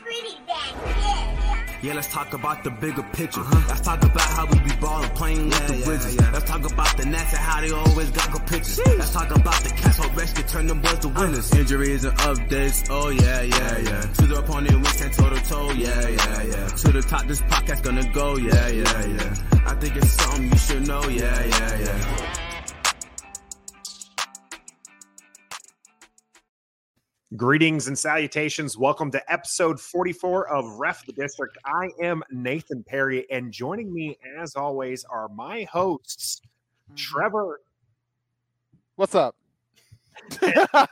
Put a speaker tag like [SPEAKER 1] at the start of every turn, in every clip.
[SPEAKER 1] pretty back there.
[SPEAKER 2] Yeah, let's talk about the bigger picture. Let's talk about how we be ballin', playing with the Wizards. Let's talk about the Nats and how they always got good pitchers. Let's talk about the Cats, hope Rex can turn them boys to winners. Uh, Injuries and updates, oh yeah, yeah, yeah. To the opponent, we stand toe to toe, yeah, yeah, yeah. To the top, this podcast gonna go, yeah, yeah, yeah. I think it's something you should know, yeah, yeah, yeah.
[SPEAKER 3] Greetings and salutations. Welcome to episode 44 of Ref the District. I am Nathan Perry, and joining me, as always, are my hosts, Trevor.
[SPEAKER 4] What's up? that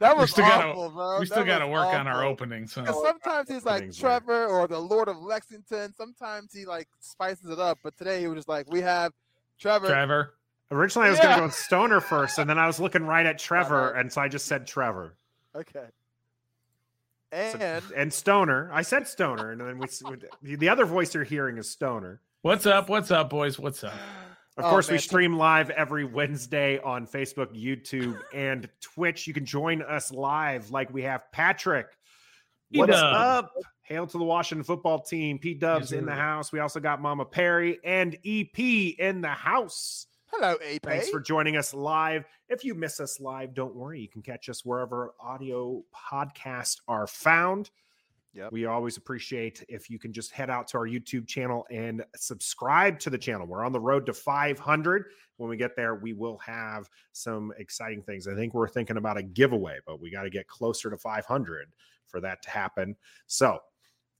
[SPEAKER 4] was
[SPEAKER 5] still gotta-
[SPEAKER 4] awful, bro.
[SPEAKER 5] we still
[SPEAKER 4] Oh, That
[SPEAKER 5] got to
[SPEAKER 4] was
[SPEAKER 5] work on our
[SPEAKER 4] awful.
[SPEAKER 5] opening. So
[SPEAKER 4] 'Cause Sometimes he's like
[SPEAKER 3] Openings work.
[SPEAKER 4] Trevor or the Lord of Lexington. Sometimes he like spices it up, but today he was just like, we have Trevor.
[SPEAKER 5] Trevor,
[SPEAKER 3] Originally, I was
[SPEAKER 4] Yeah.
[SPEAKER 3] going
[SPEAKER 4] Uh-huh.
[SPEAKER 3] to go with Stoner first, and then I was looking right at Trevor, and so I just said Trevor
[SPEAKER 4] Okay.
[SPEAKER 3] So-
[SPEAKER 4] And
[SPEAKER 3] and Stoner. I said Stoner, and then we s- we- the other voice you're hearing is Stoner.
[SPEAKER 5] what's up? What's up, boys? What's up?
[SPEAKER 3] Of
[SPEAKER 4] Oh,
[SPEAKER 3] course, we
[SPEAKER 4] man.
[SPEAKER 3] stream live every Wednesday on Facebook, YouTube, and Twitch. You can join us live like we have Patrick.
[SPEAKER 5] He
[SPEAKER 3] What's
[SPEAKER 5] done.
[SPEAKER 3] up? Hail to the Washington football team. P Dubs
[SPEAKER 5] Yes,
[SPEAKER 3] in the
[SPEAKER 5] sir.
[SPEAKER 3] house. We also got Mama Perry and EP in the house.
[SPEAKER 4] hello, Ape.
[SPEAKER 3] Thanks for joining us live. If you miss us live, don't worry. You can catch us wherever audio podcasts are found.
[SPEAKER 4] Yep.
[SPEAKER 3] We always appreciate if you can just head out to our YouTube channel and subscribe to the channel. We're on the road to 500. When we get there, we will have some exciting things. I think we're thinking about a giveaway, but we got to get closer to 500 for that to happen. So,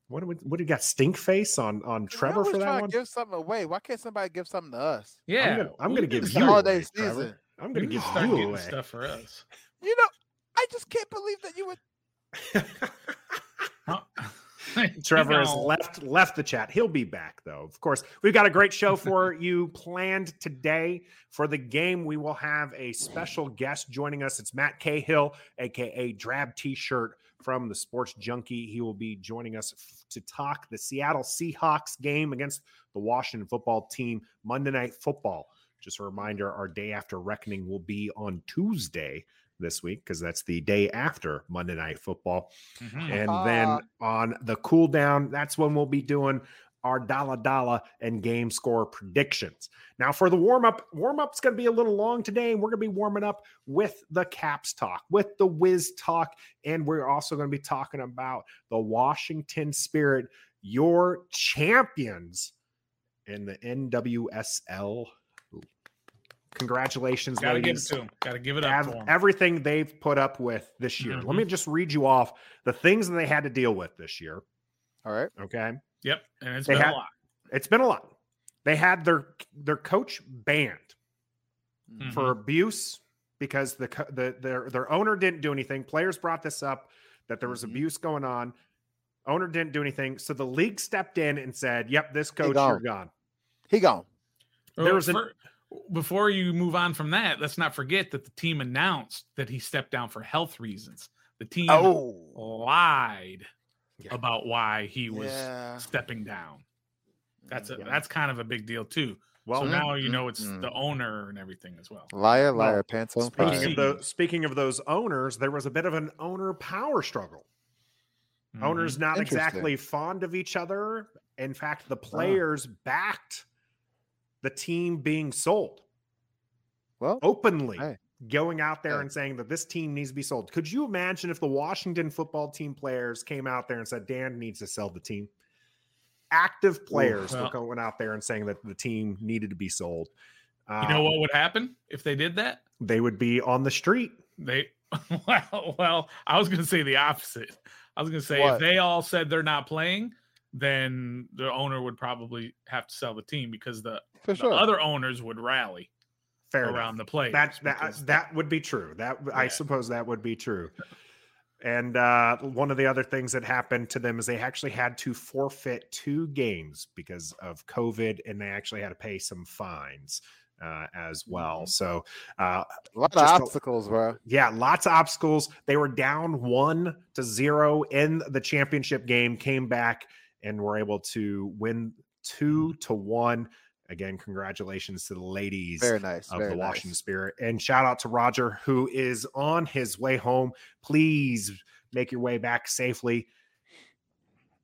[SPEAKER 3] what do we, what do you got? Stink face on on Trevor for that
[SPEAKER 4] trying
[SPEAKER 3] one.
[SPEAKER 4] to give something away. Why can't somebody give something to us?
[SPEAKER 5] Yeah,
[SPEAKER 3] gonna- I'm
[SPEAKER 5] we
[SPEAKER 3] gonna
[SPEAKER 5] can
[SPEAKER 3] give
[SPEAKER 4] It's the
[SPEAKER 5] start-
[SPEAKER 3] you
[SPEAKER 4] holiday
[SPEAKER 3] away, Trevor.
[SPEAKER 4] season.
[SPEAKER 3] I'm
[SPEAKER 5] we
[SPEAKER 3] going to give
[SPEAKER 5] can start
[SPEAKER 3] you
[SPEAKER 5] getting
[SPEAKER 3] away.
[SPEAKER 5] stuff for us.
[SPEAKER 4] You know, I just can't believe that you would.
[SPEAKER 5] Huh?
[SPEAKER 3] Trevor has
[SPEAKER 5] No.
[SPEAKER 3] left left the chat. He'll be back though. Of course, we've got a great show for you planned today for the game. We will have a special guest joining us. It's Matt Cahill, aka Drab T-shirt from the Sports Junkie. He will be joining us f- to talk the Seattle Seahawks game against the Washington Football Team Monday Night Football. Just a reminder: our day after reckoning will be on Tuesday this week because that's the day after Monday Night Football.
[SPEAKER 5] Mhm.
[SPEAKER 3] And
[SPEAKER 4] Ah.
[SPEAKER 3] then on the cool down, that's when we'll be doing our dollar dollar and game score predictions. Now for the warm up, warm up's going to be a little long today, and we're going to be warming up with the Caps talk, with the Whiz talk, and we're also going to be talking about the Washington Spirit, your champions in the NWSL. Congratulations,
[SPEAKER 5] Gotta give it
[SPEAKER 3] ladies
[SPEAKER 5] to him. Gotta give it up
[SPEAKER 3] ev-
[SPEAKER 5] to him.
[SPEAKER 3] everything they've put up with this year. Let me
[SPEAKER 5] Mm-hmm.
[SPEAKER 3] just read you off the things that they had to deal with this year.
[SPEAKER 4] All right.
[SPEAKER 3] Okay.
[SPEAKER 5] yep, and it's
[SPEAKER 3] They
[SPEAKER 5] been
[SPEAKER 3] had-
[SPEAKER 5] a lot.
[SPEAKER 3] It's been a lot. They had their their coach banned
[SPEAKER 5] Mhm.
[SPEAKER 3] for abuse because the co- the their their owner didn't do anything. Players brought this up that there was
[SPEAKER 5] Mm-hmm.
[SPEAKER 4] Mhm.
[SPEAKER 3] abuse going on. Owner didn't do anything, so the league stepped in and said, "Yep, this coach, you're
[SPEAKER 4] gone.
[SPEAKER 3] gone."
[SPEAKER 4] He gone.
[SPEAKER 3] there was an-
[SPEAKER 5] For- before you move on from that, let's not forget that the team announced that he stepped down for health reasons. The team
[SPEAKER 4] Oh.
[SPEAKER 5] lied
[SPEAKER 3] Yeah.
[SPEAKER 5] about why he was
[SPEAKER 4] Yeah.
[SPEAKER 5] stepping down. That's a,
[SPEAKER 3] Yeah.
[SPEAKER 5] that's kind of a big deal too.
[SPEAKER 3] Well,
[SPEAKER 5] so
[SPEAKER 4] mm,
[SPEAKER 5] now you
[SPEAKER 4] mm,
[SPEAKER 5] know it's
[SPEAKER 4] mm.
[SPEAKER 5] the owner and everything as well.
[SPEAKER 3] Well,
[SPEAKER 4] Liar, liar, pants on
[SPEAKER 3] speaking
[SPEAKER 4] fire.
[SPEAKER 3] of those, speaking of those owners, there was a bit of an owner power struggle. owners
[SPEAKER 5] Mm-hmm.
[SPEAKER 3] not
[SPEAKER 4] Interesting.
[SPEAKER 3] exactly fond of each other in fact the players backed the team being sold
[SPEAKER 4] Well,
[SPEAKER 3] openly
[SPEAKER 4] Hey.
[SPEAKER 3] going out there
[SPEAKER 4] Hey.
[SPEAKER 3] and saying that this team needs to be sold could you imagine if the washington football team players came out there and said dan needs to sell the team active players were
[SPEAKER 5] Well.
[SPEAKER 3] going out there and saying that the team needed to be sold Uh,
[SPEAKER 5] Mhm. You know what would happen if they did that?
[SPEAKER 3] they would be on the street
[SPEAKER 5] They well, well, I was going to say the opposite. I was going to say
[SPEAKER 4] What?
[SPEAKER 5] if they all said they're not playing, then the owner would probably have to sell the team because the,
[SPEAKER 4] for
[SPEAKER 5] the
[SPEAKER 4] sure.
[SPEAKER 5] other owners would rally
[SPEAKER 3] fair enough.
[SPEAKER 5] around the players.
[SPEAKER 3] that that
[SPEAKER 5] because-
[SPEAKER 3] uh, that would be true. That I
[SPEAKER 5] Yeah.
[SPEAKER 3] suppose that would be true. And uh, one of the other things that happened to them is they actually had to forfeit two games because of COVID, and they actually had to pay some fines uh, as well.
[SPEAKER 5] Mm-hmm.
[SPEAKER 3] So uh,
[SPEAKER 4] a lot of
[SPEAKER 3] just a-
[SPEAKER 4] obstacles, bro.
[SPEAKER 3] yeah, lots of obstacles. They were down one to zero in the championship game, came back and were able to win two to one. Again, congratulations to the ladies
[SPEAKER 4] Very nice.
[SPEAKER 3] of
[SPEAKER 4] very
[SPEAKER 3] the
[SPEAKER 4] nice.
[SPEAKER 3] Washington Spirit. And shout out to Roger, who is on his way home. Please make your way back safely.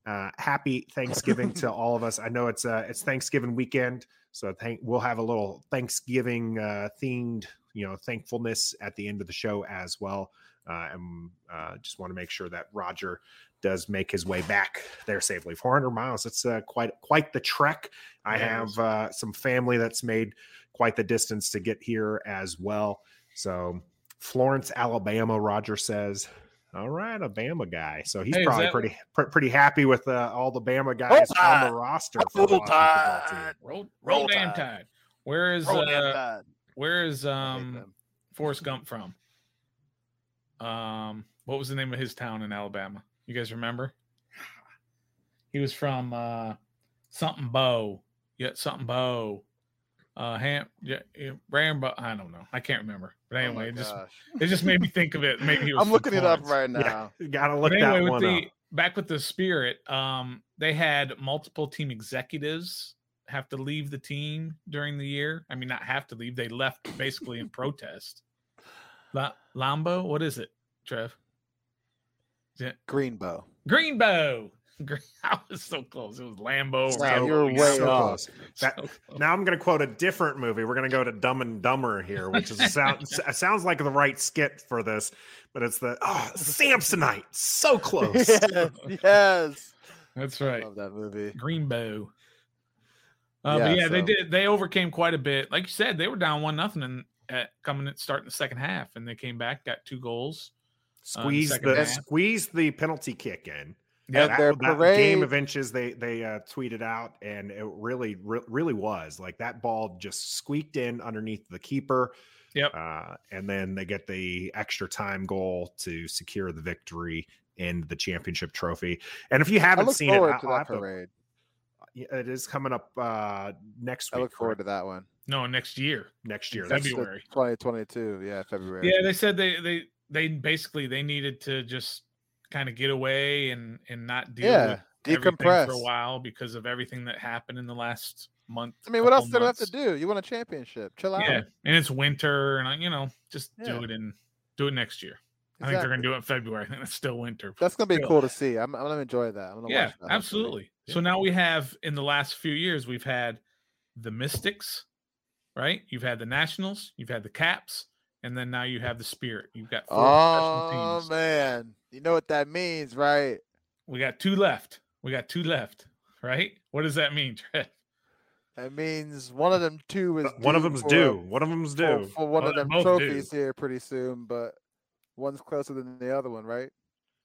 [SPEAKER 3] Uh, happy Thanksgiving to all of us. I know it's uh, it's Thanksgiving weekend, so thank, we'll have a little Thanksgiving uh, themed, you know, thankfulness at the end of the show as well. Uh, and uh, just want to make sure that Roger does make his way back there safely. 400 miles. It's uh, quite quite the trek. I
[SPEAKER 5] Yeah.
[SPEAKER 3] have uh, some family that's made quite the distance to get here as well. So Florence, Alabama. Roger says. All right, a Bama guy. So he's
[SPEAKER 5] Hey, is
[SPEAKER 3] probably
[SPEAKER 5] that-
[SPEAKER 3] pretty pr- pretty happy with uh, all the Bama guys on
[SPEAKER 4] Tide.
[SPEAKER 3] the roster for the
[SPEAKER 4] Full
[SPEAKER 3] Washington football team.
[SPEAKER 4] time.
[SPEAKER 5] Roll, roll,
[SPEAKER 4] Roll
[SPEAKER 5] damn
[SPEAKER 4] Tide.
[SPEAKER 5] tide. Where is
[SPEAKER 4] Roll
[SPEAKER 5] uh,
[SPEAKER 4] damn tide.
[SPEAKER 5] where is
[SPEAKER 4] I hate
[SPEAKER 5] um
[SPEAKER 4] them.
[SPEAKER 5] Forrest Gump from? Um, what was the name of his town in Alabama? You guys remember? He was from uh something Bow. Yeah, something Bow. Uh Ham yeah, yeah, Rambo. I don't know. I can't remember. But
[SPEAKER 4] Oh my
[SPEAKER 5] anyway, it just
[SPEAKER 4] gosh.
[SPEAKER 5] it just made me think of it. Maybe he was
[SPEAKER 4] I'm
[SPEAKER 5] from
[SPEAKER 4] looking it up
[SPEAKER 5] Florence.
[SPEAKER 4] right now.
[SPEAKER 3] Yeah, gotta look
[SPEAKER 5] But anyway,
[SPEAKER 3] that
[SPEAKER 5] with
[SPEAKER 3] one
[SPEAKER 5] the
[SPEAKER 3] up.
[SPEAKER 5] back with the spirit, um, they had multiple team executives have to leave the team during the year. I mean, not have to leave; they left basically in protest. La- Lambo, what is it, Trev? Is it
[SPEAKER 4] Greenbow.
[SPEAKER 5] Greenbow. Green- I was so close. It was Lambo.
[SPEAKER 4] Wow,
[SPEAKER 5] or Lambo.
[SPEAKER 4] Oh, you're
[SPEAKER 5] We
[SPEAKER 4] way
[SPEAKER 5] got
[SPEAKER 4] off.
[SPEAKER 5] so
[SPEAKER 3] That-
[SPEAKER 5] close.
[SPEAKER 3] Now I'm gonna quote a different movie. We're gonna go to Dumb and Dumber here, which is a sound s- sounds like the right skit for this, but it's the oh Samsonite. So close.
[SPEAKER 4] yes. yes.
[SPEAKER 5] That's right.
[SPEAKER 4] Love that movie.
[SPEAKER 5] Greenbow. Uh, but
[SPEAKER 4] Yeah,
[SPEAKER 5] yeah, they
[SPEAKER 4] so-
[SPEAKER 5] did. They overcame quite a bit. Like you said, they were down one nothing and uh, coming in starting the second half, and they came back, got two goals.
[SPEAKER 3] Squeeze
[SPEAKER 5] second
[SPEAKER 3] the
[SPEAKER 5] half.
[SPEAKER 3] squeeze the penalty kick in.
[SPEAKER 4] Yeah,
[SPEAKER 3] that,
[SPEAKER 4] their
[SPEAKER 3] that
[SPEAKER 4] parade-
[SPEAKER 3] game of inches they they uh, tweeted out, and it really re- really was like that ball just squeaked in underneath the keeper.
[SPEAKER 5] Yep.
[SPEAKER 3] Uh, and then they get the extra time goal to secure the victory and the championship trophy. And if you
[SPEAKER 4] I
[SPEAKER 3] haven't
[SPEAKER 4] look
[SPEAKER 3] seen it,
[SPEAKER 4] forward
[SPEAKER 3] I-
[SPEAKER 4] to
[SPEAKER 3] I'll
[SPEAKER 4] that
[SPEAKER 3] have to-
[SPEAKER 4] parade.
[SPEAKER 3] yeah, it is coming up uh, next
[SPEAKER 4] I
[SPEAKER 3] week.
[SPEAKER 4] look forward
[SPEAKER 3] correct?
[SPEAKER 4] to that one.
[SPEAKER 5] No, next year.
[SPEAKER 3] next year.
[SPEAKER 5] in
[SPEAKER 3] That's
[SPEAKER 4] That's the
[SPEAKER 5] February.
[SPEAKER 4] 2022. Yeah, February.
[SPEAKER 5] Yeah, they said they they they basically they needed to just kind of get away and and not deal
[SPEAKER 4] Yeah,
[SPEAKER 5] with everything
[SPEAKER 4] Decompress.
[SPEAKER 5] for a while because of everything that happened in the last month.
[SPEAKER 4] I mean, what else
[SPEAKER 5] couple
[SPEAKER 4] did I have to
[SPEAKER 5] months.
[SPEAKER 4] do? You won a championship. Chill out.
[SPEAKER 5] Yeah, and it's winter, and I- you know, just
[SPEAKER 4] Yeah.
[SPEAKER 5] do it in do it next year. I think they're gonna
[SPEAKER 4] Exactly.
[SPEAKER 5] do it in February. I think it's still winter.
[SPEAKER 4] That's gonna be
[SPEAKER 5] Chill.
[SPEAKER 4] cool to see. I'm, I'm gonna enjoy that. I'm gonna
[SPEAKER 5] yeah,
[SPEAKER 4] watch that, hopefully.
[SPEAKER 5] absolutely. So
[SPEAKER 4] Yeah.
[SPEAKER 5] now we have in the last few years we've had the Mystics, right? You've had the Nationals, you've had the Caps, and then now you have the Spirit. You've got four professional
[SPEAKER 4] Oh
[SPEAKER 5] teams.
[SPEAKER 4] man, you know what that means, right?
[SPEAKER 5] We got two left. We got two left, right? What does that mean, Trev?
[SPEAKER 4] That means one of them two is
[SPEAKER 3] But one of
[SPEAKER 4] due
[SPEAKER 3] them's
[SPEAKER 4] for- uh,
[SPEAKER 3] due. One of them's
[SPEAKER 4] for,
[SPEAKER 3] due.
[SPEAKER 4] for one
[SPEAKER 5] Oh,
[SPEAKER 4] of
[SPEAKER 5] they're
[SPEAKER 4] them
[SPEAKER 5] both due.
[SPEAKER 4] trophies here pretty soon, but one's closer than the other one, right?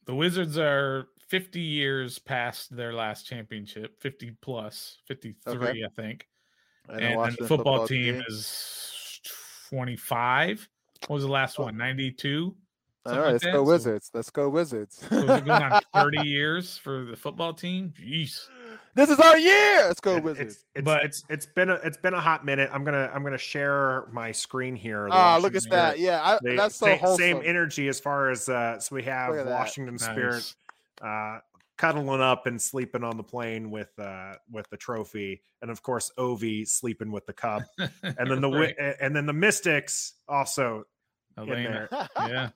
[SPEAKER 5] The Wizards are 50 years past their last championship, 50 plus, 53, I think.
[SPEAKER 4] the
[SPEAKER 5] and then the
[SPEAKER 4] Washington
[SPEAKER 5] football, team, is 25. What was the last
[SPEAKER 4] Oh.
[SPEAKER 5] one? 92.
[SPEAKER 4] All
[SPEAKER 5] something
[SPEAKER 4] right,
[SPEAKER 5] like
[SPEAKER 4] let's
[SPEAKER 5] that,
[SPEAKER 4] go
[SPEAKER 5] so-
[SPEAKER 4] Wizards. Let's go Wizards.
[SPEAKER 5] So is it going on 30 years for the football team? Jeez.
[SPEAKER 4] this is our year. Let's go
[SPEAKER 3] It-
[SPEAKER 4] Wizards.
[SPEAKER 3] it's, it's,
[SPEAKER 5] But-
[SPEAKER 3] it's it's been a it's been a hot minute. I'm gonna I'm gonna share my screen here. the
[SPEAKER 4] Ah, look at
[SPEAKER 3] Washington
[SPEAKER 4] that.
[SPEAKER 3] Spirit.
[SPEAKER 4] Yeah, I,
[SPEAKER 3] They-
[SPEAKER 4] that's so
[SPEAKER 3] sa-
[SPEAKER 4] wholesome.
[SPEAKER 3] same energy as far as uh, so we have
[SPEAKER 4] Look at that.
[SPEAKER 3] Washington Spirit
[SPEAKER 5] Nice.
[SPEAKER 3] uh, cuddling up and sleeping on the plane with uh, with the trophy, and of course Ovi sleeping with the cup, and then the wi-
[SPEAKER 5] Right.
[SPEAKER 3] and then the Mystics also in
[SPEAKER 5] Elena.
[SPEAKER 3] there
[SPEAKER 5] Yeah,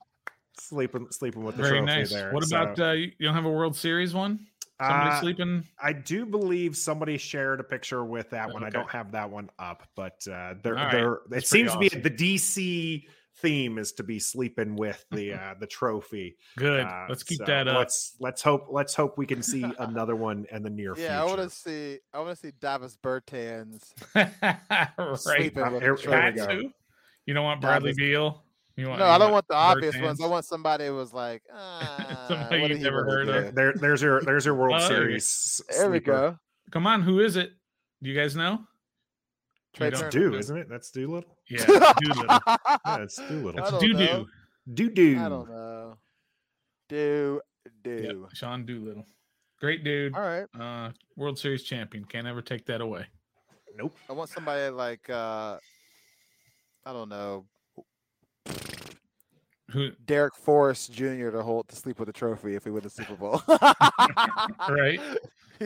[SPEAKER 3] sleeping sleeping with the
[SPEAKER 5] very
[SPEAKER 3] trophy
[SPEAKER 5] nice.
[SPEAKER 3] there.
[SPEAKER 5] What
[SPEAKER 3] So,
[SPEAKER 5] about uh, you you don't have a World Series one? Somebody
[SPEAKER 3] uh,
[SPEAKER 5] sleeping?
[SPEAKER 3] I do believe somebody shared a picture with that one. I
[SPEAKER 5] Okay.
[SPEAKER 3] don't have that one up, but uh, there,
[SPEAKER 5] All right.
[SPEAKER 3] there, it
[SPEAKER 5] That's pretty
[SPEAKER 3] seems to
[SPEAKER 5] awesome.
[SPEAKER 3] be the DC theme is to be sleeping with the uh, the trophy.
[SPEAKER 5] Mm-hmm. Good.
[SPEAKER 3] Uh,
[SPEAKER 5] Let's keep
[SPEAKER 3] so
[SPEAKER 5] that up.
[SPEAKER 3] Let's let's hope let's hope we can see another one in the near
[SPEAKER 4] yeah, I want
[SPEAKER 3] future.
[SPEAKER 4] to see. I want to see Davis Bertans
[SPEAKER 5] right.
[SPEAKER 4] sleeping
[SPEAKER 3] Here-
[SPEAKER 4] with the
[SPEAKER 3] here we
[SPEAKER 4] trophy.
[SPEAKER 5] That's who? You don't want
[SPEAKER 4] Nah,
[SPEAKER 5] Bradley
[SPEAKER 4] this-
[SPEAKER 5] Beal? You
[SPEAKER 4] No, I
[SPEAKER 5] you
[SPEAKER 4] don't want the obvious
[SPEAKER 5] Bertans?
[SPEAKER 4] ones. I want somebody who was like, ah,
[SPEAKER 5] Somebody
[SPEAKER 4] what
[SPEAKER 5] you've
[SPEAKER 4] did he
[SPEAKER 5] never
[SPEAKER 4] really
[SPEAKER 5] heard
[SPEAKER 4] do?"
[SPEAKER 5] of.
[SPEAKER 3] There, there's your there's your World
[SPEAKER 5] Oh, there we go.
[SPEAKER 3] Series.
[SPEAKER 4] There we
[SPEAKER 3] sleeper.
[SPEAKER 4] go.
[SPEAKER 5] Come on, who is it? Do you guys know?
[SPEAKER 4] Trey
[SPEAKER 5] don't
[SPEAKER 4] Turner.
[SPEAKER 3] It's Doo, isn't it? That's Doolittle.
[SPEAKER 5] Yeah, Doolittle.
[SPEAKER 3] Yeah, it's Doolittle.
[SPEAKER 5] That's
[SPEAKER 4] don't
[SPEAKER 5] Doo
[SPEAKER 4] know.
[SPEAKER 3] Doo
[SPEAKER 5] Doo.
[SPEAKER 3] doo.
[SPEAKER 4] I don't know. Do
[SPEAKER 5] Yep,
[SPEAKER 4] do.
[SPEAKER 5] Sean Doolittle. Great dude.
[SPEAKER 4] All right.
[SPEAKER 5] Uh, World Series champion. Can't ever take that away.
[SPEAKER 3] Nope.
[SPEAKER 4] I want somebody like uh I don't know,
[SPEAKER 5] Who?
[SPEAKER 4] Derek Forrest Jr. to hold to sleep with a trophy if we win the Super Bowl.
[SPEAKER 5] Right?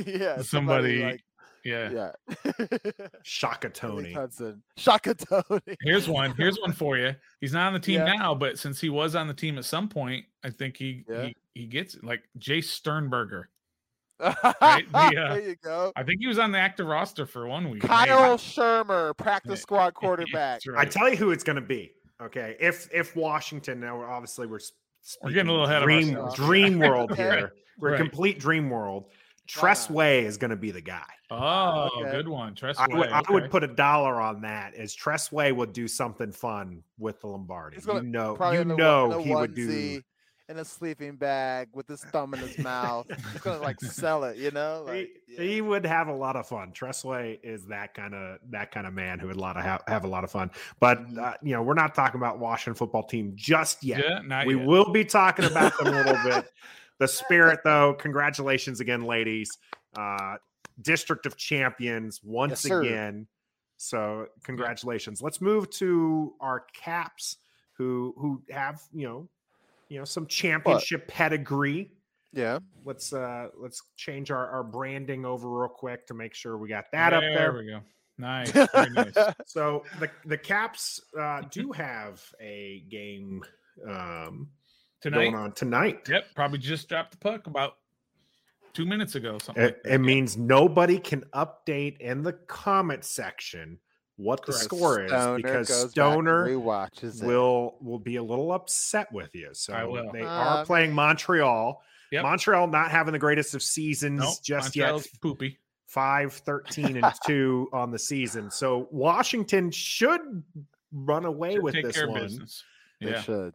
[SPEAKER 4] yeah.
[SPEAKER 5] Somebody.
[SPEAKER 4] like-
[SPEAKER 5] yeah.
[SPEAKER 4] yeah.
[SPEAKER 3] Shaka
[SPEAKER 4] Tony
[SPEAKER 3] Tony.
[SPEAKER 4] Hudson. Shaka Tony.
[SPEAKER 5] Here's one. Here's one for you. He's not on the team
[SPEAKER 4] Yeah.
[SPEAKER 5] now, but since he was on the team at some point, I think he
[SPEAKER 4] Yeah.
[SPEAKER 5] he, he gets it. Like Jay Sternberger. Right, the, uh,
[SPEAKER 4] there you go.
[SPEAKER 5] I think he was on the active roster for one week.
[SPEAKER 4] Kyle
[SPEAKER 5] maybe.
[SPEAKER 4] Shermer, practice squad quarterback.
[SPEAKER 5] That's right.
[SPEAKER 3] I tell you who it's going to be. Okay, if if Washington now, we're obviously we're s-
[SPEAKER 5] We're getting a little ahead of
[SPEAKER 3] dream
[SPEAKER 4] ourselves.
[SPEAKER 3] dream world
[SPEAKER 4] Okay.
[SPEAKER 3] here. We're
[SPEAKER 5] Right.
[SPEAKER 3] complete dream world. Tressway is going to be the guy.
[SPEAKER 5] Oh,
[SPEAKER 4] Okay.
[SPEAKER 5] good one. Tress
[SPEAKER 3] I would,
[SPEAKER 5] Way,
[SPEAKER 3] I would
[SPEAKER 5] okay.
[SPEAKER 3] put a dollar on that. Is Tressway would do something fun with the Lombardi?
[SPEAKER 4] He's gonna-
[SPEAKER 3] you know,
[SPEAKER 4] Probably
[SPEAKER 3] you
[SPEAKER 4] in a,
[SPEAKER 3] know
[SPEAKER 4] in a
[SPEAKER 3] he would
[SPEAKER 4] onesie,
[SPEAKER 3] do.
[SPEAKER 4] in a sleeping bag with his thumb in his mouth. He's gonna like sell it, you know. Like,
[SPEAKER 3] he,
[SPEAKER 4] yeah.
[SPEAKER 3] he would have a lot of fun. Tressway is that kind of that kind of man who would a lot of ha- have a lot of fun. But
[SPEAKER 4] Mhm.
[SPEAKER 3] uh, you know, we're not talking about Washington football team just yet.
[SPEAKER 5] Yeah, not
[SPEAKER 3] we
[SPEAKER 5] yet.
[SPEAKER 3] will be talking about them a little bit. The spirit, though, congratulations again, ladies. Uh, District of Champions once
[SPEAKER 4] sir.
[SPEAKER 3] again. So congratulations. Let's move to our caps, who who have you know, you know some championship pedigree.
[SPEAKER 4] yeah.
[SPEAKER 3] Let's uh let's change our, our branding over real quick to make sure we got that up there.
[SPEAKER 5] we go. Nice. Very nice.
[SPEAKER 3] So the the Caps uh, do have a game um,
[SPEAKER 5] Tonight.
[SPEAKER 3] going on tonight.
[SPEAKER 5] Yep. Probably just dropped the puck about two minutes ago. Something.
[SPEAKER 3] It,
[SPEAKER 5] like that.
[SPEAKER 3] it means nobody can update in the comment section what the
[SPEAKER 5] Correct.
[SPEAKER 3] score is
[SPEAKER 4] Stoner
[SPEAKER 3] because
[SPEAKER 4] goes back and
[SPEAKER 3] Stoner
[SPEAKER 4] rewatches it.
[SPEAKER 3] will will be a little upset with you. So
[SPEAKER 5] I will.
[SPEAKER 3] they
[SPEAKER 4] Ah,
[SPEAKER 3] are playing Montreal.
[SPEAKER 5] Yep.
[SPEAKER 3] Montreal not having the greatest of seasons
[SPEAKER 5] Nope,
[SPEAKER 3] just
[SPEAKER 5] Montreal's
[SPEAKER 3] yet.
[SPEAKER 5] Poopy.
[SPEAKER 3] 5 13 and 2 on the season. So Washington should run away
[SPEAKER 5] Should
[SPEAKER 3] with
[SPEAKER 5] take
[SPEAKER 3] this
[SPEAKER 5] care of
[SPEAKER 3] one.
[SPEAKER 5] business.
[SPEAKER 4] They
[SPEAKER 5] Yeah.
[SPEAKER 4] should,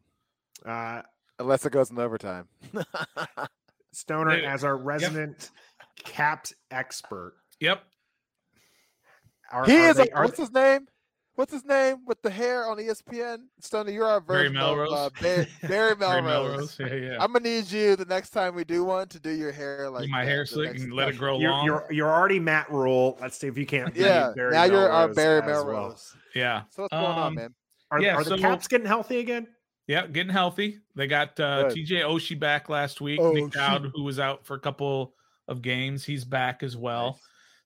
[SPEAKER 3] Uh,
[SPEAKER 4] unless it goes in overtime.
[SPEAKER 3] Stoner
[SPEAKER 5] They-
[SPEAKER 3] as our resident capped expert.
[SPEAKER 5] Yep.
[SPEAKER 3] Are,
[SPEAKER 4] he
[SPEAKER 3] are
[SPEAKER 4] is.
[SPEAKER 3] they-
[SPEAKER 4] a,
[SPEAKER 3] are
[SPEAKER 4] what's his name? What's his name with the hair on E ESPN? Stoner, you're our
[SPEAKER 5] Barry
[SPEAKER 4] version of,
[SPEAKER 5] Melrose.
[SPEAKER 4] uh, Bar- Barry
[SPEAKER 5] Barry
[SPEAKER 4] Melrose.
[SPEAKER 5] Melrose. Yeah, yeah.
[SPEAKER 4] I'm gonna need you the next time we do one to do your hair like
[SPEAKER 5] Keep my
[SPEAKER 4] that,
[SPEAKER 5] hair
[SPEAKER 4] the
[SPEAKER 5] slick
[SPEAKER 4] next
[SPEAKER 5] and let it
[SPEAKER 4] special.
[SPEAKER 5] grow
[SPEAKER 3] you're,
[SPEAKER 5] long.
[SPEAKER 3] you're you're already Matt Rule. Let's see if you can't. be
[SPEAKER 4] Yeah,
[SPEAKER 3] Barry
[SPEAKER 4] now you're our
[SPEAKER 3] Melrose
[SPEAKER 4] Barry
[SPEAKER 3] as well.
[SPEAKER 4] Melrose.
[SPEAKER 5] yeah.
[SPEAKER 4] So what's going on,
[SPEAKER 5] Um,
[SPEAKER 4] man?
[SPEAKER 3] Are,
[SPEAKER 5] Yeah,
[SPEAKER 3] are the
[SPEAKER 5] so-
[SPEAKER 3] Caps getting healthy again?
[SPEAKER 5] Yeah, getting healthy. They got uh,
[SPEAKER 4] Good.
[SPEAKER 5] TJ Oshie back last week.
[SPEAKER 3] Oh,
[SPEAKER 4] Oshie.
[SPEAKER 5] Nick Dowd, who was out for a couple of games, he's back as well.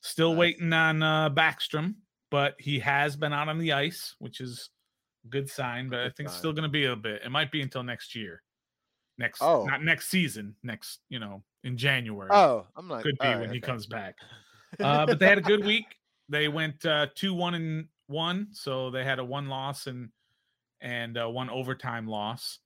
[SPEAKER 5] Still
[SPEAKER 4] Nice.
[SPEAKER 5] waiting on uh, Backstrom, but he has been out on the ice, which is a good sign. But I
[SPEAKER 4] Good
[SPEAKER 5] think it's
[SPEAKER 4] sign.
[SPEAKER 5] still going to be a bit. It might be until next year, next
[SPEAKER 4] Oh.
[SPEAKER 5] not next season, next you know in January.
[SPEAKER 4] Oh, I'm like
[SPEAKER 5] could be
[SPEAKER 4] alright,
[SPEAKER 5] when he
[SPEAKER 4] okay.
[SPEAKER 5] comes back. Uh, but they had a good week. They went uh, two one and one, so they had a one loss and and uh, one overtime loss.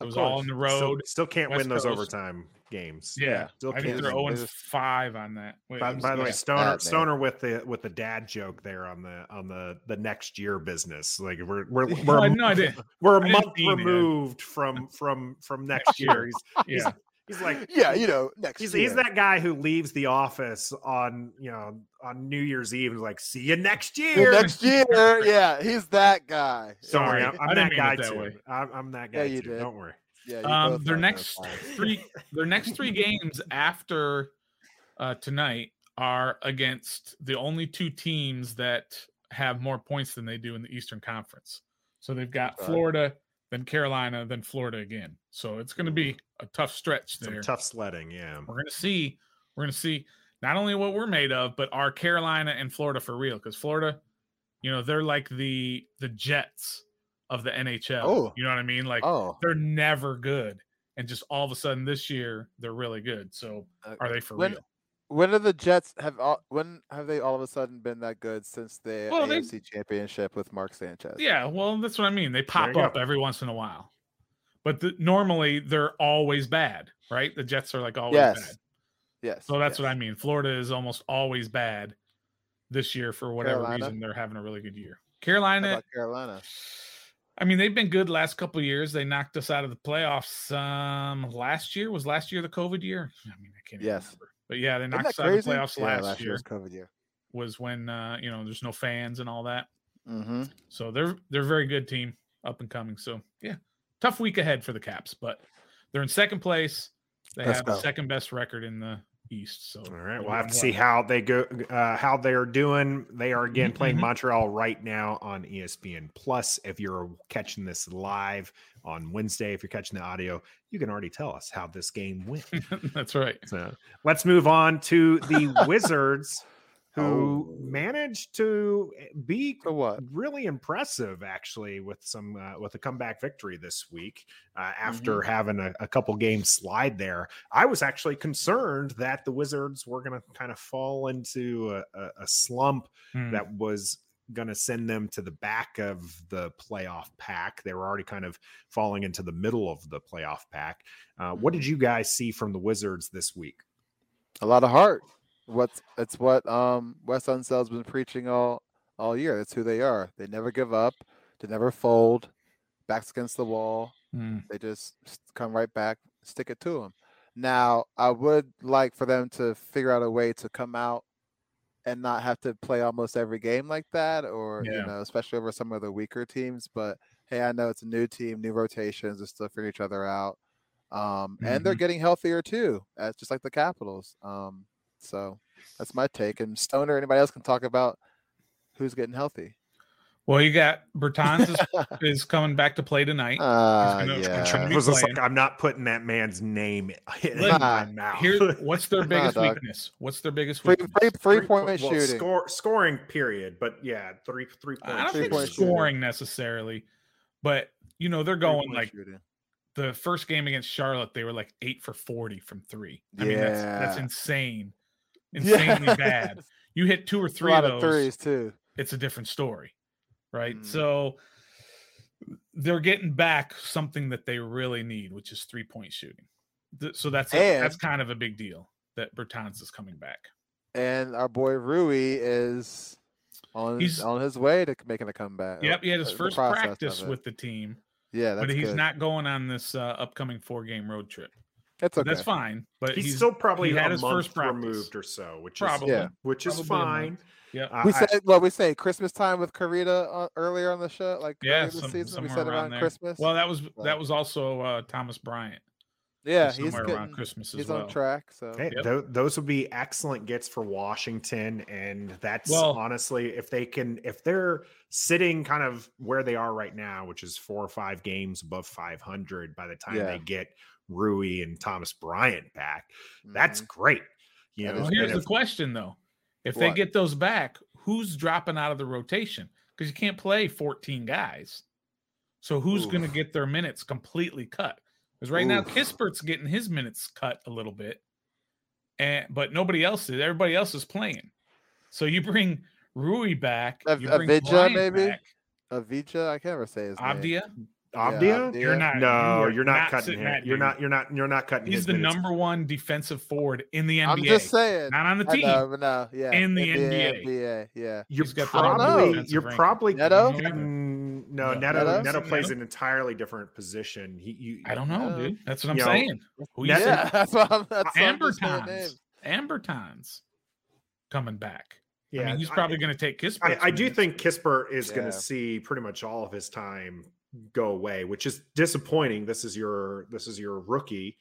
[SPEAKER 5] It
[SPEAKER 4] Of
[SPEAKER 5] was all on the
[SPEAKER 3] Still,
[SPEAKER 5] road.
[SPEAKER 3] still can't
[SPEAKER 5] West
[SPEAKER 3] win those
[SPEAKER 5] Coast.
[SPEAKER 3] overtime games.
[SPEAKER 5] yeah,
[SPEAKER 3] still
[SPEAKER 5] I think
[SPEAKER 3] can't.
[SPEAKER 5] they're
[SPEAKER 3] win.
[SPEAKER 5] zero
[SPEAKER 4] This
[SPEAKER 5] and
[SPEAKER 4] is-
[SPEAKER 5] five on that. Wait,
[SPEAKER 3] By,
[SPEAKER 5] it was-
[SPEAKER 3] by the way,
[SPEAKER 5] yeah.
[SPEAKER 3] Stoner
[SPEAKER 4] bad, man.
[SPEAKER 3] Stoner with the with the dad joke there on the on the the next year business. Like we're we're we're
[SPEAKER 5] Oh,
[SPEAKER 3] a,
[SPEAKER 5] no, I didn't.
[SPEAKER 3] we're
[SPEAKER 5] I
[SPEAKER 3] a
[SPEAKER 5] didn't
[SPEAKER 3] month
[SPEAKER 5] mean it.
[SPEAKER 3] removed from from from next year. He's
[SPEAKER 5] Yeah,
[SPEAKER 3] he's like
[SPEAKER 4] Yeah, you know, next
[SPEAKER 3] He's,
[SPEAKER 4] year.
[SPEAKER 3] he's that guy who leaves the office on you know on New Year's Eve and is like, see you next
[SPEAKER 4] Well,
[SPEAKER 3] year.
[SPEAKER 4] next year. Yeah, he's that guy.
[SPEAKER 3] Don't worry,
[SPEAKER 5] Sorry,
[SPEAKER 3] I'm,
[SPEAKER 5] I
[SPEAKER 3] I'm
[SPEAKER 5] didn't
[SPEAKER 3] that
[SPEAKER 5] mean it
[SPEAKER 3] guy
[SPEAKER 5] that
[SPEAKER 3] too.
[SPEAKER 5] way.
[SPEAKER 3] I'm, I'm that guy
[SPEAKER 4] Yeah, you
[SPEAKER 3] too.
[SPEAKER 4] did.
[SPEAKER 3] Don't worry.
[SPEAKER 4] Yeah, you
[SPEAKER 5] um,
[SPEAKER 4] both
[SPEAKER 5] their
[SPEAKER 4] are,
[SPEAKER 5] next
[SPEAKER 4] that's fine.
[SPEAKER 5] three their next three games after uh, tonight are against the only two teams that have more points than they do in the Eastern Conference. So they've got
[SPEAKER 4] Okay.
[SPEAKER 5] Florida, then Carolina, then Florida again. So it's going to be a tough stretch
[SPEAKER 3] Some
[SPEAKER 5] there.
[SPEAKER 3] tough sledding. Yeah.
[SPEAKER 5] We're going to see. We're going to see not only what we're made of, but are Carolina and Florida for real? Because Florida, you know, they're like the the Jets of the NHL.
[SPEAKER 4] Oh.
[SPEAKER 5] You know what I mean? Like
[SPEAKER 4] Oh,
[SPEAKER 5] they're never good. And just all of a sudden this year, they're really good. So
[SPEAKER 4] uh,
[SPEAKER 5] are they for
[SPEAKER 4] When-
[SPEAKER 5] real?
[SPEAKER 4] when are the Jets have all, when have they all of a sudden been that good since the
[SPEAKER 5] Well, they-
[SPEAKER 4] AFC Championship with Mark Sanchez?
[SPEAKER 5] Yeah, well, that's what I mean. They pop
[SPEAKER 3] you
[SPEAKER 5] up every once in a while. But the, normally they're always bad, right? The Jets are like always
[SPEAKER 4] Yes.
[SPEAKER 5] bad.
[SPEAKER 4] Yes.
[SPEAKER 5] So that's what I
[SPEAKER 4] yes.
[SPEAKER 5] mean. Florida is almost always bad this year for whatever
[SPEAKER 4] Carolina?
[SPEAKER 5] reason. They're having a really good year.
[SPEAKER 4] How
[SPEAKER 5] Carolina,
[SPEAKER 4] about Carolina.
[SPEAKER 5] I mean, they've been good last couple of years. They knocked us out of the playoffs. Um, last year was last year the COVID year. I mean, I can't. even
[SPEAKER 4] Yes.
[SPEAKER 5] Remember. But yeah, they
[SPEAKER 4] Isn't
[SPEAKER 5] knocked
[SPEAKER 4] that
[SPEAKER 5] us out of
[SPEAKER 4] crazy?
[SPEAKER 5] the playoffs
[SPEAKER 4] Yeah,
[SPEAKER 5] last,
[SPEAKER 4] last
[SPEAKER 5] year.
[SPEAKER 4] year's COVID year.
[SPEAKER 5] Was when uh, you know there's no fans and all that.
[SPEAKER 4] Mm-hmm.
[SPEAKER 5] So they're they're a very good team, up and coming. So yeah, tough week ahead for the Caps, but they're in second place. They
[SPEAKER 4] Let's
[SPEAKER 5] have the
[SPEAKER 4] go.
[SPEAKER 5] second best record in the East. So
[SPEAKER 3] All
[SPEAKER 5] they're
[SPEAKER 3] right. We'll have
[SPEAKER 5] doing
[SPEAKER 3] to
[SPEAKER 5] well.
[SPEAKER 3] see how they go, uh, how they are doing. They are again
[SPEAKER 5] Mhm,
[SPEAKER 3] playing
[SPEAKER 5] mhm.
[SPEAKER 3] Montreal right now on E ESPN Plus. If you're catching this live on Wednesday, if you're catching the audio, you can already tell us how this game went.
[SPEAKER 5] That's right.
[SPEAKER 3] So let's move on to the Wizards, who
[SPEAKER 4] Oh.
[SPEAKER 3] managed to eh, be
[SPEAKER 4] So what?
[SPEAKER 3] really impressive actually with some uh, with a comeback victory this week uh, after having a, a couple games slide there i was actually concerned that the wizards were going to kind of fall into a, a, a slump
[SPEAKER 5] Hmm.
[SPEAKER 3] that was going to send them to the back of the playoff pack they were already kind of falling into the middle of the playoff pack uh, what did you guys see from the wizards this week
[SPEAKER 4] A lot of heart. What's it's what um Wes Unsel's been preaching all all year. That's who they are. They never give up. They never fold. Backs against the wall.
[SPEAKER 5] Hmm.
[SPEAKER 4] They just s- come right back, stick it to them. Now, I would like for them to figure out a way to come out and not have to play almost every game like that, or
[SPEAKER 5] Yeah.
[SPEAKER 4] you know, especially over some of the weaker teams. But hey, I know it's a new team, new rotations, they're still figuring each other out, um, and they're getting healthier too, as just like the Capitals. Um, so that's my take. And Stoner, anybody else can talk about who's getting healthy.
[SPEAKER 5] Well, you got Bertans is, is coming back to play tonight.
[SPEAKER 3] Oh,
[SPEAKER 4] Uh,
[SPEAKER 5] gonna
[SPEAKER 3] I
[SPEAKER 5] contribute.
[SPEAKER 4] yeah.
[SPEAKER 3] was just like,
[SPEAKER 5] playing.
[SPEAKER 3] I'm not putting that man's name in
[SPEAKER 5] Look,
[SPEAKER 3] my mouth.
[SPEAKER 5] Here, what's their
[SPEAKER 4] Nah,
[SPEAKER 5] biggest
[SPEAKER 4] dog.
[SPEAKER 5] weakness? What's their biggest
[SPEAKER 4] Free,
[SPEAKER 5] weakness?
[SPEAKER 4] free, free point
[SPEAKER 3] well,
[SPEAKER 4] shooting.
[SPEAKER 3] score, scoring period, but yeah, three three point.
[SPEAKER 5] I don't
[SPEAKER 4] Three
[SPEAKER 5] think
[SPEAKER 4] point shooting.
[SPEAKER 5] scoring necessarily, but you know they're going
[SPEAKER 4] Three-point
[SPEAKER 5] like
[SPEAKER 4] shooting.
[SPEAKER 5] the first game against Charlotte, they were like eight for forty from three. I mean that's that's
[SPEAKER 4] Yeah.
[SPEAKER 5] insane, insanely bad.
[SPEAKER 4] Yes.
[SPEAKER 5] You hit two or
[SPEAKER 4] It's a
[SPEAKER 5] three
[SPEAKER 4] lot
[SPEAKER 5] of
[SPEAKER 4] of
[SPEAKER 5] those,
[SPEAKER 4] threes too.
[SPEAKER 5] it's a different story, right?
[SPEAKER 4] Mm.
[SPEAKER 5] So they're getting back something that they really need, which is three point shooting. Th- So that's a, that's
[SPEAKER 4] And-
[SPEAKER 5] kind of a big deal that Bertans is coming back.
[SPEAKER 4] And our boy Rui is on
[SPEAKER 5] He's-
[SPEAKER 4] on his way to making a comeback. or
[SPEAKER 5] Yep, he had his
[SPEAKER 4] the
[SPEAKER 5] first
[SPEAKER 4] process of
[SPEAKER 5] practice
[SPEAKER 4] it.
[SPEAKER 5] with the team,
[SPEAKER 4] Yeah, that's
[SPEAKER 5] but he's
[SPEAKER 4] good.
[SPEAKER 5] not going on this uh, upcoming four game road trip.
[SPEAKER 4] That's okay.
[SPEAKER 5] That's fine, but
[SPEAKER 3] he's, still probably
[SPEAKER 5] uh, he
[SPEAKER 3] had
[SPEAKER 5] had
[SPEAKER 3] a
[SPEAKER 5] his
[SPEAKER 3] month
[SPEAKER 5] first practice.
[SPEAKER 3] removed or so, which
[SPEAKER 5] probably.
[SPEAKER 3] is
[SPEAKER 4] Yeah.
[SPEAKER 3] which is
[SPEAKER 5] Probably a
[SPEAKER 3] fine.
[SPEAKER 5] month. Yep.
[SPEAKER 3] Uh,
[SPEAKER 4] We
[SPEAKER 3] I-
[SPEAKER 4] said well, we say Christmas time with Karita on, earlier on the show, like
[SPEAKER 5] Yeah,
[SPEAKER 4] earlier this
[SPEAKER 5] some-
[SPEAKER 4] season. We
[SPEAKER 5] somewhere
[SPEAKER 4] said
[SPEAKER 5] around
[SPEAKER 4] around
[SPEAKER 5] there.
[SPEAKER 4] Christmas.
[SPEAKER 5] Well, that was
[SPEAKER 4] Right.
[SPEAKER 5] that was also uh, Thomas Bryant.
[SPEAKER 4] yeah, he's
[SPEAKER 5] somewhere around
[SPEAKER 4] getting,
[SPEAKER 5] Christmas as
[SPEAKER 4] he's
[SPEAKER 5] well.
[SPEAKER 4] on track. So
[SPEAKER 3] hey,
[SPEAKER 5] Yep.
[SPEAKER 3] tho- those would be excellent gets for Washington, and that's
[SPEAKER 5] Well-
[SPEAKER 3] honestly if they can if they're sitting kind of where they are right now, which is four or five games above 500 by the time
[SPEAKER 4] Yeah.
[SPEAKER 3] they get Rui and Thomas Bryant back, that's great. You
[SPEAKER 4] Mm-hmm. That
[SPEAKER 3] know,
[SPEAKER 4] is
[SPEAKER 5] Well,
[SPEAKER 3] and
[SPEAKER 4] great.
[SPEAKER 5] here's the
[SPEAKER 3] if-
[SPEAKER 5] question though: if they
[SPEAKER 4] What?
[SPEAKER 5] get those back, who's dropping out of the rotation? Because you can't play 14 guys. So who's going to
[SPEAKER 4] Oof.
[SPEAKER 5] get their minutes completely cut? Because right now
[SPEAKER 4] Oof.
[SPEAKER 5] Kispert's getting his minutes cut a little bit, and but nobody else is. Everybody else is playing. So you bring Rui back,
[SPEAKER 4] Av-
[SPEAKER 5] you bring
[SPEAKER 4] Avija,
[SPEAKER 5] Bryant
[SPEAKER 4] maybe?
[SPEAKER 5] back,
[SPEAKER 4] Avija, mm-hmm. I can't ever say his name.
[SPEAKER 5] Abdia.
[SPEAKER 3] Abdia?
[SPEAKER 4] Yeah, Abdia.
[SPEAKER 5] You're not. you
[SPEAKER 3] No,
[SPEAKER 5] are
[SPEAKER 3] you're not, cutting
[SPEAKER 5] sitting
[SPEAKER 3] him.
[SPEAKER 5] that
[SPEAKER 3] You're
[SPEAKER 5] dude.
[SPEAKER 3] not. You're not. You're not cutting.
[SPEAKER 5] He's
[SPEAKER 3] his
[SPEAKER 5] the
[SPEAKER 3] minutes.
[SPEAKER 5] number one defensive forward in the NBA.
[SPEAKER 4] I'm just saying.
[SPEAKER 5] not on the
[SPEAKER 4] I
[SPEAKER 5] team.
[SPEAKER 4] know, but no, yeah.
[SPEAKER 5] In the
[SPEAKER 4] NBA,
[SPEAKER 5] NBA.
[SPEAKER 4] NBA, yeah.
[SPEAKER 3] You're
[SPEAKER 5] He's got the
[SPEAKER 4] number one
[SPEAKER 3] probably.
[SPEAKER 5] defensive
[SPEAKER 3] You're
[SPEAKER 5] ranking.
[SPEAKER 3] probably.
[SPEAKER 4] Neto?
[SPEAKER 5] No, either.
[SPEAKER 3] Mm, No,
[SPEAKER 5] No.
[SPEAKER 3] Neto. Neto,
[SPEAKER 4] Neto?
[SPEAKER 3] plays
[SPEAKER 5] Neto?
[SPEAKER 3] an entirely different position. He. You,
[SPEAKER 5] I don't know,
[SPEAKER 4] Uh,
[SPEAKER 5] dude. That's what I'm
[SPEAKER 3] you know,
[SPEAKER 5] saying. Who you
[SPEAKER 3] Neto-
[SPEAKER 5] said-
[SPEAKER 4] Yeah, that's what I'm. That's what I'm
[SPEAKER 5] Amber
[SPEAKER 4] just saying names.
[SPEAKER 5] Tons. Amber Tons coming back.
[SPEAKER 3] Yeah,
[SPEAKER 5] I mean, he's
[SPEAKER 3] I-
[SPEAKER 5] probably going to take his.
[SPEAKER 3] I, I do think Kispert is going
[SPEAKER 4] Yeah.
[SPEAKER 3] to see pretty much all of his time go away, which is disappointing. This is your this is your rookie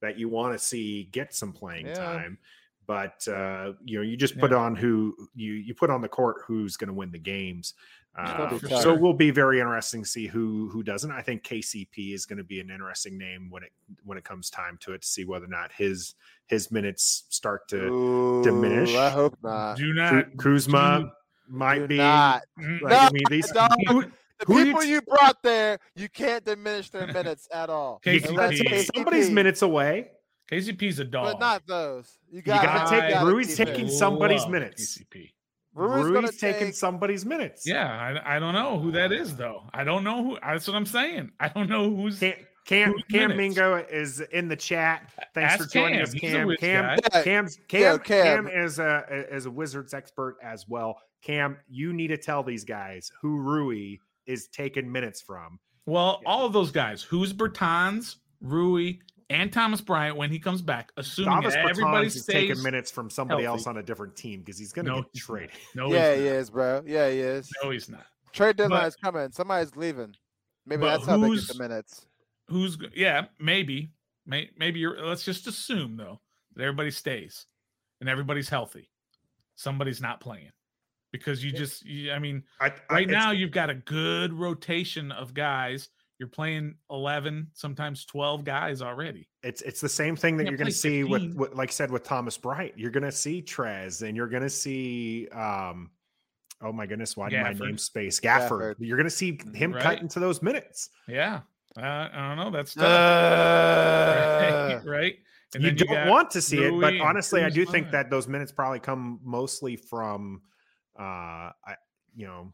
[SPEAKER 3] that you want to see get some playing
[SPEAKER 4] Yeah.
[SPEAKER 3] time, but uh, you know you just put
[SPEAKER 5] Yeah.
[SPEAKER 3] on who you you put on the court who's going to win the games.
[SPEAKER 4] gonna
[SPEAKER 3] Uh,
[SPEAKER 4] be
[SPEAKER 3] so
[SPEAKER 5] tough.
[SPEAKER 3] it will be very interesting to see who who doesn't. I think KCP is going to be an interesting name when it when it comes time to it to see whether or not his his minutes start to diminish.
[SPEAKER 4] Ooh, I hope not.
[SPEAKER 5] Do
[SPEAKER 3] Ku-
[SPEAKER 5] not.
[SPEAKER 3] Kuzma might
[SPEAKER 4] Do
[SPEAKER 3] be
[SPEAKER 4] not.
[SPEAKER 5] Mm,
[SPEAKER 3] like, I mean, these
[SPEAKER 4] No,
[SPEAKER 3] who-
[SPEAKER 4] The
[SPEAKER 3] Who you
[SPEAKER 4] people
[SPEAKER 3] t-
[SPEAKER 4] you brought there, you can't diminish their minutes at all.
[SPEAKER 5] KCP.
[SPEAKER 3] you gotta take
[SPEAKER 5] KCP.
[SPEAKER 3] somebody's minutes away.
[SPEAKER 5] KCP's a dog.
[SPEAKER 4] But not those. You
[SPEAKER 3] You
[SPEAKER 4] got
[SPEAKER 3] gotta
[SPEAKER 5] take-
[SPEAKER 3] Rui's taking somebody's
[SPEAKER 5] Love
[SPEAKER 3] minutes.
[SPEAKER 5] KCP.
[SPEAKER 4] Rui's
[SPEAKER 3] Rui's,
[SPEAKER 4] gonna
[SPEAKER 3] taking
[SPEAKER 4] take-
[SPEAKER 3] somebody's minutes.
[SPEAKER 5] Yeah, I, I don't know who that is though. I don't know who. That's what I'm saying. I don't know who's.
[SPEAKER 3] Cam, Cam,
[SPEAKER 5] Who's
[SPEAKER 3] Cam
[SPEAKER 5] minutes?
[SPEAKER 3] Mingo is in the chat. Thanks
[SPEAKER 5] Ask
[SPEAKER 3] for joining
[SPEAKER 5] Cam.
[SPEAKER 3] us,
[SPEAKER 5] He's a
[SPEAKER 3] Cam.
[SPEAKER 5] Wiz
[SPEAKER 3] Cam,
[SPEAKER 5] guy.
[SPEAKER 4] Yeah,
[SPEAKER 3] Cam's Cam,
[SPEAKER 4] yeah,
[SPEAKER 3] Cam,
[SPEAKER 4] Cam.
[SPEAKER 3] is a is a Wizards expert as well. Cam, you need to tell these guys who Rui is taking minutes from.
[SPEAKER 5] Well,
[SPEAKER 3] Yeah.
[SPEAKER 5] all of those guys. Who's Bertans, Rui, and Thomas Bryant when he comes back? Assuming
[SPEAKER 3] Thomas Bertans
[SPEAKER 5] everybody
[SPEAKER 3] is
[SPEAKER 5] stays.
[SPEAKER 3] taking minutes from somebody
[SPEAKER 5] healthy.
[SPEAKER 3] else on a different team because he's going to
[SPEAKER 5] No,
[SPEAKER 3] get
[SPEAKER 5] he's not.
[SPEAKER 3] traded.
[SPEAKER 5] No,
[SPEAKER 4] yeah,
[SPEAKER 5] he's
[SPEAKER 4] he
[SPEAKER 5] not.
[SPEAKER 4] is, bro. Yeah, he is.
[SPEAKER 5] No, he's not.
[SPEAKER 4] Trade deadline
[SPEAKER 5] but-
[SPEAKER 4] is coming. Somebody's leaving. Maybe
[SPEAKER 5] But
[SPEAKER 4] that's how they get the
[SPEAKER 5] who's-
[SPEAKER 4] minutes.
[SPEAKER 5] who's go- yeah maybe may, maybe you're let's just assume though that everybody stays and everybody's healthy somebody's not playing because you just you, i mean
[SPEAKER 3] I, I-
[SPEAKER 5] right
[SPEAKER 3] it's-
[SPEAKER 5] now you've got a good rotation of guys You're playing 11, sometimes 12 guys already.
[SPEAKER 3] It's it's the same thing that
[SPEAKER 5] Yeah,
[SPEAKER 3] you're going
[SPEAKER 5] play
[SPEAKER 3] to see with,
[SPEAKER 5] 15.
[SPEAKER 3] with like I said with Thomas Bright. You're going to see Trez and you're going to see um oh my goodness, why did my
[SPEAKER 5] Gafford. Mm-hmm.
[SPEAKER 3] name space Gafford.
[SPEAKER 4] Gafford.
[SPEAKER 3] You're going to see him
[SPEAKER 5] Right.
[SPEAKER 3] cut into those minutes.
[SPEAKER 5] Yeah. Uh, I don't know. That's tough.
[SPEAKER 4] Uh,
[SPEAKER 5] right? right?
[SPEAKER 3] you
[SPEAKER 5] then
[SPEAKER 3] don't
[SPEAKER 5] got-
[SPEAKER 3] want to see it, but
[SPEAKER 5] Rui and
[SPEAKER 3] honestly, I
[SPEAKER 5] Cruz
[SPEAKER 3] do think
[SPEAKER 5] Maya.
[SPEAKER 3] that those minutes probably come mostly from uh I you know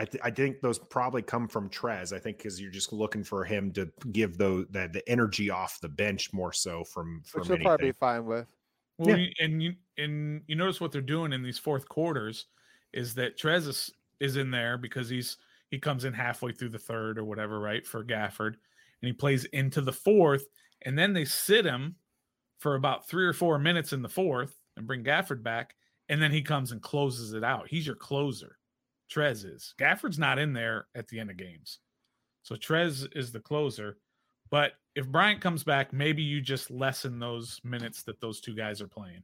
[SPEAKER 3] I, th- I think those probably come from Trez. I think because you're just looking for him to give those the, the energy off the bench more so from from
[SPEAKER 4] which you'll
[SPEAKER 3] anything.
[SPEAKER 4] probably be fine with.
[SPEAKER 5] Well,
[SPEAKER 3] Yeah.
[SPEAKER 5] you- and you and you notice what they're doing in these fourth quarters is that Trez is, is in there because he's he comes in halfway through the third or whatever, right? For Gafford, and he plays into the fourth, and then they sit him for about three or four minutes in the fourth and bring Gafford back, and then he comes and closes it out. He's your closer. Trez is. Gafford's not in there at the end of games. So Trez is the closer. But if Bryant comes back, maybe you just lessen those minutes that those two guys are playing.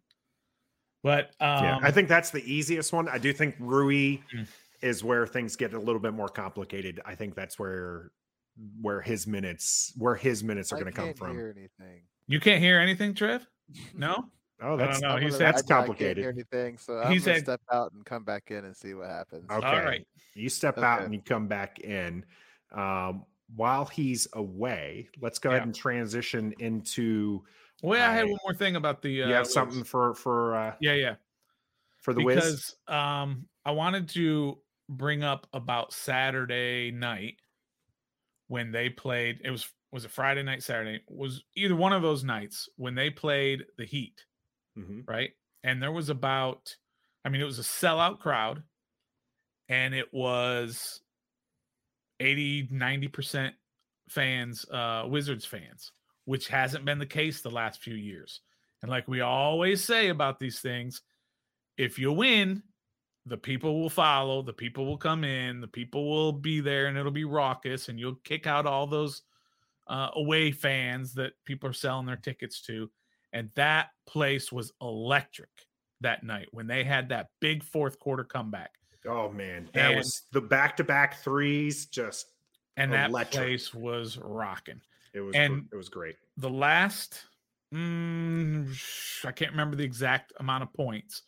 [SPEAKER 5] But um,
[SPEAKER 3] Yeah, I think that's the easiest one. I do think Rui
[SPEAKER 5] Mm.
[SPEAKER 3] is where things get a little bit more complicated. I think that's where where his minutes where his minutes are
[SPEAKER 4] I
[SPEAKER 3] going to come
[SPEAKER 4] can't
[SPEAKER 3] from.
[SPEAKER 4] Hear anything?
[SPEAKER 5] you can't hear anything, Trev. No,
[SPEAKER 3] Oh, that's
[SPEAKER 5] know. No,
[SPEAKER 4] I'm
[SPEAKER 5] he
[SPEAKER 4] gonna-
[SPEAKER 5] said-
[SPEAKER 4] I-
[SPEAKER 3] That's
[SPEAKER 4] I can't hear
[SPEAKER 3] complicated.
[SPEAKER 4] anything, so I'm
[SPEAKER 5] He
[SPEAKER 4] gonna
[SPEAKER 5] said-
[SPEAKER 4] step out and come back in and see what happens.
[SPEAKER 3] Okay.
[SPEAKER 5] all right.
[SPEAKER 3] you step out
[SPEAKER 4] Okay.
[SPEAKER 3] and you come back in. Um, while he's away, let's go
[SPEAKER 5] Yeah.
[SPEAKER 3] ahead and transition into.
[SPEAKER 5] Well, I had
[SPEAKER 3] I-
[SPEAKER 5] one more thing about the. Uh,
[SPEAKER 3] you have
[SPEAKER 5] Wiz.
[SPEAKER 3] something for for uh,
[SPEAKER 5] Yeah, yeah.
[SPEAKER 3] for the
[SPEAKER 5] because
[SPEAKER 3] whiz?
[SPEAKER 5] um I wanted to bring up about Saturday night when they played it was was a Friday night Saturday was either one of those nights when they played the Heat
[SPEAKER 3] Mhm.
[SPEAKER 5] right? And there was about, I mean, it was a sellout crowd and it was 80, 90% fans, uh, Wizards fans, which hasn't been the case the last few years. And like we always say about these things, if you win, the people will follow, the people will come in, the people will be there, and it'll be raucous, and you'll kick out all those uh, away fans that people are selling their tickets to. And that place was electric that night when they had that big fourth quarter comeback.
[SPEAKER 3] Oh man, that
[SPEAKER 5] and-
[SPEAKER 3] was the back to back threes. Just
[SPEAKER 5] And that
[SPEAKER 3] Electric.
[SPEAKER 5] place was rocking.
[SPEAKER 3] it was
[SPEAKER 5] And-
[SPEAKER 3] it was great.
[SPEAKER 5] The last, mm, sh- I can't remember the exact amount of points,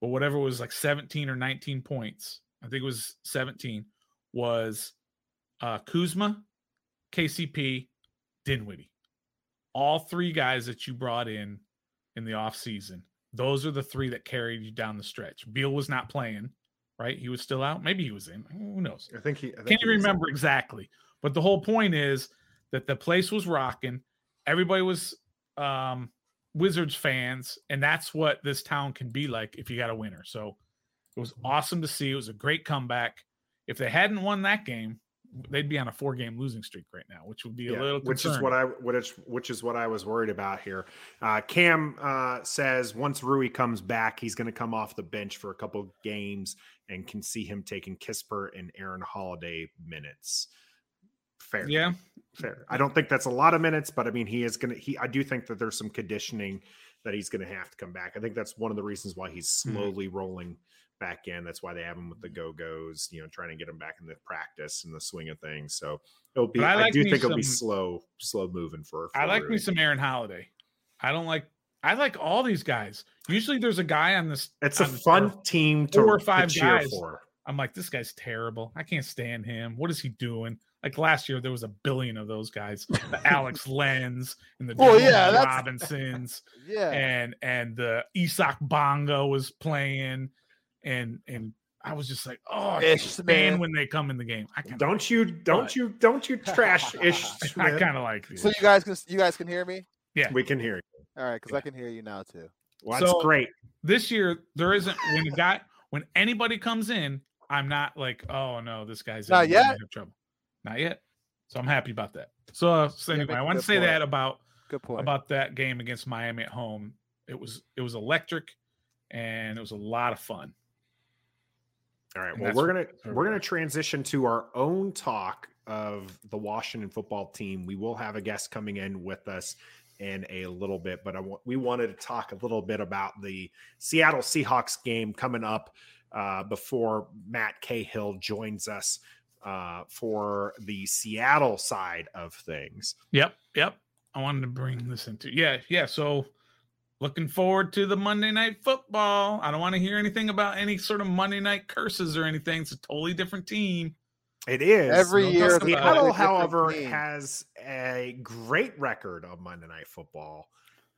[SPEAKER 5] but whatever was like 17 or 19 points, I think it was 17, was uh, Kuzma, KCP, Dinwiddie. All three guys that you brought in in the offseason, those are the three that carried you down the stretch. Beal was not playing, right? He was still out. Maybe he was in. Who knows?
[SPEAKER 3] I think he I think
[SPEAKER 5] can't
[SPEAKER 3] he
[SPEAKER 5] even
[SPEAKER 3] was-
[SPEAKER 5] remember exactly but the whole point is that the place was rocking everybody was um wizards fans and that's what this town can be like if you got a winner so it was
[SPEAKER 3] Mm-hmm.
[SPEAKER 5] awesome to see it was a great comeback if they hadn't won that game they'd be on a four game losing streak right now which would be a
[SPEAKER 3] Yeah,
[SPEAKER 5] little
[SPEAKER 3] which is what I what is which is what I was worried about here. Uh, Cam uh, says once Rui comes back, he's going to come off the bench for a couple games and can see him taking Kisper and Aaron Holiday minutes. Fair,
[SPEAKER 5] yeah
[SPEAKER 3] fair. I don't think that's a lot of minutes, but I mean he is going to. He I do think that there's some conditioning that he's going to have to come back. I think that's one of the reasons why he's
[SPEAKER 5] Mhm.
[SPEAKER 3] slowly rolling back in. That's why they have him with the Go Go's, you know, trying to get him back in the practice and the swing of things. So it'll be.
[SPEAKER 5] But I
[SPEAKER 3] I,
[SPEAKER 5] like
[SPEAKER 3] do
[SPEAKER 5] me
[SPEAKER 3] think it'll be
[SPEAKER 5] some-
[SPEAKER 3] slow, slow moving for. for
[SPEAKER 5] i like
[SPEAKER 3] Rui.
[SPEAKER 5] me some aaron holiday i don't like i like all these guys usually there's a guy on this
[SPEAKER 3] It's a
[SPEAKER 5] on this
[SPEAKER 3] fun
[SPEAKER 5] earth.
[SPEAKER 3] team to,
[SPEAKER 5] um, four or
[SPEAKER 3] to
[SPEAKER 5] five
[SPEAKER 3] cheer
[SPEAKER 5] guys.
[SPEAKER 3] for.
[SPEAKER 5] I'm like, this guy's terrible. I can't stand him. What is he doing? Like last year, there was a billion of those guys, the Alex Lenz and the
[SPEAKER 4] Well,
[SPEAKER 5] James
[SPEAKER 4] yeah, that's-
[SPEAKER 5] Robinsons,
[SPEAKER 4] Yeah,
[SPEAKER 5] and and the Isak Bongo was playing, and and I was just like, oh, I can't
[SPEAKER 4] Ish
[SPEAKER 5] stand
[SPEAKER 4] Smith.
[SPEAKER 5] when they come in the game. I can
[SPEAKER 3] Don't you? Don't
[SPEAKER 5] But-
[SPEAKER 3] you? Don't you trash ish?
[SPEAKER 5] I
[SPEAKER 3] Smith.
[SPEAKER 5] kind of like this.
[SPEAKER 4] So you guys can you guys can hear me?
[SPEAKER 3] we can hear you.
[SPEAKER 4] All right, because
[SPEAKER 5] Yeah.
[SPEAKER 4] I can hear you now too.
[SPEAKER 3] Well, that's
[SPEAKER 5] So-
[SPEAKER 3] great.
[SPEAKER 5] this year there isn't when a guy when anybody comes in, I'm not like, oh no, this guy's in,
[SPEAKER 4] Not
[SPEAKER 5] we're gonna
[SPEAKER 4] yet.
[SPEAKER 5] have trouble, not yet. So I'm happy about that. So, uh, so
[SPEAKER 4] Yeah,
[SPEAKER 5] anyway,
[SPEAKER 4] make
[SPEAKER 5] I
[SPEAKER 4] a
[SPEAKER 5] want to
[SPEAKER 4] good
[SPEAKER 5] say
[SPEAKER 4] point.
[SPEAKER 5] that about
[SPEAKER 4] Good point.
[SPEAKER 5] about that game against Miami at home. It was it was electric, and it was a lot of fun.
[SPEAKER 3] All right.
[SPEAKER 5] And
[SPEAKER 3] Well,
[SPEAKER 5] that's
[SPEAKER 3] we're
[SPEAKER 5] what-
[SPEAKER 3] gonna
[SPEAKER 5] where we're
[SPEAKER 3] we're gonna
[SPEAKER 5] at.
[SPEAKER 3] transition to our own talk of the Washington football team. We will have a guest coming in with us in a little bit, but I want we wanted to talk a little bit about the Seattle Seahawks game coming up uh, before Matt Cahill joins us uh, for the Seattle side of things.
[SPEAKER 5] Yep, yep. I wanted to bring this into yeah, yeah. So looking forward to the Monday night football. I don't want to hear anything about any sort of Monday night curses or anything. It's a totally different team.
[SPEAKER 3] It is
[SPEAKER 4] Every
[SPEAKER 5] no
[SPEAKER 4] year,
[SPEAKER 5] doubt
[SPEAKER 4] it's a
[SPEAKER 5] about it.
[SPEAKER 4] completely
[SPEAKER 3] Seattle,
[SPEAKER 4] different
[SPEAKER 3] however,
[SPEAKER 4] team.
[SPEAKER 3] has a great record on Monday Night Football,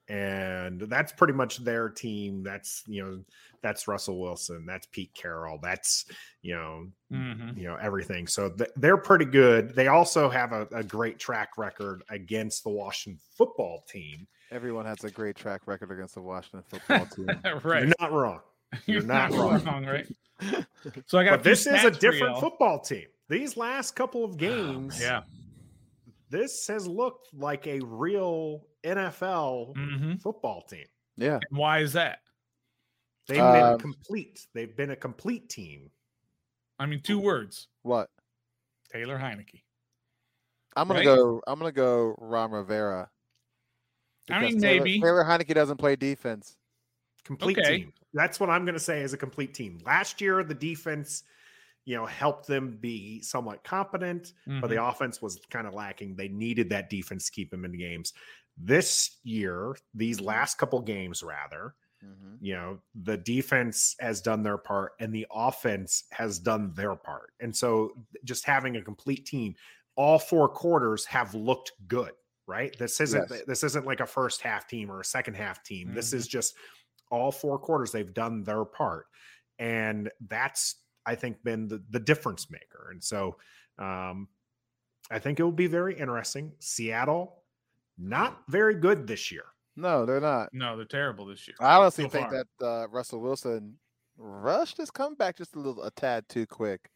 [SPEAKER 3] and that's pretty much their team. That's you know, that's Russell Wilson, that's Pete Carroll, that's you know,
[SPEAKER 5] Mm-hmm.
[SPEAKER 3] you know everything. So th- they're pretty good. They also have a, a great track record against the Washington football team.
[SPEAKER 4] everyone has a great track record against the Washington football team.
[SPEAKER 5] right.
[SPEAKER 3] You're not wrong, you're not wrong.
[SPEAKER 5] right? So I got a
[SPEAKER 3] but
[SPEAKER 5] few
[SPEAKER 3] this is a
[SPEAKER 5] stats for
[SPEAKER 3] different
[SPEAKER 5] y'all. Oh,
[SPEAKER 3] football team. These last couple of games,
[SPEAKER 5] Yeah.
[SPEAKER 3] this has looked like a real NFL
[SPEAKER 5] Mm-hmm.
[SPEAKER 3] football team.
[SPEAKER 4] yeah,
[SPEAKER 5] And why is that?
[SPEAKER 3] They've
[SPEAKER 4] Um,
[SPEAKER 3] been complete. They've been a complete team.
[SPEAKER 5] I mean, two words:
[SPEAKER 4] what?
[SPEAKER 5] Taylor Heineke.
[SPEAKER 4] I'm gonna
[SPEAKER 5] Right?
[SPEAKER 4] go. I'm gonna go Ron Rivera.
[SPEAKER 5] I
[SPEAKER 4] because
[SPEAKER 5] mean,
[SPEAKER 4] Taylor-
[SPEAKER 5] maybe.
[SPEAKER 4] Taylor Heineke doesn't play defense.
[SPEAKER 3] Complete
[SPEAKER 5] Okay.
[SPEAKER 3] team. That's what I'm going to say is a complete team. Last year, the defense, you know, helped them be somewhat competent, but the offense was kind of lacking. They needed that defense to keep them in the games. This year, these last couple games, rather,
[SPEAKER 4] Mhm.
[SPEAKER 3] you know, the defense has done their part and the offense has done their part. And so just having a complete team, all four quarters have looked good, right? This isn't
[SPEAKER 4] Yes.
[SPEAKER 3] this isn't like a first half team or a second half team. This is just all four quarters they've done their part. And that's I think been the, the difference maker. And so um I think it will be very interesting. Seattle not very good this year.
[SPEAKER 4] No, they're not.
[SPEAKER 5] Mm-hmm. no, they're terrible this year.
[SPEAKER 4] I honestly
[SPEAKER 5] so
[SPEAKER 4] think
[SPEAKER 5] far.
[SPEAKER 4] that uh, Russell Wilson rushed his comeback just a little, a tad too quick.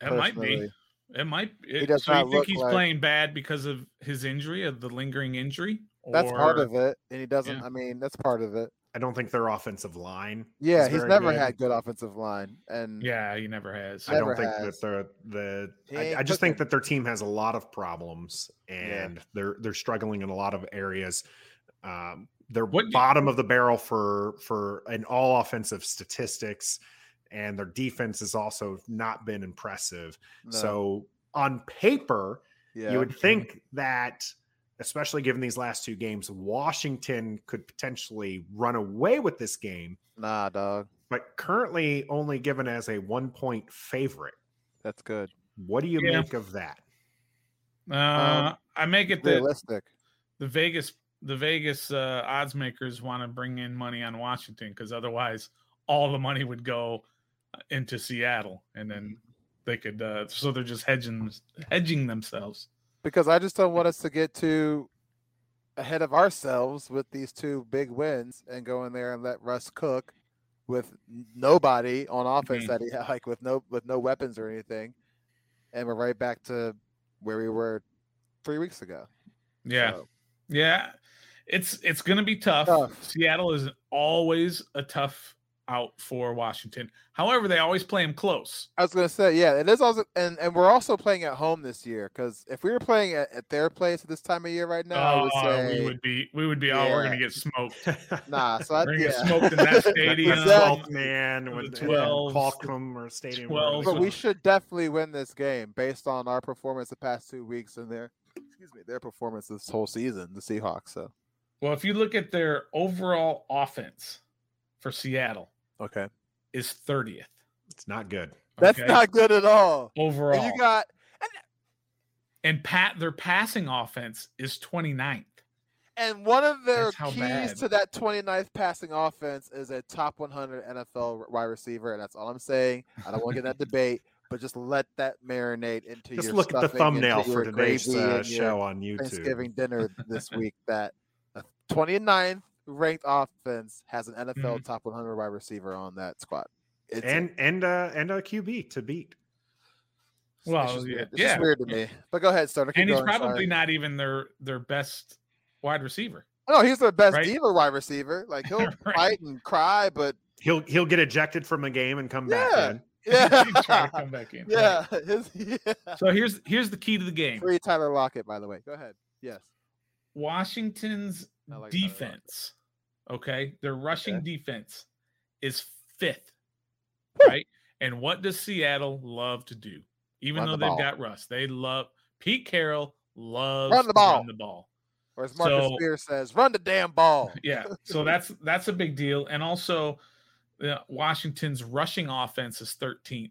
[SPEAKER 5] It might be.
[SPEAKER 4] personally.
[SPEAKER 5] It might. It,
[SPEAKER 4] does
[SPEAKER 5] so you
[SPEAKER 4] not
[SPEAKER 5] think
[SPEAKER 4] look
[SPEAKER 5] he's
[SPEAKER 4] like-
[SPEAKER 5] playing bad because of his injury, of the lingering injury?
[SPEAKER 4] That's part
[SPEAKER 5] Or-
[SPEAKER 4] of it, and he doesn't.
[SPEAKER 5] Yeah.
[SPEAKER 4] I mean, that's part of it.
[SPEAKER 3] I don't think their offensive line.
[SPEAKER 4] Yeah,
[SPEAKER 3] is
[SPEAKER 4] he's
[SPEAKER 3] very
[SPEAKER 4] never
[SPEAKER 3] good.
[SPEAKER 4] had good offensive line, and
[SPEAKER 5] Yeah, he never has.
[SPEAKER 3] I
[SPEAKER 4] Never
[SPEAKER 3] don't think that
[SPEAKER 4] has.
[SPEAKER 3] they're the.
[SPEAKER 4] He
[SPEAKER 3] I,
[SPEAKER 4] ain't
[SPEAKER 3] I just think
[SPEAKER 4] cooking.
[SPEAKER 3] that their team has a lot of problems,
[SPEAKER 4] Yeah.
[SPEAKER 3] and they're they're struggling in a lot of areas. Um, they're
[SPEAKER 5] What do-
[SPEAKER 3] bottom of the barrel for for an all offensive statistics, and their defense has also not been impressive.
[SPEAKER 4] no,
[SPEAKER 3] So on paper,
[SPEAKER 4] yeah,
[SPEAKER 3] you would think that, especially given these last two games, Washington could potentially run away with this game,
[SPEAKER 4] nah, dog,
[SPEAKER 3] but currently only given as a one point favorite.
[SPEAKER 4] that's good.
[SPEAKER 3] What do you
[SPEAKER 5] Yeah.
[SPEAKER 3] make of that?
[SPEAKER 5] Uh, I make it that
[SPEAKER 4] um, Realistic.
[SPEAKER 5] the Vegas the Vegas uh, odds makers want to bring in money on Washington because otherwise all the money would go uh, into Seattle and then
[SPEAKER 4] Mm-hmm.
[SPEAKER 5] they could uh, so they're just hedging hedging themselves.
[SPEAKER 4] because I just don't want us to get too ahead of ourselves with these two big wins and go in there and let Russ cook with n- nobody on offense
[SPEAKER 5] Mhm.
[SPEAKER 4] that he had, like with no with no weapons or anything, and we're right back to where we were three weeks ago.
[SPEAKER 5] Yeah.
[SPEAKER 4] So,
[SPEAKER 5] Yeah. It's it's going to be tough.
[SPEAKER 4] Tough.
[SPEAKER 5] Seattle is always a tough out for Washington. However, they always play them close.
[SPEAKER 4] I was gonna say, yeah, it is also, and, and we're also playing at home this year because if we were playing at, at their place at this time of year right now, I would
[SPEAKER 5] Oh,
[SPEAKER 4] say,
[SPEAKER 5] we would be we would be oh we're
[SPEAKER 4] Yeah.
[SPEAKER 5] going to get smoked.
[SPEAKER 4] nah. So I,
[SPEAKER 5] We're gonna
[SPEAKER 4] yeah.
[SPEAKER 5] get smoked in that
[SPEAKER 3] The
[SPEAKER 5] stadium.
[SPEAKER 4] Exactly.
[SPEAKER 3] 12th man with
[SPEAKER 5] The 12s,
[SPEAKER 3] Qualcomm or Stadium.
[SPEAKER 5] 12s.
[SPEAKER 3] whatever
[SPEAKER 4] But we
[SPEAKER 3] it's
[SPEAKER 4] should definitely win this game based on our performance the past two weeks and their excuse me their performance this whole season, the Seahawks. So
[SPEAKER 5] Well, if you look at their overall offense for Seattle
[SPEAKER 4] okay,
[SPEAKER 5] is 30th.
[SPEAKER 3] called. It's not good.
[SPEAKER 4] that's
[SPEAKER 5] okay?
[SPEAKER 4] not good at all. And
[SPEAKER 5] overall.
[SPEAKER 4] You got
[SPEAKER 5] and Pat their passing offense is 29th.
[SPEAKER 4] and one of their
[SPEAKER 5] That's how
[SPEAKER 4] keys
[SPEAKER 5] bad.
[SPEAKER 4] to that 29th passing offense is a top 100 NFL wide receiver, and that's all I'm saying. I don't want to get in that debate, but just let that marinate into
[SPEAKER 3] Just
[SPEAKER 4] your
[SPEAKER 3] look at the
[SPEAKER 4] stuffing, into
[SPEAKER 3] thumbnail for
[SPEAKER 4] your
[SPEAKER 3] today's
[SPEAKER 4] gravy,
[SPEAKER 3] uh,
[SPEAKER 4] and your
[SPEAKER 3] show on YouTube.
[SPEAKER 4] Thanksgiving dinner this week that a 29th ranked offense has an NFL
[SPEAKER 5] Mhm.
[SPEAKER 4] top 100 wide receiver on that squad. It's
[SPEAKER 3] And and uh, and a QB to beat.
[SPEAKER 4] it's
[SPEAKER 5] Well,
[SPEAKER 4] just
[SPEAKER 5] yeah,
[SPEAKER 4] weird. It's
[SPEAKER 5] yeah.
[SPEAKER 4] just weird to me. But go ahead, Stoner. Keep
[SPEAKER 5] And he's
[SPEAKER 4] going,
[SPEAKER 5] probably
[SPEAKER 4] sorry.
[SPEAKER 5] not even their their best wide receiver.
[SPEAKER 4] No, he's the best
[SPEAKER 5] right?
[SPEAKER 4] diva wide receiver. Like he'll
[SPEAKER 5] Right.
[SPEAKER 4] fight and cry, but
[SPEAKER 3] He'll he'll get ejected from a game and come
[SPEAKER 4] Yeah.
[SPEAKER 3] back in.
[SPEAKER 4] yeah,
[SPEAKER 5] He's trying to come back in.
[SPEAKER 4] yeah. His, yeah.
[SPEAKER 5] Right. So here's here's the key to the game.
[SPEAKER 4] Free Tyler Lockett, by the way. Go ahead. Yes.
[SPEAKER 5] Washington's
[SPEAKER 4] I like Tyler Lockett.
[SPEAKER 5] defense, okay, their rushing
[SPEAKER 4] Okay.
[SPEAKER 5] defense is fifth, right? And what does Seattle love to do? even
[SPEAKER 4] Run
[SPEAKER 5] though
[SPEAKER 4] the
[SPEAKER 5] they've
[SPEAKER 4] ball.
[SPEAKER 5] got Russ. They love Pete Carroll loves
[SPEAKER 4] Run the
[SPEAKER 5] to
[SPEAKER 4] ball.
[SPEAKER 5] Run the ball.
[SPEAKER 4] Or as Marcus
[SPEAKER 5] So-
[SPEAKER 4] Spears says, run the damn ball.
[SPEAKER 5] Yeah, so that's that's a big deal, and also uh, Washington's rushing offense is 13th, and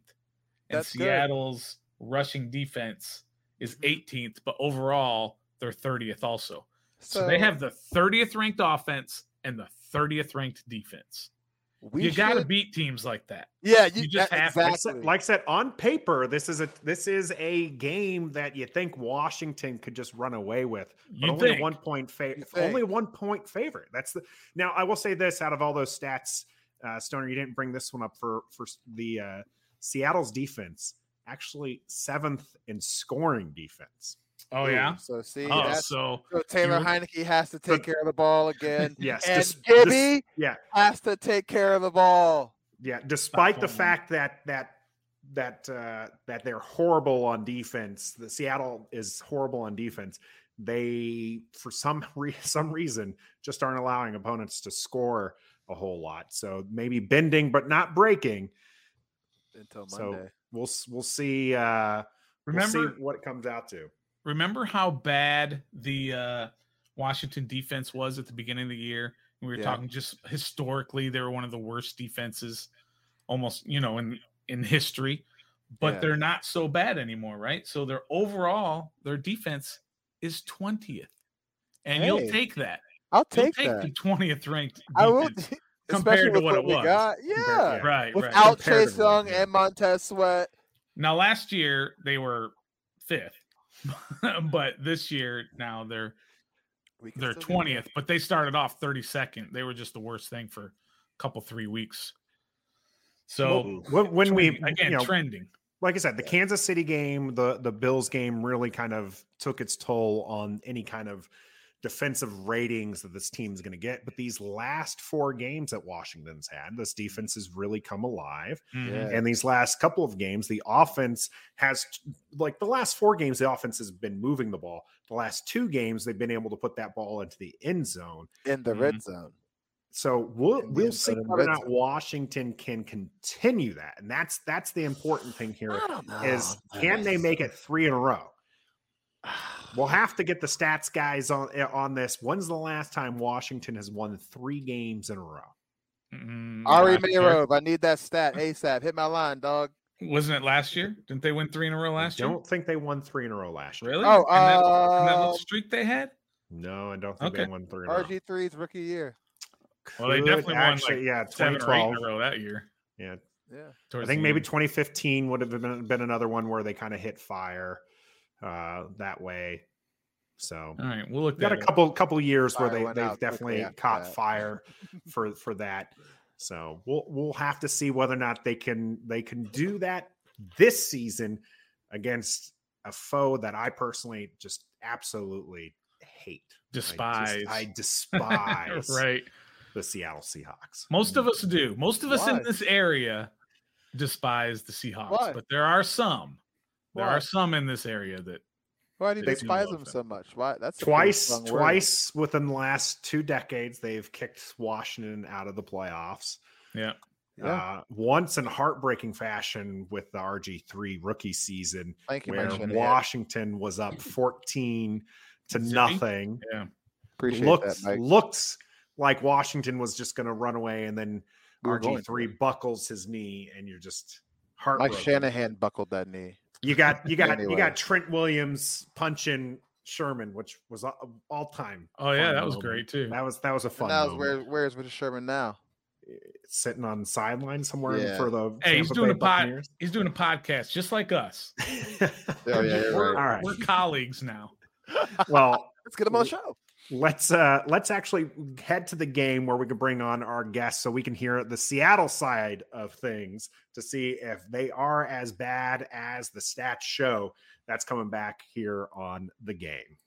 [SPEAKER 4] That's good.
[SPEAKER 5] Seattle's rushing defense is 18th, but overall they're 30th also. So, they have the 30th ranked offense and the 30th ranked defense.
[SPEAKER 4] We
[SPEAKER 5] you got to
[SPEAKER 4] should-
[SPEAKER 5] beat teams like that.
[SPEAKER 4] Yeah, you,
[SPEAKER 5] you just
[SPEAKER 4] that-
[SPEAKER 5] have to-
[SPEAKER 3] Like I
[SPEAKER 4] exactly.
[SPEAKER 3] said, like I said, on paper, this is a this is a game that you think Washington could just run away with. But
[SPEAKER 5] You
[SPEAKER 3] only
[SPEAKER 5] think?
[SPEAKER 3] one point favorite.
[SPEAKER 4] You
[SPEAKER 3] Only
[SPEAKER 4] think.
[SPEAKER 3] one point favorite. That's the now. I will say this: out of all those stats, uh, Stoner, you didn't bring this one up for for s- the uh, Seattle's defense. Actually, seventh in scoring defense.
[SPEAKER 5] Oh
[SPEAKER 4] Ooh,
[SPEAKER 5] yeah.
[SPEAKER 4] So see,
[SPEAKER 5] Oh,
[SPEAKER 4] that's, so,
[SPEAKER 5] so
[SPEAKER 4] Taylor
[SPEAKER 5] you-
[SPEAKER 4] Heineke has to take care of the ball again,
[SPEAKER 3] Yes,
[SPEAKER 4] and
[SPEAKER 3] dis- dis-
[SPEAKER 4] Gibby
[SPEAKER 3] yeah.
[SPEAKER 4] has to take care of the ball.
[SPEAKER 3] Yeah, despite the
[SPEAKER 5] home run.
[SPEAKER 3] fact that that that uh, that they're horrible on defense, the Seattle is horrible on defense. They, for some re- some reason, just aren't allowing opponents to score a whole lot. So maybe bending, but not breaking.
[SPEAKER 4] Until
[SPEAKER 3] So-
[SPEAKER 4] Monday,
[SPEAKER 3] We'll s- we'll see. Uh,
[SPEAKER 5] remember
[SPEAKER 3] we'll see what it comes out to.
[SPEAKER 5] remember how bad the uh, Washington defense was at the beginning of the year. We were
[SPEAKER 4] Yeah.
[SPEAKER 5] talking just historically, they were one of the worst defenses, almost you know in in history. But
[SPEAKER 4] Yeah.
[SPEAKER 5] they're not so bad anymore, right? So their overall their defense is twentieth, and
[SPEAKER 4] Hey,
[SPEAKER 5] you'll take that.
[SPEAKER 4] I'll
[SPEAKER 5] You'll
[SPEAKER 4] take,
[SPEAKER 5] the
[SPEAKER 4] that.
[SPEAKER 5] twentieth ranked. Defense.
[SPEAKER 4] I will,
[SPEAKER 5] compared
[SPEAKER 4] especially
[SPEAKER 5] to
[SPEAKER 4] with
[SPEAKER 5] what it
[SPEAKER 4] we
[SPEAKER 5] was.
[SPEAKER 4] got. Yeah,
[SPEAKER 3] Compared- yeah.
[SPEAKER 5] right, right.
[SPEAKER 4] without Chase
[SPEAKER 3] Comparatively,
[SPEAKER 4] Young
[SPEAKER 3] yeah.
[SPEAKER 4] and Montez Sweat.
[SPEAKER 5] Now, last year they were fifth, but this year now they're
[SPEAKER 4] We can
[SPEAKER 5] they're
[SPEAKER 4] still get there.
[SPEAKER 5] twentieth, but they started off thirty second. They were just the worst thing for a couple three weeks. So
[SPEAKER 3] When, when we
[SPEAKER 5] trending- again
[SPEAKER 3] you know,
[SPEAKER 5] trending,
[SPEAKER 3] like I said, the Kansas City game, the the Bills game really kind of took its toll on any kind of defensive ratings that this team's going to get. But these last four games that Washington's had, this defense has really come alive.
[SPEAKER 5] Mhm.
[SPEAKER 4] Mm-hmm. Yeah.
[SPEAKER 3] And these last couple of games, the offense has like the last four games, the offense has been moving the ball. The last two games, they've been able to put that ball into the end zone.
[SPEAKER 4] in the red zone.
[SPEAKER 3] So we'll
[SPEAKER 4] And the
[SPEAKER 3] we'll
[SPEAKER 4] end
[SPEAKER 3] see
[SPEAKER 4] zone and
[SPEAKER 3] whether or
[SPEAKER 4] red
[SPEAKER 3] not
[SPEAKER 4] zone.
[SPEAKER 3] Washington can continue that, and that's that's the important thing here
[SPEAKER 4] I don't know.
[SPEAKER 3] Oh, is can they make it three in a row? We'll have to get the stats guys on eh, on this. When's the last time Washington has won three games in a row?
[SPEAKER 5] Mm,
[SPEAKER 4] Ari
[SPEAKER 5] last year-
[SPEAKER 4] Mayrove, I need that stat ASAP. Hit my line, dog.
[SPEAKER 5] wasn't it last year? Didn't they win three in a row
[SPEAKER 3] I
[SPEAKER 5] last year?
[SPEAKER 3] don't think they won three in a row last year.
[SPEAKER 5] Really?
[SPEAKER 4] Oh,
[SPEAKER 5] and that, and that
[SPEAKER 4] uh,
[SPEAKER 5] little streak they had.
[SPEAKER 3] No, I don't think they
[SPEAKER 5] Okay.
[SPEAKER 3] won three in a row.
[SPEAKER 4] RG3's rookie year.
[SPEAKER 5] Well, they
[SPEAKER 3] Could
[SPEAKER 5] definitely won, like,
[SPEAKER 3] yeah,
[SPEAKER 5] Seven or eight
[SPEAKER 3] 2012.
[SPEAKER 5] in a row that year.
[SPEAKER 3] Yeah,
[SPEAKER 4] Yeah.
[SPEAKER 3] I
[SPEAKER 5] towards
[SPEAKER 3] think
[SPEAKER 5] the
[SPEAKER 3] maybe
[SPEAKER 5] end.
[SPEAKER 3] 2015 would have been been another one where they kind of hit fire uh, that way. So
[SPEAKER 5] All right, we'll look
[SPEAKER 3] got
[SPEAKER 5] that
[SPEAKER 3] a
[SPEAKER 5] up.
[SPEAKER 3] couple couple years where
[SPEAKER 4] Fire
[SPEAKER 3] they
[SPEAKER 4] went
[SPEAKER 3] they've
[SPEAKER 4] out quickly
[SPEAKER 3] definitely
[SPEAKER 4] after
[SPEAKER 3] caught
[SPEAKER 4] that.
[SPEAKER 3] fire for for that. So we'll we'll have to see whether or not they can they can do that this season against a foe that I personally just absolutely hate. I,
[SPEAKER 5] despise.
[SPEAKER 3] just- I despise
[SPEAKER 5] right.
[SPEAKER 3] the Seattle Seahawks.
[SPEAKER 5] Most of us do. Most of us
[SPEAKER 4] Why?
[SPEAKER 5] in this area despise the Seahawks,
[SPEAKER 4] Why?
[SPEAKER 5] but there are some. There
[SPEAKER 4] Why?
[SPEAKER 5] are some in this area that
[SPEAKER 4] Why do you
[SPEAKER 5] They
[SPEAKER 4] despise
[SPEAKER 5] do love
[SPEAKER 4] him
[SPEAKER 5] him.
[SPEAKER 4] so much? Why? That's a pretty
[SPEAKER 3] twice
[SPEAKER 4] strong word.
[SPEAKER 3] twice within the last two decades they've kicked Washington out of the playoffs.
[SPEAKER 5] yeah.
[SPEAKER 4] Yeah.
[SPEAKER 3] Uh, once in heartbreaking fashion with the RG3 rookie season,
[SPEAKER 4] Thank you,
[SPEAKER 3] where
[SPEAKER 4] Mike Shanahan.
[SPEAKER 3] Washington was up 14 to
[SPEAKER 5] Zippy.
[SPEAKER 3] nothing.
[SPEAKER 4] Appreciate that,
[SPEAKER 3] Looked,
[SPEAKER 4] Mike.
[SPEAKER 3] looked like Washington was just going to run away, and then
[SPEAKER 4] We were going for
[SPEAKER 3] RG3 buckles his knee, and you're just
[SPEAKER 4] Mike
[SPEAKER 3] heartbroken.
[SPEAKER 4] Shanahan buckled that knee.
[SPEAKER 3] You got you got you
[SPEAKER 4] Anyway.
[SPEAKER 3] got Trent Williams punching Sherman, which was all time.
[SPEAKER 5] Oh yeah,
[SPEAKER 3] Fun
[SPEAKER 5] that was
[SPEAKER 3] moment.
[SPEAKER 5] great too.
[SPEAKER 3] That was that was a fun.
[SPEAKER 4] And that was
[SPEAKER 3] moment.
[SPEAKER 4] where where's Richard Sherman now?
[SPEAKER 3] sitting on the sideline somewhere
[SPEAKER 4] Yeah.
[SPEAKER 3] for the
[SPEAKER 5] Hey, he's
[SPEAKER 3] Tampa
[SPEAKER 5] doing
[SPEAKER 3] Bay
[SPEAKER 5] a pod-
[SPEAKER 3] Buccaneers.
[SPEAKER 5] He's doing a podcast just like us.
[SPEAKER 4] Oh, yeah, you're
[SPEAKER 5] we're,
[SPEAKER 4] right.
[SPEAKER 3] All right.
[SPEAKER 5] we're colleagues now.
[SPEAKER 3] well,
[SPEAKER 4] Let's get him on the show.
[SPEAKER 3] let's uh let's actually head to the game where we can bring on our guests so we can hear the Seattle side of things to see if they are as bad as the stats show. That's coming back here on the game.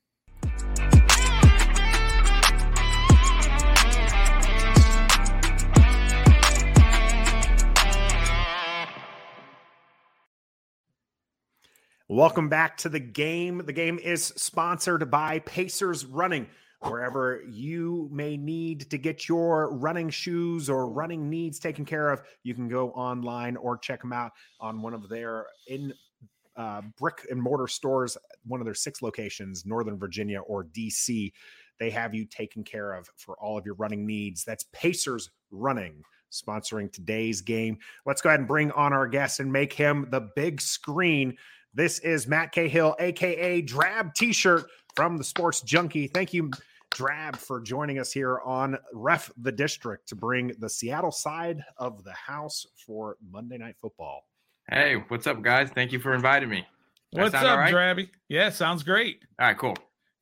[SPEAKER 3] Welcome back to the game. The game is sponsored by Pacers Running. Wherever you may need to get your running shoes or running needs taken care of, you can go online or check them out on one of their in uh, brick and mortar stores, one of their six locations, Northern Virginia or DC. They have you taken care of for all of your running needs. That's Pacers Running sponsoring today's game. Let's go ahead and bring on our guest and make him the big screen. This is Matt Cahill, aka Drab T-shirt from the Sports Junkie. Thank you, Drab, for joining us here on Ref the District to bring the Seattle side of the house for Monday Night Football.
[SPEAKER 6] Hey, what's up, guys? Thank you for inviting me. That
[SPEAKER 5] What's
[SPEAKER 6] sound
[SPEAKER 5] up,
[SPEAKER 6] all right?
[SPEAKER 5] Drabby? Yeah, sounds great.
[SPEAKER 6] All right, cool.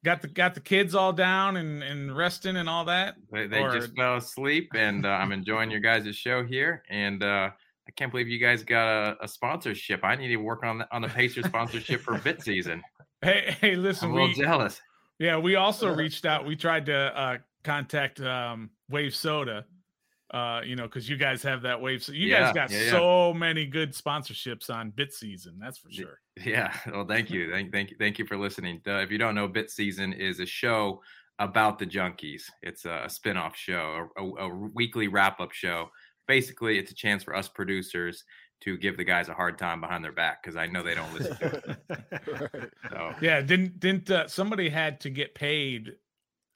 [SPEAKER 5] Got the got the kids all down and and resting and all that.
[SPEAKER 6] They, they
[SPEAKER 5] Or-
[SPEAKER 6] just fell asleep, and uh, I'm enjoying your guys' show here. And uh, I can't believe you guys got a, a sponsorship. I need to work on the, on the Pacers sponsorship for bit season.
[SPEAKER 5] Hey, hey, listen,
[SPEAKER 6] I'm a
[SPEAKER 5] we
[SPEAKER 6] little jealous.
[SPEAKER 5] Yeah, we also reached out. We tried to uh, contact um, Wave Soda, uh, you know, because you guys have that Wave. So you
[SPEAKER 6] Yeah,
[SPEAKER 5] guys got
[SPEAKER 6] yeah, yeah.
[SPEAKER 5] so many good sponsorships on Bit Season. That's for
[SPEAKER 6] Yeah.
[SPEAKER 5] sure.
[SPEAKER 6] Yeah. Well, thank you. Thank, thank you. Thank you for listening. Uh, if you don't know, Bit Season is a show about the junkies. It's a, a spin-off show, a, a- a weekly wrap-up show. Basically, it's a chance for us producers to give the guys a hard time behind their back because I know they don't listen to it. So
[SPEAKER 5] Yeah, didn't didn't uh, somebody had to get paid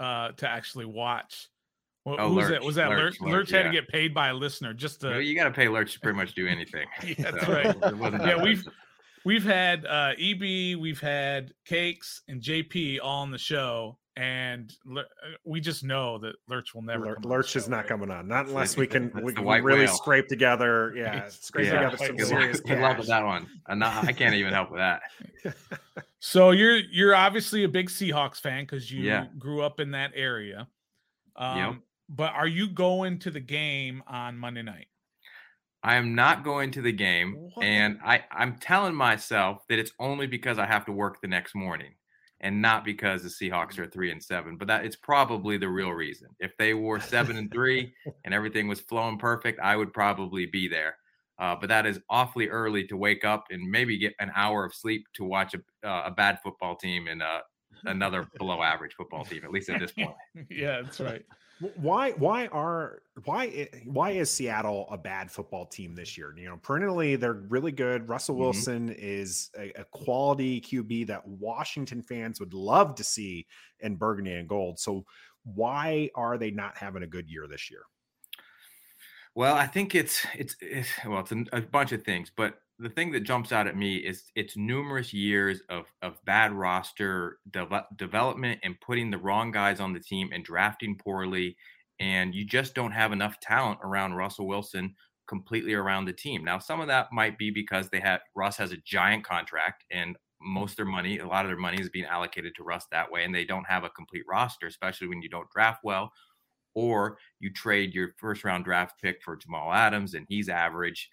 [SPEAKER 5] uh, to actually watch? Well,
[SPEAKER 6] Oh,
[SPEAKER 5] who was
[SPEAKER 6] Lurch,
[SPEAKER 5] that? Was that Lurch?
[SPEAKER 6] Lurch,
[SPEAKER 5] Lurch,
[SPEAKER 6] Lurch,
[SPEAKER 5] had to
[SPEAKER 6] yeah.
[SPEAKER 5] get paid by a listener just
[SPEAKER 6] you, know,
[SPEAKER 5] to.
[SPEAKER 6] you got to pay Lurch to pretty much do anything.
[SPEAKER 5] Yeah, that's
[SPEAKER 6] So,
[SPEAKER 5] right.
[SPEAKER 6] it wasn't that
[SPEAKER 5] Yeah,
[SPEAKER 6] bad.
[SPEAKER 5] we've we've had uh eb we've had cakes and jp all on the show and Lur- uh, we just know that lurch will never
[SPEAKER 3] Lur-
[SPEAKER 5] come on the
[SPEAKER 3] Lurch is
[SPEAKER 5] show,
[SPEAKER 3] not
[SPEAKER 5] right?
[SPEAKER 3] coming on. Not unless we can
[SPEAKER 6] That's
[SPEAKER 3] we
[SPEAKER 6] the
[SPEAKER 3] can
[SPEAKER 6] white
[SPEAKER 3] really
[SPEAKER 6] whale.
[SPEAKER 3] scrape together. Yeah, scrape
[SPEAKER 6] Yeah.
[SPEAKER 3] together some
[SPEAKER 6] Good luck-
[SPEAKER 3] serious
[SPEAKER 6] good luck with
[SPEAKER 3] cash.
[SPEAKER 6] that one. And I I can't even help with that.
[SPEAKER 5] so you're you're obviously a big seahawks fan because you
[SPEAKER 6] Yeah.
[SPEAKER 5] grew up in that area um but are you going to the game on monday night
[SPEAKER 6] I am not going to the game,
[SPEAKER 5] What?
[SPEAKER 6] and I, I'm telling myself that it's only because I have to work the next morning, and not because the Seahawks are three and seven. But that it's probably the real reason. If they were seven and three and everything was flowing perfect, I would probably be there. Uh, but that is awfully early to wake up and maybe get an hour of sleep to watch a, uh, a bad football team and uh, another below average football team. At least at this point.
[SPEAKER 5] yeah that's right
[SPEAKER 3] W- Why why are why i- why is Seattle a bad football team this year? You know, perennially they're really good. Russell
[SPEAKER 6] Mhm.
[SPEAKER 3] Wilson is a, a quality QB that Washington fans would love to see in burgundy and gold. So why are they not having a good year this year?
[SPEAKER 6] Well, I think it's it's, it's well, it's a, a bunch of things, but the thing that jumps out at me is it's numerous years of of bad roster deve- development and putting the wrong guys on the team and drafting poorly, and you just don't have enough talent around Russell Wilson completely around the team. Now, some of that might be because they have Russ has a giant contract and most of their money, a lot of their money is being allocated to Russ that way, and they don't have a complete roster, especially when you don't draft well or you trade your first round draft pick for Jamal Adams and he's average.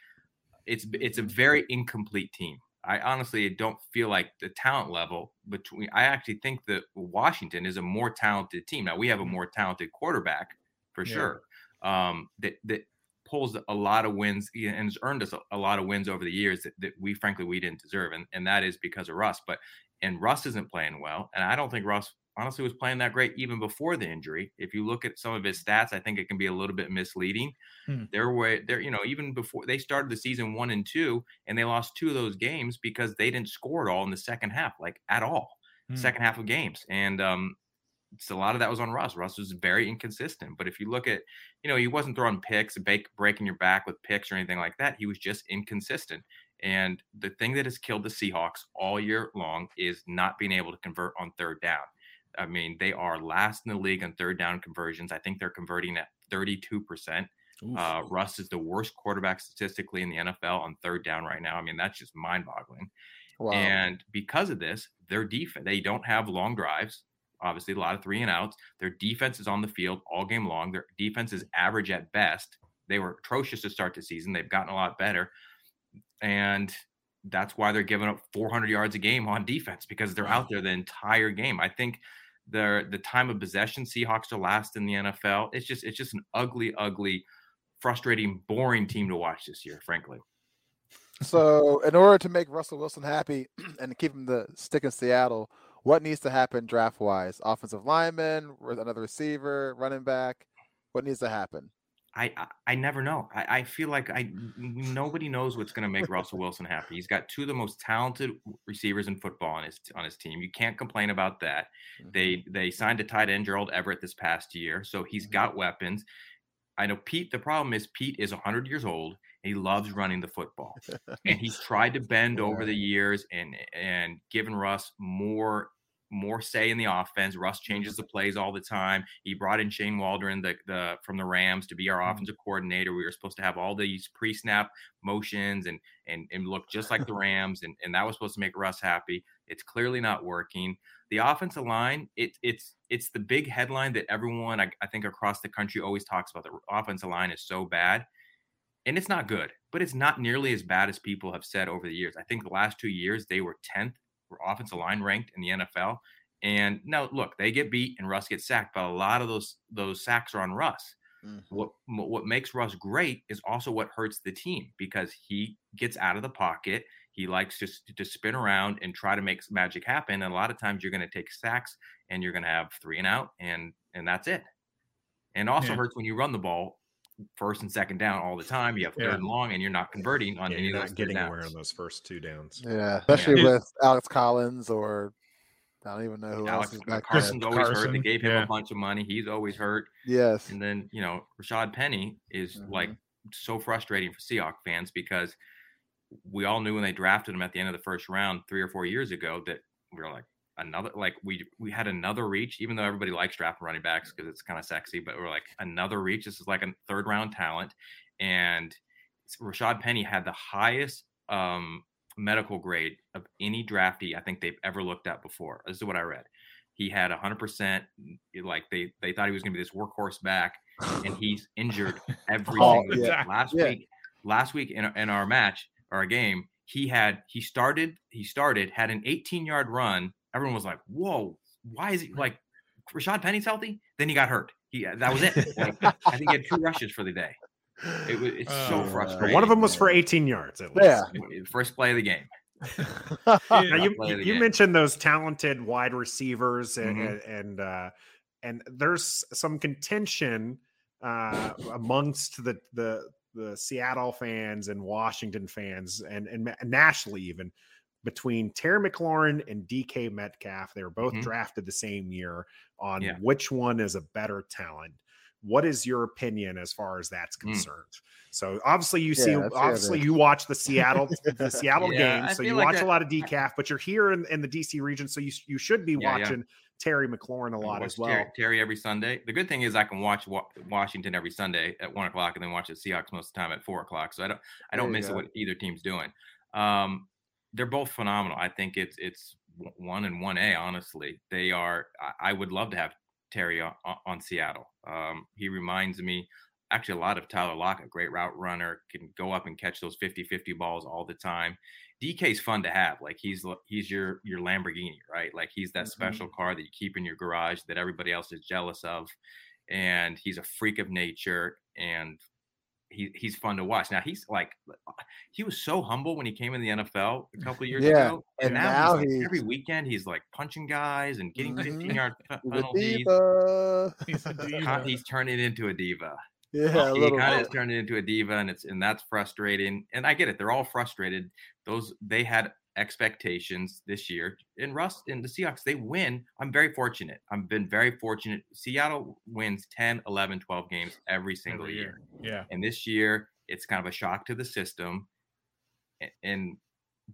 [SPEAKER 6] It's it's a very incomplete team. I honestly don't feel like the talent level between I actually think that Washington is a more talented team. Now we have a more talented quarterback for
[SPEAKER 5] Yeah.
[SPEAKER 6] sure. Um that that pulls a lot of wins yeah, and has earned us a, a lot of wins over the years that, that we frankly we didn't deserve. And and that is because of Russ. But and Russ isn't playing well. And I don't think Russ honestly was playing that great even before the injury. If you look at some of his stats, I think it can be a little bit misleading.
[SPEAKER 5] Hmm.
[SPEAKER 6] There were there, you know, even before they started the season one and two, and they lost two of those games because they didn't score at all in the second half, like at all
[SPEAKER 5] Hmm.
[SPEAKER 6] second half of games. And um, it's a lot of that was on Russ. Russ was very inconsistent. But if you look at, you know, he wasn't throwing picks, bake, breaking your back with picks or anything like that. He was just inconsistent. And the thing that has killed the Seahawks all year long is not being able to convert on third down. I mean, they are last in the league on third down conversions. I think they're converting at 32%.
[SPEAKER 5] Oof.
[SPEAKER 6] Uh, Russ is the worst quarterback statistically in the NFL on third down right now. I mean, that's just mind boggling.
[SPEAKER 4] Wow.
[SPEAKER 6] And because of this, their defense, they don't have long drives. Obviously, a lot of three and outs. Their defense is on the field all game long. Their defense is average at best. They were atrocious to start the season. They've gotten a lot better. And that's why they're giving up 400 yards a game on defense because they're out there the entire game. I think their the time of possession Seahawks are last in the NFL. It's just it's just an ugly ugly frustrating boring team to watch this year, frankly.
[SPEAKER 4] so, in order to make Russell Wilson happy and keep him to stick in Seattle, what needs to happen draft wise? Offensive lineman, re- another receiver, running back. What needs to happen?
[SPEAKER 6] I I, I never know. I, I feel like I n- nobody knows what's going to make Russell Wilson happy. He's got two of the most talented receivers in football on his on his team. You can't complain about that. They they signed a tight end Gerald Everett this past year, so he's got weapons. I know Pete. The problem is Pete is 100 years old and he loves running the football. and he's tried to bend over
[SPEAKER 4] Yeah.
[SPEAKER 6] the years and and given Russ more more say in the offense. Russ changes the plays all the time. He brought in Shane Waldron the, the from the Rams to be our offensive coordinator. We were supposed to have all these pre-snap motions and and and look just like the Rams, and, and that was supposed to make Russ happy. It's clearly not working. The offensive line, it, it's it's the big headline that everyone I, I think across the country always talks about. The offensive line is so bad, and it's not good, but it's not nearly as bad as people have said over the years. I think the last two years they were tenth, were offensive line ranked in the NFL. And now look, they get beat and Russ gets sacked, but a lot of those those sacks are on Russ
[SPEAKER 3] Mm-hmm.
[SPEAKER 4] Mhm.
[SPEAKER 6] what m- what makes Russ great is also what hurts the team because he gets out of the pocket. He likes just to spin around and try to make s- magic happen. And a lot of times you're going to take sacks and you're going to have three and out and and that's it. And also
[SPEAKER 5] Yeah.
[SPEAKER 6] hurts when you run the ball first and second down all the time. You have third
[SPEAKER 5] Yeah.
[SPEAKER 6] and long and you're not converting on
[SPEAKER 3] Yeah,
[SPEAKER 6] any
[SPEAKER 3] you're
[SPEAKER 6] of
[SPEAKER 3] not
[SPEAKER 6] those getting
[SPEAKER 3] getting
[SPEAKER 6] downs.
[SPEAKER 3] anywhere on those first two downs.
[SPEAKER 4] Yeah, especially
[SPEAKER 5] Yeah.
[SPEAKER 4] with Alex Collins or I don't even know
[SPEAKER 5] Oh,
[SPEAKER 4] who
[SPEAKER 6] Alex
[SPEAKER 4] else is back there.
[SPEAKER 5] Carson.
[SPEAKER 6] Carson's always hurt. They
[SPEAKER 5] Carson,
[SPEAKER 6] gave him
[SPEAKER 5] yeah.
[SPEAKER 6] a bunch of money. He's always hurt.
[SPEAKER 4] Yes,
[SPEAKER 6] And then, you know, Rashad Penny is like
[SPEAKER 5] Mm-hmm.
[SPEAKER 6] so frustrating for Seahawks fans because we all knew when they drafted him at the end of the first round three or four years ago that we were like another like we we had another reach, even though everybody likes drafting running backs because it's kind of sexy, but we're like another reach. This is like a third round talent. And s- Rashad Penny had the highest um medical grade of any draftee I think they've ever looked at before. This is what I read. He had 100% like they they thought he was going to be this workhorse back and he's injured every
[SPEAKER 5] Oh,
[SPEAKER 6] single week.
[SPEAKER 5] yeah.
[SPEAKER 6] last
[SPEAKER 4] Yeah.
[SPEAKER 6] week last week in, our- in our match or our game he had he started he started had an 18 yard run everyone was like whoa why is he like rashad penny's healthy then he got hurt he that was it Like, i think he had two rushes for the day it was it's so
[SPEAKER 5] Oh, yeah.
[SPEAKER 3] But
[SPEAKER 6] frustrating
[SPEAKER 3] one of them was for 18 yards at least.
[SPEAKER 4] Yeah.
[SPEAKER 6] first play of the game
[SPEAKER 5] Hmm.
[SPEAKER 3] Now, you,
[SPEAKER 6] Play
[SPEAKER 3] you
[SPEAKER 6] of the
[SPEAKER 3] you
[SPEAKER 6] game.
[SPEAKER 3] mentioned those talented wide receivers and
[SPEAKER 6] Mhm.
[SPEAKER 3] and uh, and there's some contention uh, amongst the the the Seattle fans and Washington fans and and ma- nationally even between Terry McLaurin and DK Metcalf. They were both
[SPEAKER 6] Mhm.
[SPEAKER 3] drafted the same year on
[SPEAKER 6] Yeah.
[SPEAKER 3] which one is a better talent. What is your opinion as far as that's concerned? So obviously you see
[SPEAKER 4] Yeah, that's the
[SPEAKER 3] obviously
[SPEAKER 4] other-
[SPEAKER 3] you watch the Seattle the Seattle
[SPEAKER 6] Yeah, I
[SPEAKER 3] game, so
[SPEAKER 6] feel
[SPEAKER 3] you
[SPEAKER 6] like
[SPEAKER 3] watch
[SPEAKER 6] that-
[SPEAKER 3] a lot of decaf, but you're here in, in the DC region, so you sh- you should be
[SPEAKER 6] Yeah, yeah.
[SPEAKER 3] watching Terry McLaurin a
[SPEAKER 6] I
[SPEAKER 3] lot
[SPEAKER 6] watch
[SPEAKER 3] as well.
[SPEAKER 6] Terry, Terry every Sunday. The good thing is I can watch Wa- Washington every Sunday at one o'clock, and then watch the Seahawks most of the time at four o'clock. So I don't I don't
[SPEAKER 4] There you
[SPEAKER 6] miss
[SPEAKER 4] go.
[SPEAKER 6] what either team's doing. Um, they're both phenomenal. I think it's it's w- one and one A. Honestly, they are. I, I would love to have Terry on, on Seattle. Um, he reminds me actually a lot of Tyler Lockett, great route runner, can go up and catch those 50-50 balls all the time. DK's fun to have. Like he's l- he's your your Lamborghini, right? Like he's that
[SPEAKER 4] Mhm.
[SPEAKER 6] special car that you keep in your garage that everybody else is jealous of. And he's a freak of nature and he, he's fun to watch. Now he's like he was so humble when he came in the NFL a couple years
[SPEAKER 4] Yeah,
[SPEAKER 6] ago.
[SPEAKER 4] and now
[SPEAKER 6] he's like,
[SPEAKER 4] he's-
[SPEAKER 6] every weekend he's like punching guys and getting
[SPEAKER 4] Mhm.
[SPEAKER 6] 15 yard
[SPEAKER 4] the
[SPEAKER 6] penalties.
[SPEAKER 4] diva.
[SPEAKER 5] He's a diva.
[SPEAKER 6] Con- He's turning into a diva
[SPEAKER 4] Yeah, a
[SPEAKER 6] he
[SPEAKER 4] little
[SPEAKER 6] kind
[SPEAKER 4] bit.
[SPEAKER 6] of turned into a diva, and it's and that's frustrating. And I get it; they're all frustrated. Those they had expectations this year, and Russ and the Seahawks they win. I'm very fortunate. I've been very fortunate. Seattle wins 10, 11, 12 games every single
[SPEAKER 5] Every
[SPEAKER 6] year.
[SPEAKER 5] year. Yeah.
[SPEAKER 6] and this year it's kind of a shock to the system. And, and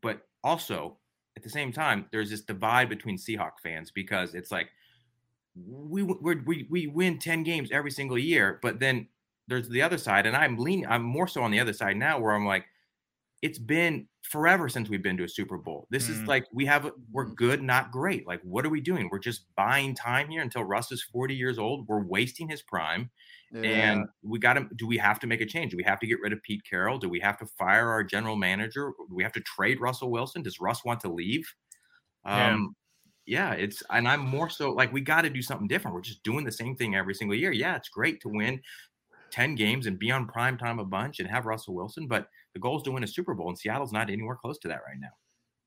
[SPEAKER 6] but also at the same time, there's this divide between Seahawk fans because it's like we w- we're, we we win ten games every single year, but then there's the other side, and I'm leaning. I'm more so on the other side now, where I'm like, it's been forever since we've been to a Super Bowl. This
[SPEAKER 5] Mm.
[SPEAKER 6] is like we have we're good, not great. Like, what are we doing? We're just buying time here until Russ is 40 years old. We're wasting his prime.
[SPEAKER 4] Yeah.
[SPEAKER 6] And we got to do we have to make a change? Do we have to get rid of Pete Carroll? Do we have to fire our general manager? Do we have to trade Russell Wilson? Does Russ want to leave?
[SPEAKER 5] Yeah.
[SPEAKER 6] Um, yeah, it's and I'm more so like we got to do something different. We're just doing the same thing every single year. Yeah, it's great to win 10 games and be on prime time a bunch and have Russell Wilson, but the goal is to win a Super Bowl, and Seattle's not anywhere close to that right now.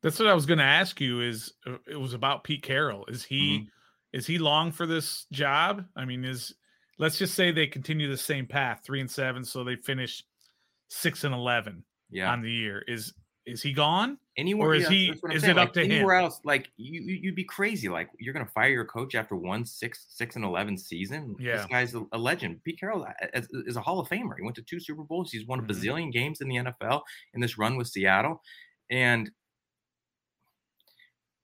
[SPEAKER 5] That's what I was going to ask you. Is uh,
[SPEAKER 6] Mm-hmm.
[SPEAKER 5] it was about Pete Carroll? Is he is he long for this job? I mean, is let's just say they continue the same path, three and seven, so they finish six and eleven
[SPEAKER 6] Yeah.
[SPEAKER 5] on the year. Is is he gone?
[SPEAKER 6] Anywhere,
[SPEAKER 5] or is
[SPEAKER 6] yeah,
[SPEAKER 5] he-
[SPEAKER 6] that's what I'm
[SPEAKER 5] is
[SPEAKER 6] saying,
[SPEAKER 5] it up
[SPEAKER 6] like,
[SPEAKER 5] to him?
[SPEAKER 6] anywhere else? Like you, you- you'd be crazy. Like you're gonna fire your coach after one six, six and eleven season.
[SPEAKER 5] Yeah.
[SPEAKER 6] this guy's a, a legend. Pete Carroll a- is, is a Hall of Famer. He went to two Super Bowls. He's won a
[SPEAKER 5] Mhm.
[SPEAKER 6] bazillion games in the NFL in this run with Seattle, and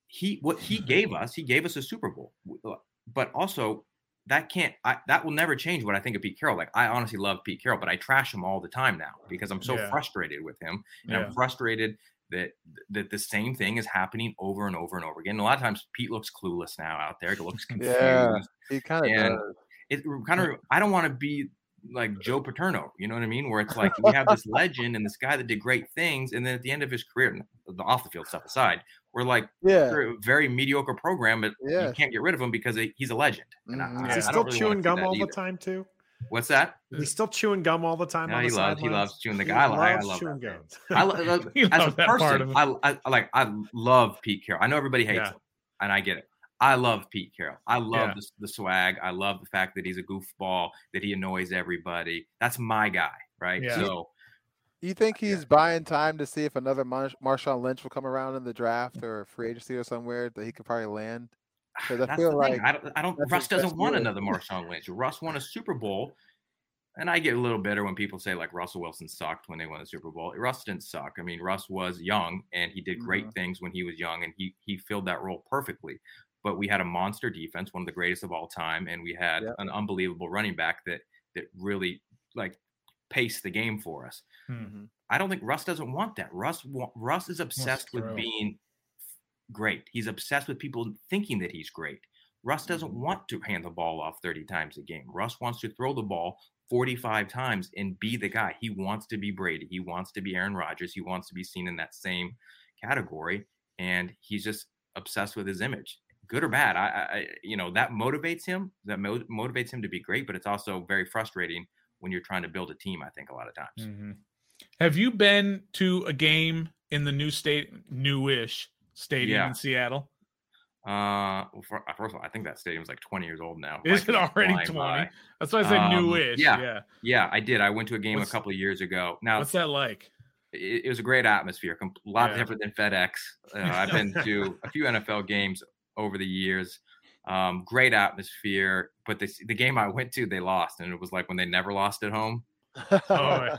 [SPEAKER 6] he what he gave us, he gave us a Super Bowl. uh, But also, that can't I, that will never change what I think of Pete Carroll. Like I honestly love Pete Carroll, but I trash him all the time now because I'm so
[SPEAKER 5] Yeah.
[SPEAKER 6] frustrated with him, and
[SPEAKER 5] Yeah.
[SPEAKER 6] I'm frustrated that that the same thing is happening over and over and over again. And a lot of times, Pete looks clueless now out there. He looks confused.
[SPEAKER 4] Yeah. He kind of
[SPEAKER 6] And-
[SPEAKER 4] does.
[SPEAKER 6] It kind of I don't want to be like Joe Paterno. You know what I mean? Where it's like we have this legend and this guy that did great things, and then at the end of his career, the off the field stuff aside, we're like
[SPEAKER 4] Yeah.
[SPEAKER 6] after a very mediocre program, but
[SPEAKER 4] Yeah.
[SPEAKER 6] you can't get rid of him because he- he's a legend. And
[SPEAKER 4] Mhm.
[SPEAKER 3] Mm-hmm. Is
[SPEAKER 5] Yeah, I
[SPEAKER 3] he
[SPEAKER 6] don't
[SPEAKER 3] still
[SPEAKER 6] really wanna
[SPEAKER 3] chewing
[SPEAKER 6] see
[SPEAKER 3] gum
[SPEAKER 6] that
[SPEAKER 3] all the
[SPEAKER 6] either.
[SPEAKER 3] time too?
[SPEAKER 6] What's that?
[SPEAKER 3] Is he still chewing gum all the time?
[SPEAKER 6] No,
[SPEAKER 3] on
[SPEAKER 6] he
[SPEAKER 3] the
[SPEAKER 6] loves he
[SPEAKER 3] sidelines?
[SPEAKER 6] loves chewing the
[SPEAKER 3] He
[SPEAKER 6] guy. I, like- I
[SPEAKER 3] loves
[SPEAKER 6] love
[SPEAKER 3] chewing
[SPEAKER 6] that man.
[SPEAKER 3] gums.
[SPEAKER 6] I lo- love,
[SPEAKER 5] You
[SPEAKER 6] as a
[SPEAKER 5] love that part
[SPEAKER 6] person.
[SPEAKER 5] of
[SPEAKER 6] I, I I like I love Pete Carroll. I know everybody hates
[SPEAKER 5] Yeah.
[SPEAKER 6] him, and I get it. I love Pete Carroll. I love
[SPEAKER 5] Yeah.
[SPEAKER 6] the, the swag. I love the fact that he's a goofball, that he annoys everybody. That's my guy, right?
[SPEAKER 5] Yeah.
[SPEAKER 6] So
[SPEAKER 4] You think he's buying time to see if another Mar- Marshawn Lynch will come around in the draft or free agency or somewhere that he could probably land? 'Cause I
[SPEAKER 6] that's
[SPEAKER 4] feel
[SPEAKER 6] the
[SPEAKER 4] like
[SPEAKER 6] thing. I don't. I don't
[SPEAKER 4] that's
[SPEAKER 6] Russ
[SPEAKER 4] his best
[SPEAKER 6] doesn't want
[SPEAKER 4] year.
[SPEAKER 6] another Marshawn Lynch. Russ won a Super Bowl, and I get a little bitter when people say like Russell Wilson sucked when they won the Super Bowl. Russ didn't suck. I mean, Russ was young and he did
[SPEAKER 4] Mm-hmm.
[SPEAKER 6] great things when he was young, and he he filled that role perfectly. But we had a monster defense, one of the greatest of all time, and we had
[SPEAKER 4] Yep.
[SPEAKER 6] an unbelievable running back that that really like paced the game for us.
[SPEAKER 5] Hmm.
[SPEAKER 6] I don't think Russ doesn't want that. Russ wa- Russ is obsessed with
[SPEAKER 5] throw.
[SPEAKER 6] being great. He's obsessed with people thinking that he's great. Russ doesn't want to hand the ball off 30 times a game. Russ wants to throw the ball 45 times and be the guy. He wants to be Brady. He wants to be Aaron Rodgers. He wants to be seen in that same category and he's just obsessed with his image. Good or bad, I, I- I you know, that motivates him. That mo- motivates him to be great, but it's also very frustrating when you're trying to build a team, I think a lot of times.
[SPEAKER 5] Mhm. Have you been to a game in the new state, newish stadium
[SPEAKER 6] Yeah.
[SPEAKER 5] in Seattle?
[SPEAKER 6] Uh, well, fir- uh, first of all, I think that stadium's like 20 years old now.
[SPEAKER 5] Is
[SPEAKER 6] Life
[SPEAKER 5] it already
[SPEAKER 6] flying
[SPEAKER 5] 20?
[SPEAKER 6] by.
[SPEAKER 5] That's why I said
[SPEAKER 6] Um,
[SPEAKER 5] newish.
[SPEAKER 6] yeah. Uh,
[SPEAKER 5] yeah.
[SPEAKER 6] Yeah, I did. I went to a game
[SPEAKER 5] What's-
[SPEAKER 6] a couple of years ago. Now
[SPEAKER 5] What's that like?
[SPEAKER 6] it, it was a great atmosphere, com- a lot
[SPEAKER 5] Yeah.
[SPEAKER 6] different than FedEx. Uh, I've been to a few NFL games over the years. Um, great atmosphere, but this, the game I went to, they lost, and it was like when they never lost at home.
[SPEAKER 5] Oh,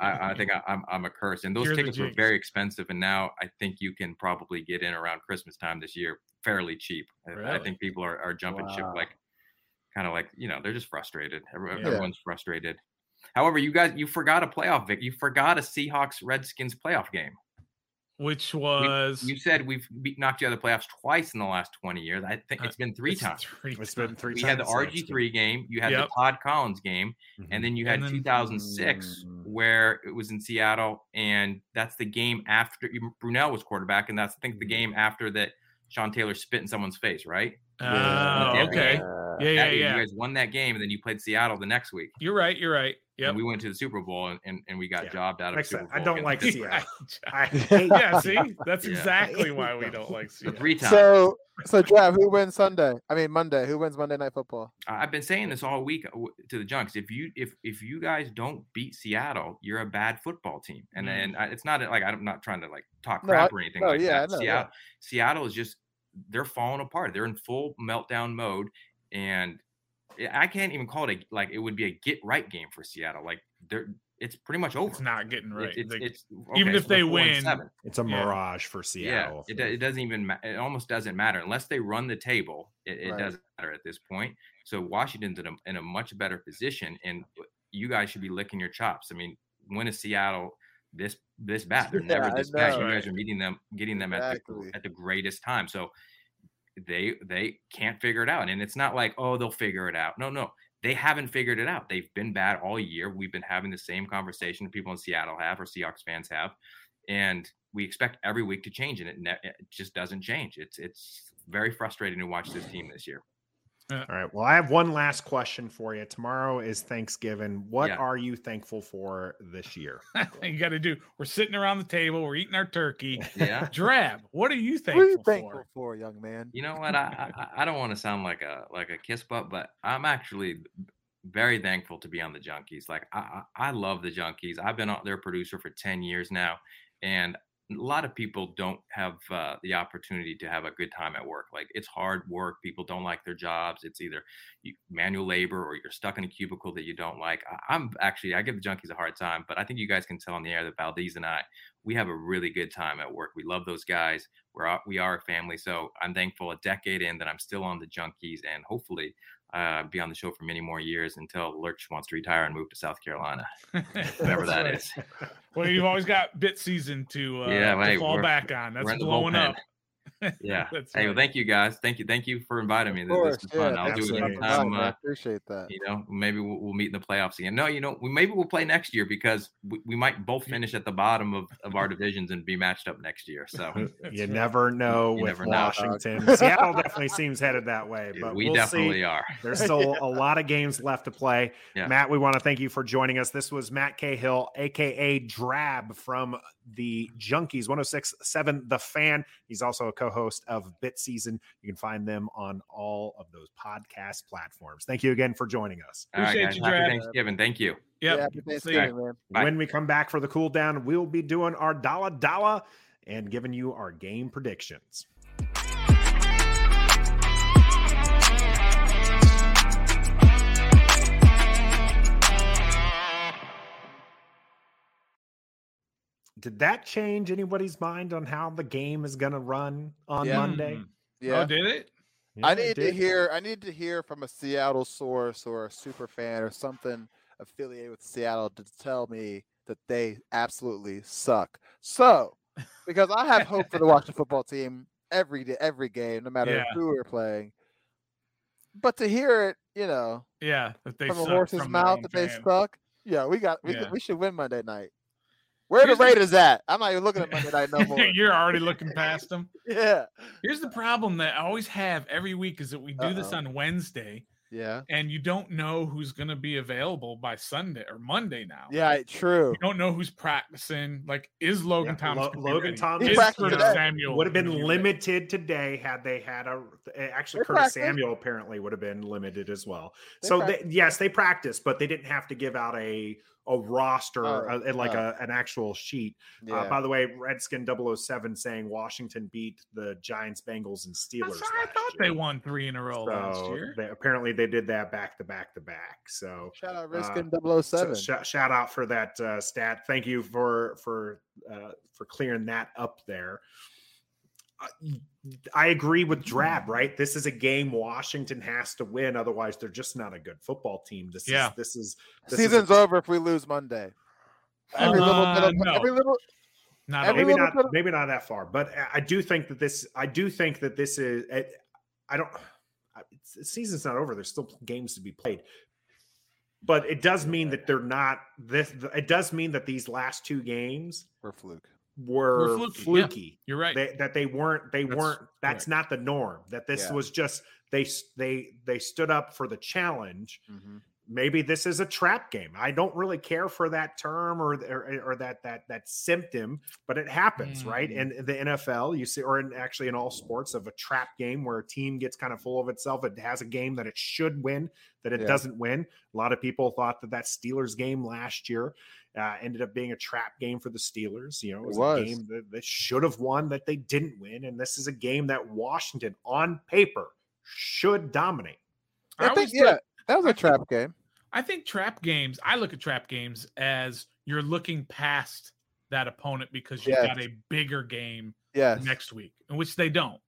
[SPEAKER 6] I, I think I, I'm I'm a curse. And those
[SPEAKER 5] You're the
[SPEAKER 6] tickets were
[SPEAKER 5] jinx.
[SPEAKER 6] very expensive, and now I think you can probably get in around Christmas time this year fairly cheap. I- I
[SPEAKER 5] Really?
[SPEAKER 6] think people are, are jumping ship
[SPEAKER 4] Wow.
[SPEAKER 6] like kind of like you know they're just frustrated. Everyone,
[SPEAKER 5] Yeah.
[SPEAKER 6] Everyone's frustrated. However, you guys you forgot a playoff Vic. You forgot a Seahawks Redskins playoff game.
[SPEAKER 5] which was
[SPEAKER 6] You said we've beat, knocked you out of the playoffs twice in the last 20 years. I think
[SPEAKER 5] Uh,
[SPEAKER 6] it's been three
[SPEAKER 5] it's
[SPEAKER 6] times.
[SPEAKER 5] Three
[SPEAKER 3] It's been three
[SPEAKER 6] We
[SPEAKER 3] times.
[SPEAKER 6] had the
[SPEAKER 3] so it's good.
[SPEAKER 6] RG3 game. You had
[SPEAKER 5] Yep.
[SPEAKER 6] the Todd Collins game
[SPEAKER 3] Mhm.
[SPEAKER 6] and then you had
[SPEAKER 5] And then-
[SPEAKER 6] 2006
[SPEAKER 4] Mm.
[SPEAKER 6] where it was in Seattle and that's the game after Brunel was quarterback and that's I think the game after that Sean Taylor spit in someone's face right
[SPEAKER 5] Oh,
[SPEAKER 6] Yeah.
[SPEAKER 5] okay. Yeah, yeah,
[SPEAKER 6] That-
[SPEAKER 5] yeah.
[SPEAKER 6] you guys won that game and then you played Seattle the next week
[SPEAKER 5] You're right. You're right. Yep.
[SPEAKER 6] and we went to the Super Bowl and, and, and we got
[SPEAKER 3] Yeah.
[SPEAKER 6] jobbed out of
[SPEAKER 3] Like I
[SPEAKER 6] Super
[SPEAKER 3] said,
[SPEAKER 6] Bowl
[SPEAKER 3] I don't
[SPEAKER 6] against
[SPEAKER 3] like
[SPEAKER 6] Pittsburgh.
[SPEAKER 3] Seattle.
[SPEAKER 5] I-
[SPEAKER 3] I hate
[SPEAKER 5] yeah, see, that's
[SPEAKER 6] Yeah.
[SPEAKER 5] exactly why we don't like
[SPEAKER 6] So
[SPEAKER 5] Seattle.
[SPEAKER 6] three times
[SPEAKER 4] So, so Jeff, who wins Sunday? I mean Monday. Who wins Monday Night Football?
[SPEAKER 6] I- I've been saying this all week uh, w- to the Junks. If you if if you guys don't beat Seattle, you're a bad football team. And
[SPEAKER 5] Mm.
[SPEAKER 6] and I, it's not like I'm not trying to like talk
[SPEAKER 4] No, I-
[SPEAKER 6] crap or anything
[SPEAKER 4] no,
[SPEAKER 6] like
[SPEAKER 4] yeah, I
[SPEAKER 6] that.
[SPEAKER 4] know, yeah.
[SPEAKER 6] Seattle Seattle is just they're falling apart. They're in full meltdown mode, and eh, I- I can't even call it a, like it would be a get right game for Seattle. Like they're it's pretty much over.
[SPEAKER 5] It's not getting right.
[SPEAKER 6] It's- it's-
[SPEAKER 5] They-
[SPEAKER 6] it's-
[SPEAKER 5] even
[SPEAKER 6] okay,
[SPEAKER 5] if
[SPEAKER 6] so they're
[SPEAKER 5] they
[SPEAKER 6] four and
[SPEAKER 5] win,
[SPEAKER 6] seven.
[SPEAKER 3] It's a
[SPEAKER 5] Yeah.
[SPEAKER 3] mirage for Seattle.
[SPEAKER 6] Yeah, it, do- it doesn't even. ma- It almost doesn't matter unless they run the table. It, it
[SPEAKER 4] Right.
[SPEAKER 6] doesn't matter at this point. So Washington's in a, in a much better position, and you guys should be licking your chops. I mean, when is Seattle this this bad? They're never
[SPEAKER 4] Yeah, I
[SPEAKER 6] this bad.
[SPEAKER 4] know.
[SPEAKER 6] You guys are meeting them, getting them at
[SPEAKER 4] Exactly.
[SPEAKER 6] the, at the greatest time. So they they can't figure it out, and it's not like oh they'll figure it out. No, no. They haven't figured it out. They've been bad all year. We've been having the same conversation people in Seattle have or Seahawks fans have and we expect every week to change, and it, ne- it just doesn't change. It's it's very frustrating to watch this team this year.
[SPEAKER 3] All right. Well, I have one last question for you. Tomorrow is Thanksgiving. What
[SPEAKER 6] Yeah.
[SPEAKER 3] are you thankful for this year?
[SPEAKER 5] you got to do. We're sitting around the table. We're eating our turkey.
[SPEAKER 6] Yeah,
[SPEAKER 5] Drab. What are you
[SPEAKER 4] What
[SPEAKER 5] thankful,
[SPEAKER 4] are you thankful
[SPEAKER 5] for?
[SPEAKER 4] for, young man?
[SPEAKER 6] you know what? I I, I- I don't want to sound like a like a kiss butt, but I'm actually very thankful to be on the Junkies. Like I, I I love the Junkies. I've been on their producer for ten years now, and a lot of people don't have uh, the opportunity to have a good time at work. Like it's hard work. People don't like their jobs. It's either you, manual labor or you're stuck in a cubicle that you don't like. I, I'm actually I give the Junkies a hard time, but I think you guys can tell on the air that Valdez and I we have a really good time at work. We love those guys. We're a- we are a family. So I'm thankful a decade in that I'm still on the Junkies and hopefully uh, be on the show for many more years until Lurch wants to retire and move to South Carolina, whatever that
[SPEAKER 5] That's
[SPEAKER 6] is.
[SPEAKER 5] right. Well, you've always got bit season to uh,
[SPEAKER 6] Yeah,
[SPEAKER 5] to
[SPEAKER 6] right,
[SPEAKER 5] fall
[SPEAKER 6] we're-
[SPEAKER 5] back on. That's
[SPEAKER 6] we're in the
[SPEAKER 5] blowing
[SPEAKER 6] bullpen.
[SPEAKER 5] up.
[SPEAKER 6] Yeah.
[SPEAKER 5] That's
[SPEAKER 6] hey, well,
[SPEAKER 5] right.
[SPEAKER 6] thank you guys. Thank you. Thank you for inviting me.
[SPEAKER 4] Of
[SPEAKER 6] This
[SPEAKER 4] course,
[SPEAKER 6] is
[SPEAKER 4] yeah,
[SPEAKER 6] fun. I'll
[SPEAKER 4] thanks for
[SPEAKER 6] do it
[SPEAKER 3] absolutely.
[SPEAKER 4] coming on.
[SPEAKER 6] anytime.
[SPEAKER 4] I
[SPEAKER 6] Uh,
[SPEAKER 4] appreciate that.
[SPEAKER 6] you know, maybe we'll, we'll meet in the playoffs again. No, you know, we maybe we'll play next year because we, we might both finish at the bottom of, of our divisions and be matched up next year. So
[SPEAKER 3] you
[SPEAKER 5] right.
[SPEAKER 3] never know
[SPEAKER 6] You
[SPEAKER 3] with
[SPEAKER 6] never know, dog.
[SPEAKER 3] Washington. Seattle definitely seems headed that way, but
[SPEAKER 6] we
[SPEAKER 3] will
[SPEAKER 6] definitely
[SPEAKER 3] see.
[SPEAKER 6] are.
[SPEAKER 3] There's still a lot of games left to play.
[SPEAKER 6] Yeah.
[SPEAKER 3] Matt, we want to thank you for joining us. This was Matt Cahill, aka Drab from the Junkies 1067 The Fan. He's also a co-host of Bit Season. You can find them on all of those podcast platforms. Thank you again for joining us.
[SPEAKER 6] All right,
[SPEAKER 5] Appreciate
[SPEAKER 6] guys.
[SPEAKER 5] you,
[SPEAKER 6] Happy
[SPEAKER 5] Drab.
[SPEAKER 6] Thanksgiving. Thank you.
[SPEAKER 5] Yep.
[SPEAKER 4] Yeah, happy
[SPEAKER 5] See ya.
[SPEAKER 4] Thanksgiving, man.
[SPEAKER 6] Bye.
[SPEAKER 3] When we come back for the cool down, we'll be doing our dollar dollar and giving you our game predictions. Did that change anybody's mind on how the game is going to run on
[SPEAKER 4] Yeah.
[SPEAKER 3] Monday?
[SPEAKER 5] Mm.
[SPEAKER 4] Mm-hmm. Yeah.
[SPEAKER 5] Oh, did it?
[SPEAKER 3] Yeah,
[SPEAKER 4] I
[SPEAKER 3] it
[SPEAKER 4] need to
[SPEAKER 3] did.
[SPEAKER 4] hear. I need to hear from a Seattle source or a super fan or something affiliated with Seattle to tell me that they absolutely suck. So, because I have hope for the Washington football team every day, every game, no matter
[SPEAKER 5] Yeah.
[SPEAKER 4] who we're playing. But to hear it, you know,
[SPEAKER 5] Yeah. That they
[SPEAKER 4] from a
[SPEAKER 5] suck
[SPEAKER 4] horse's
[SPEAKER 5] from their
[SPEAKER 4] mouth
[SPEAKER 5] own
[SPEAKER 4] that they
[SPEAKER 5] fan.
[SPEAKER 4] suck. Yeah, we got. We, could-
[SPEAKER 5] Yeah.
[SPEAKER 4] we should win Monday night. Where the
[SPEAKER 5] Here's the-
[SPEAKER 4] Raiders at? I'm not even looking at Monday night no more.
[SPEAKER 5] You're already looking past them.
[SPEAKER 4] yeah.
[SPEAKER 5] Here's the problem that I always have every week is that we do this
[SPEAKER 4] Uh-oh.
[SPEAKER 5] on Wednesday
[SPEAKER 4] Yeah.
[SPEAKER 5] and you don't know who's going to be available by Sunday or Monday now.
[SPEAKER 4] Yeah. I- True.
[SPEAKER 5] You don't know who's practicing. Like, is Logan
[SPEAKER 3] Yeah,
[SPEAKER 5] Thomas?
[SPEAKER 3] Lo-
[SPEAKER 5] gonna be
[SPEAKER 3] Logan
[SPEAKER 5] ready?
[SPEAKER 3] Thomas
[SPEAKER 5] Is
[SPEAKER 4] practiced
[SPEAKER 5] Curtis
[SPEAKER 4] today.
[SPEAKER 5] Samuel
[SPEAKER 3] Would have
[SPEAKER 5] gonna
[SPEAKER 3] been
[SPEAKER 5] be ready?
[SPEAKER 3] limited today had they had a actually
[SPEAKER 4] They
[SPEAKER 3] Curtis
[SPEAKER 4] practiced.
[SPEAKER 3] Samuel apparently would have been limited as well.
[SPEAKER 4] They
[SPEAKER 3] so they, yes, they practiced, but they didn't have to give out a a roster
[SPEAKER 4] Oh,
[SPEAKER 3] a- like
[SPEAKER 4] oh.
[SPEAKER 3] a, an actual sheet.
[SPEAKER 4] Yeah.
[SPEAKER 3] Uh, by the way, Redskin 007 saying Washington beat the Giants, Bengals, and Steelers.
[SPEAKER 5] That's- I
[SPEAKER 3] last
[SPEAKER 5] thought they
[SPEAKER 3] year.
[SPEAKER 5] won three in a row last
[SPEAKER 3] So
[SPEAKER 5] year.
[SPEAKER 3] they, apparently they did that back to back to back. So
[SPEAKER 4] Shout out
[SPEAKER 3] Uh,
[SPEAKER 4] Riskin
[SPEAKER 3] so
[SPEAKER 4] 007.
[SPEAKER 3] sh- shout out for that uh, stat. Thank you for for uh, for clearing that up there. I- I agree with Drab. Right, this is a game Washington has to win, otherwise they're just not a good football team. This
[SPEAKER 5] Yeah.
[SPEAKER 3] is this is this is a-
[SPEAKER 4] Season's over if we lose Monday. Every little bit
[SPEAKER 5] Uh,
[SPEAKER 4] of
[SPEAKER 5] no.
[SPEAKER 4] every little
[SPEAKER 5] Not
[SPEAKER 4] every-
[SPEAKER 5] all.
[SPEAKER 3] maybe
[SPEAKER 4] little
[SPEAKER 3] not
[SPEAKER 4] bit of-
[SPEAKER 3] maybe not that far, but I- I do think that this I do think that this is I, I don't I- it's- the season's not over. There's still games to be played. But it does mean that they're not this it does mean that these last two games
[SPEAKER 4] we're fluke.
[SPEAKER 3] were,
[SPEAKER 5] fluky, yeah.
[SPEAKER 3] fluky.
[SPEAKER 5] You're right.
[SPEAKER 3] They, that they weren't they
[SPEAKER 5] That's
[SPEAKER 3] weren't that's not the norm. That this
[SPEAKER 4] Yeah.
[SPEAKER 3] was just they s- they they stood up for the challenge
[SPEAKER 4] Mm-hmm.
[SPEAKER 3] maybe this is a trap game. I don't really care for that term or or, or that that that symptom, but it happens, right? In
[SPEAKER 4] Mm.
[SPEAKER 3] the NFL, you see, or in actually in all sports, of a trap game where a team gets kind of full of itself. It has a game that it should win, that it
[SPEAKER 4] Yeah.
[SPEAKER 3] doesn't win. A lot of people thought that that Steelers game last year uh, ended up being a trap game for the Steelers. You know, it
[SPEAKER 4] It
[SPEAKER 3] was, a
[SPEAKER 4] was.
[SPEAKER 3] game that they should have won that they didn't win, and this is a game that Washington, on paper, should dominate.
[SPEAKER 5] I
[SPEAKER 4] I think
[SPEAKER 5] always
[SPEAKER 4] yeah,
[SPEAKER 5] thought-
[SPEAKER 4] that was
[SPEAKER 5] I
[SPEAKER 4] a
[SPEAKER 5] think-
[SPEAKER 4] trap game.
[SPEAKER 5] I think trap games, I look at trap games as you're looking past that opponent because you've
[SPEAKER 4] Yes.
[SPEAKER 5] got a bigger game
[SPEAKER 4] Yes.
[SPEAKER 5] next week, in which they don't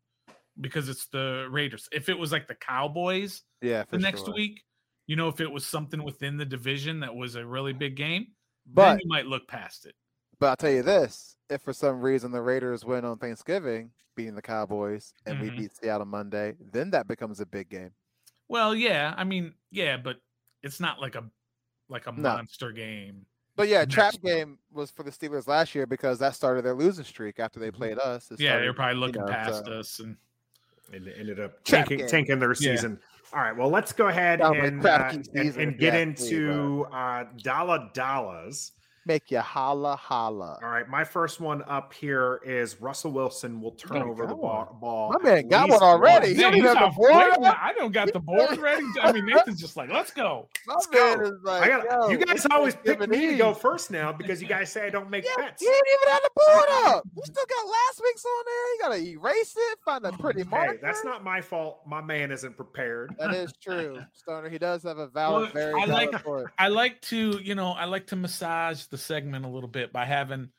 [SPEAKER 5] because it's the Raiders. If it was like the Cowboys
[SPEAKER 4] yeah. For
[SPEAKER 5] the next
[SPEAKER 4] sure.
[SPEAKER 5] week, you know, if it was something within the division that was a really big game, then
[SPEAKER 4] But
[SPEAKER 5] you might look past it.
[SPEAKER 4] but I'll tell you this: if for some reason the Raiders win on Thanksgiving, beating the Cowboys, and
[SPEAKER 5] Mhm.
[SPEAKER 4] we beat Seattle Monday, then that becomes a big game.
[SPEAKER 5] Well, yeah, I mean, yeah, but it's not like a like a
[SPEAKER 4] No.
[SPEAKER 5] monster game.
[SPEAKER 4] But yeah, trap
[SPEAKER 5] Next.
[SPEAKER 4] game was for the Steelers last year because that started their losing streak after they
[SPEAKER 3] Mhm.
[SPEAKER 4] played us. It
[SPEAKER 5] Mm-hmm. yeah, they're
[SPEAKER 4] started-
[SPEAKER 5] probably looking
[SPEAKER 4] know, uh,
[SPEAKER 5] past
[SPEAKER 4] so-
[SPEAKER 5] us and
[SPEAKER 3] and they ended up
[SPEAKER 4] Trap
[SPEAKER 3] tanking,
[SPEAKER 4] game.
[SPEAKER 3] tanking their
[SPEAKER 5] Yeah.
[SPEAKER 3] season. All right, well, let's go ahead
[SPEAKER 4] Sounds like
[SPEAKER 3] and,
[SPEAKER 4] trap
[SPEAKER 3] uh,
[SPEAKER 4] game
[SPEAKER 3] and,
[SPEAKER 4] season,
[SPEAKER 3] and
[SPEAKER 4] if you
[SPEAKER 3] get
[SPEAKER 4] ask me,
[SPEAKER 3] into uh, Dollar Dollars.
[SPEAKER 4] Make you holla holla.
[SPEAKER 3] All right, my first one up here is Russell Wilson will turn
[SPEAKER 5] Oh,
[SPEAKER 3] over the
[SPEAKER 5] God.
[SPEAKER 3] ball. ball
[SPEAKER 4] My
[SPEAKER 3] at
[SPEAKER 4] man got
[SPEAKER 3] least
[SPEAKER 4] one already.
[SPEAKER 3] once.
[SPEAKER 4] You
[SPEAKER 5] Man,
[SPEAKER 4] don't even
[SPEAKER 5] he's
[SPEAKER 4] have
[SPEAKER 5] on
[SPEAKER 4] the board.
[SPEAKER 5] fire. I don't got the board ready. I mean, Nathan's just like, let's go.
[SPEAKER 4] My
[SPEAKER 3] Let's
[SPEAKER 4] man
[SPEAKER 3] go.
[SPEAKER 4] is like,
[SPEAKER 3] I got,
[SPEAKER 4] yo,
[SPEAKER 3] you guys
[SPEAKER 4] it's
[SPEAKER 3] always pick
[SPEAKER 4] Thanksgiving
[SPEAKER 3] me to go
[SPEAKER 4] Eve.
[SPEAKER 3] first now because you guys say I don't make
[SPEAKER 4] Yeah,
[SPEAKER 3] bets.
[SPEAKER 4] you ain't even have the board up. You still got last week's on there. You gotta erase it. Find a pretty marker.
[SPEAKER 3] Oh, Hey, that's not my fault. My man isn't prepared.
[SPEAKER 4] That is true, Stoner. He does have a valid,
[SPEAKER 5] Look,
[SPEAKER 4] very
[SPEAKER 5] I
[SPEAKER 4] valid
[SPEAKER 5] like-
[SPEAKER 4] point.
[SPEAKER 5] I like to, you know, I like to massage the segment a little bit by having,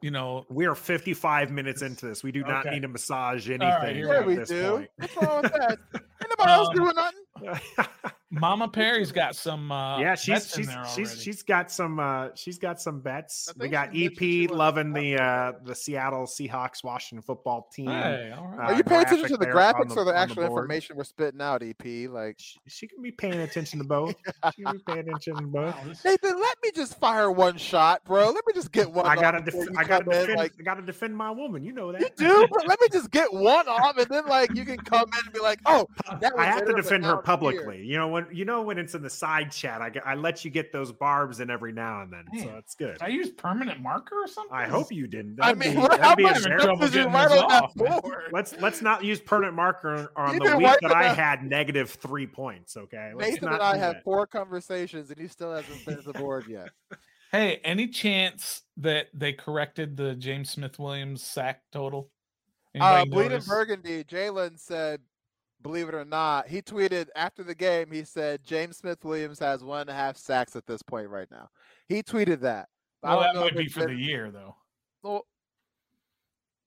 [SPEAKER 5] you know,
[SPEAKER 3] We are 55 minutes into this. We do not
[SPEAKER 5] Okay.
[SPEAKER 3] need to massage anything.
[SPEAKER 5] right, here
[SPEAKER 3] at
[SPEAKER 4] Sure, we
[SPEAKER 3] this
[SPEAKER 4] do.
[SPEAKER 3] point.
[SPEAKER 4] What's wrong with that? Ain't nobody else
[SPEAKER 5] Um,
[SPEAKER 4] doing nothing.
[SPEAKER 5] Mama Perry's got some. Uh,
[SPEAKER 3] yeah, she's
[SPEAKER 5] bets in
[SPEAKER 3] she's
[SPEAKER 5] there
[SPEAKER 3] she's
[SPEAKER 5] already.
[SPEAKER 3] she's got some uh she's got some bets.
[SPEAKER 4] I
[SPEAKER 3] We
[SPEAKER 4] think
[SPEAKER 3] got
[SPEAKER 4] she mentioned she
[SPEAKER 3] EP
[SPEAKER 4] wanted
[SPEAKER 3] loving
[SPEAKER 4] to
[SPEAKER 3] the uh
[SPEAKER 4] talk
[SPEAKER 3] the Seattle Seahawks Washington football team.
[SPEAKER 5] Hey, all right.
[SPEAKER 4] Are
[SPEAKER 3] uh,
[SPEAKER 4] you paying
[SPEAKER 3] graphic
[SPEAKER 4] attention to the
[SPEAKER 3] there on
[SPEAKER 4] graphics
[SPEAKER 3] the-
[SPEAKER 4] or the
[SPEAKER 3] on the
[SPEAKER 4] actual
[SPEAKER 3] board.
[SPEAKER 4] information we're spitting out, EP? Like,
[SPEAKER 3] She, she can be paying attention to both. She can be paying attention to both.
[SPEAKER 5] Wow, this-
[SPEAKER 4] Nathan, let me just fire one shot, bro. Let me just get one.
[SPEAKER 3] I
[SPEAKER 4] off
[SPEAKER 3] gotta,
[SPEAKER 4] before
[SPEAKER 3] def-
[SPEAKER 4] you
[SPEAKER 3] I gotta
[SPEAKER 4] come in,
[SPEAKER 3] defend,
[SPEAKER 4] Like,
[SPEAKER 3] I gotta defend my woman. You know that.
[SPEAKER 4] you do, bro. Let me just get one off, and then like you can come in and be like, oh, that
[SPEAKER 3] I
[SPEAKER 4] was
[SPEAKER 3] have
[SPEAKER 4] there,
[SPEAKER 3] to
[SPEAKER 4] but
[SPEAKER 3] defend
[SPEAKER 4] now
[SPEAKER 3] her
[SPEAKER 4] it's here.
[SPEAKER 3] publicly. You know when you know when it's in the side chat. I, g- I let you get those barbs in every now and then, so
[SPEAKER 5] Man.
[SPEAKER 3] it's good.
[SPEAKER 5] Did I use permanent marker or something?
[SPEAKER 3] I hope you didn't.
[SPEAKER 4] I
[SPEAKER 3] That'd
[SPEAKER 4] mean,
[SPEAKER 3] be-
[SPEAKER 4] what,
[SPEAKER 3] that'd
[SPEAKER 4] how
[SPEAKER 3] be
[SPEAKER 4] much
[SPEAKER 5] embarrassing.
[SPEAKER 3] embarrassing.
[SPEAKER 4] stuff did you
[SPEAKER 5] Getting
[SPEAKER 4] write
[SPEAKER 5] this
[SPEAKER 4] on that
[SPEAKER 5] off, man.
[SPEAKER 4] board?
[SPEAKER 3] Let's let's not use permanent marker on
[SPEAKER 4] You
[SPEAKER 3] the
[SPEAKER 4] didn't
[SPEAKER 3] week
[SPEAKER 4] wipe
[SPEAKER 3] that
[SPEAKER 4] it
[SPEAKER 3] I
[SPEAKER 4] up.
[SPEAKER 3] had negative three points. Okay, let's
[SPEAKER 4] Nathan
[SPEAKER 3] not
[SPEAKER 4] and I
[SPEAKER 3] do
[SPEAKER 4] have
[SPEAKER 3] that.
[SPEAKER 4] four conversations, and he still hasn't finished the board yet.
[SPEAKER 5] Hey, any chance that they corrected the James Smith Williams sack total?
[SPEAKER 4] Uh,
[SPEAKER 5] Anybody
[SPEAKER 4] Bleeding
[SPEAKER 5] notice?
[SPEAKER 4] Burgundy, Jalen said, believe it or not, he tweeted after the game, he said, James Smith Williams has one and a half sacks at this point right now. He tweeted that. I
[SPEAKER 5] Well,
[SPEAKER 4] don't
[SPEAKER 5] that
[SPEAKER 4] know if
[SPEAKER 5] might be
[SPEAKER 4] it's
[SPEAKER 5] for the
[SPEAKER 4] been- Oh,
[SPEAKER 5] year though.
[SPEAKER 4] well,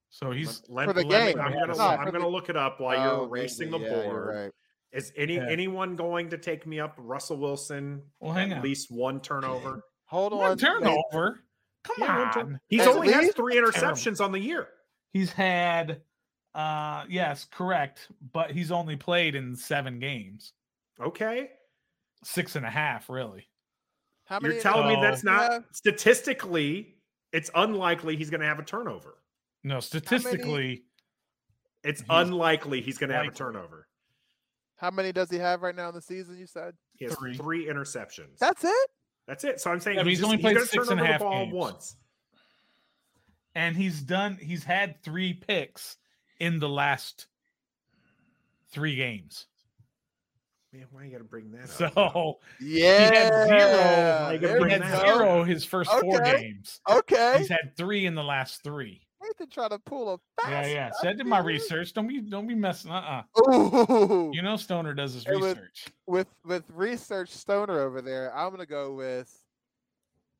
[SPEAKER 5] So he's
[SPEAKER 3] Let-
[SPEAKER 4] for the
[SPEAKER 3] let me-
[SPEAKER 5] game.
[SPEAKER 3] I'm gonna,
[SPEAKER 5] No,
[SPEAKER 3] I'm
[SPEAKER 4] for
[SPEAKER 3] gonna
[SPEAKER 4] the-
[SPEAKER 3] look it up while
[SPEAKER 4] oh,
[SPEAKER 3] you're erasing
[SPEAKER 4] maybe,
[SPEAKER 3] the
[SPEAKER 4] yeah,
[SPEAKER 3] board.
[SPEAKER 4] you're right.
[SPEAKER 3] Is any
[SPEAKER 5] Yeah.
[SPEAKER 3] anyone going to take me up? Russell Wilson,
[SPEAKER 5] Well, hang
[SPEAKER 3] at
[SPEAKER 5] on.
[SPEAKER 3] least one turnover.
[SPEAKER 4] Hold
[SPEAKER 5] one
[SPEAKER 4] on. Nathan.
[SPEAKER 5] turnover. Come
[SPEAKER 3] Yeah, one
[SPEAKER 5] on.
[SPEAKER 3] turn- He's
[SPEAKER 4] At
[SPEAKER 3] only has
[SPEAKER 4] least-
[SPEAKER 3] three interceptions on the year.
[SPEAKER 5] He's had uh yes, correct, but he's only played in seven games.
[SPEAKER 3] Okay,
[SPEAKER 5] Six and a half, really.
[SPEAKER 4] How many
[SPEAKER 3] you're telling me that's
[SPEAKER 4] interceptions
[SPEAKER 5] Oh.
[SPEAKER 4] you
[SPEAKER 3] not
[SPEAKER 4] have?
[SPEAKER 3] statistically. It's unlikely he's going to have a turnover.
[SPEAKER 5] No, statistically,
[SPEAKER 3] It's
[SPEAKER 5] He's
[SPEAKER 3] unlikely he's going to have a
[SPEAKER 5] likely.
[SPEAKER 3] turnover.
[SPEAKER 4] How many does he have right now in the season? You said
[SPEAKER 3] He has three,
[SPEAKER 5] Three.
[SPEAKER 3] interceptions.
[SPEAKER 4] that's it.
[SPEAKER 3] That's it. So I'm saying
[SPEAKER 5] Yeah, but
[SPEAKER 3] he's,
[SPEAKER 5] he's only
[SPEAKER 3] just- he's
[SPEAKER 5] played
[SPEAKER 3] going to
[SPEAKER 5] six
[SPEAKER 3] turn
[SPEAKER 5] and a
[SPEAKER 3] over the
[SPEAKER 5] half
[SPEAKER 3] ball
[SPEAKER 5] games.
[SPEAKER 3] once.
[SPEAKER 5] and he's done he's had three picks in the last three games.
[SPEAKER 3] Man, why you got to bring that up?
[SPEAKER 5] So
[SPEAKER 4] Yeah,
[SPEAKER 5] zero.
[SPEAKER 3] Like,
[SPEAKER 4] there
[SPEAKER 5] he
[SPEAKER 4] we
[SPEAKER 3] Bring
[SPEAKER 5] had
[SPEAKER 3] that up.
[SPEAKER 4] go.
[SPEAKER 5] zero his first four
[SPEAKER 4] Okay.
[SPEAKER 5] games.
[SPEAKER 4] Okay,
[SPEAKER 5] He's had three in the last three.
[SPEAKER 4] Nathan trying to pull a fast.
[SPEAKER 5] Yeah, yeah. So I did my research. Don't be don't be messing. Uh uh
[SPEAKER 4] Ooh,
[SPEAKER 5] You know Stoner does his
[SPEAKER 4] It was-
[SPEAKER 5] research.
[SPEAKER 4] with with research stoner over there, I'm gonna go with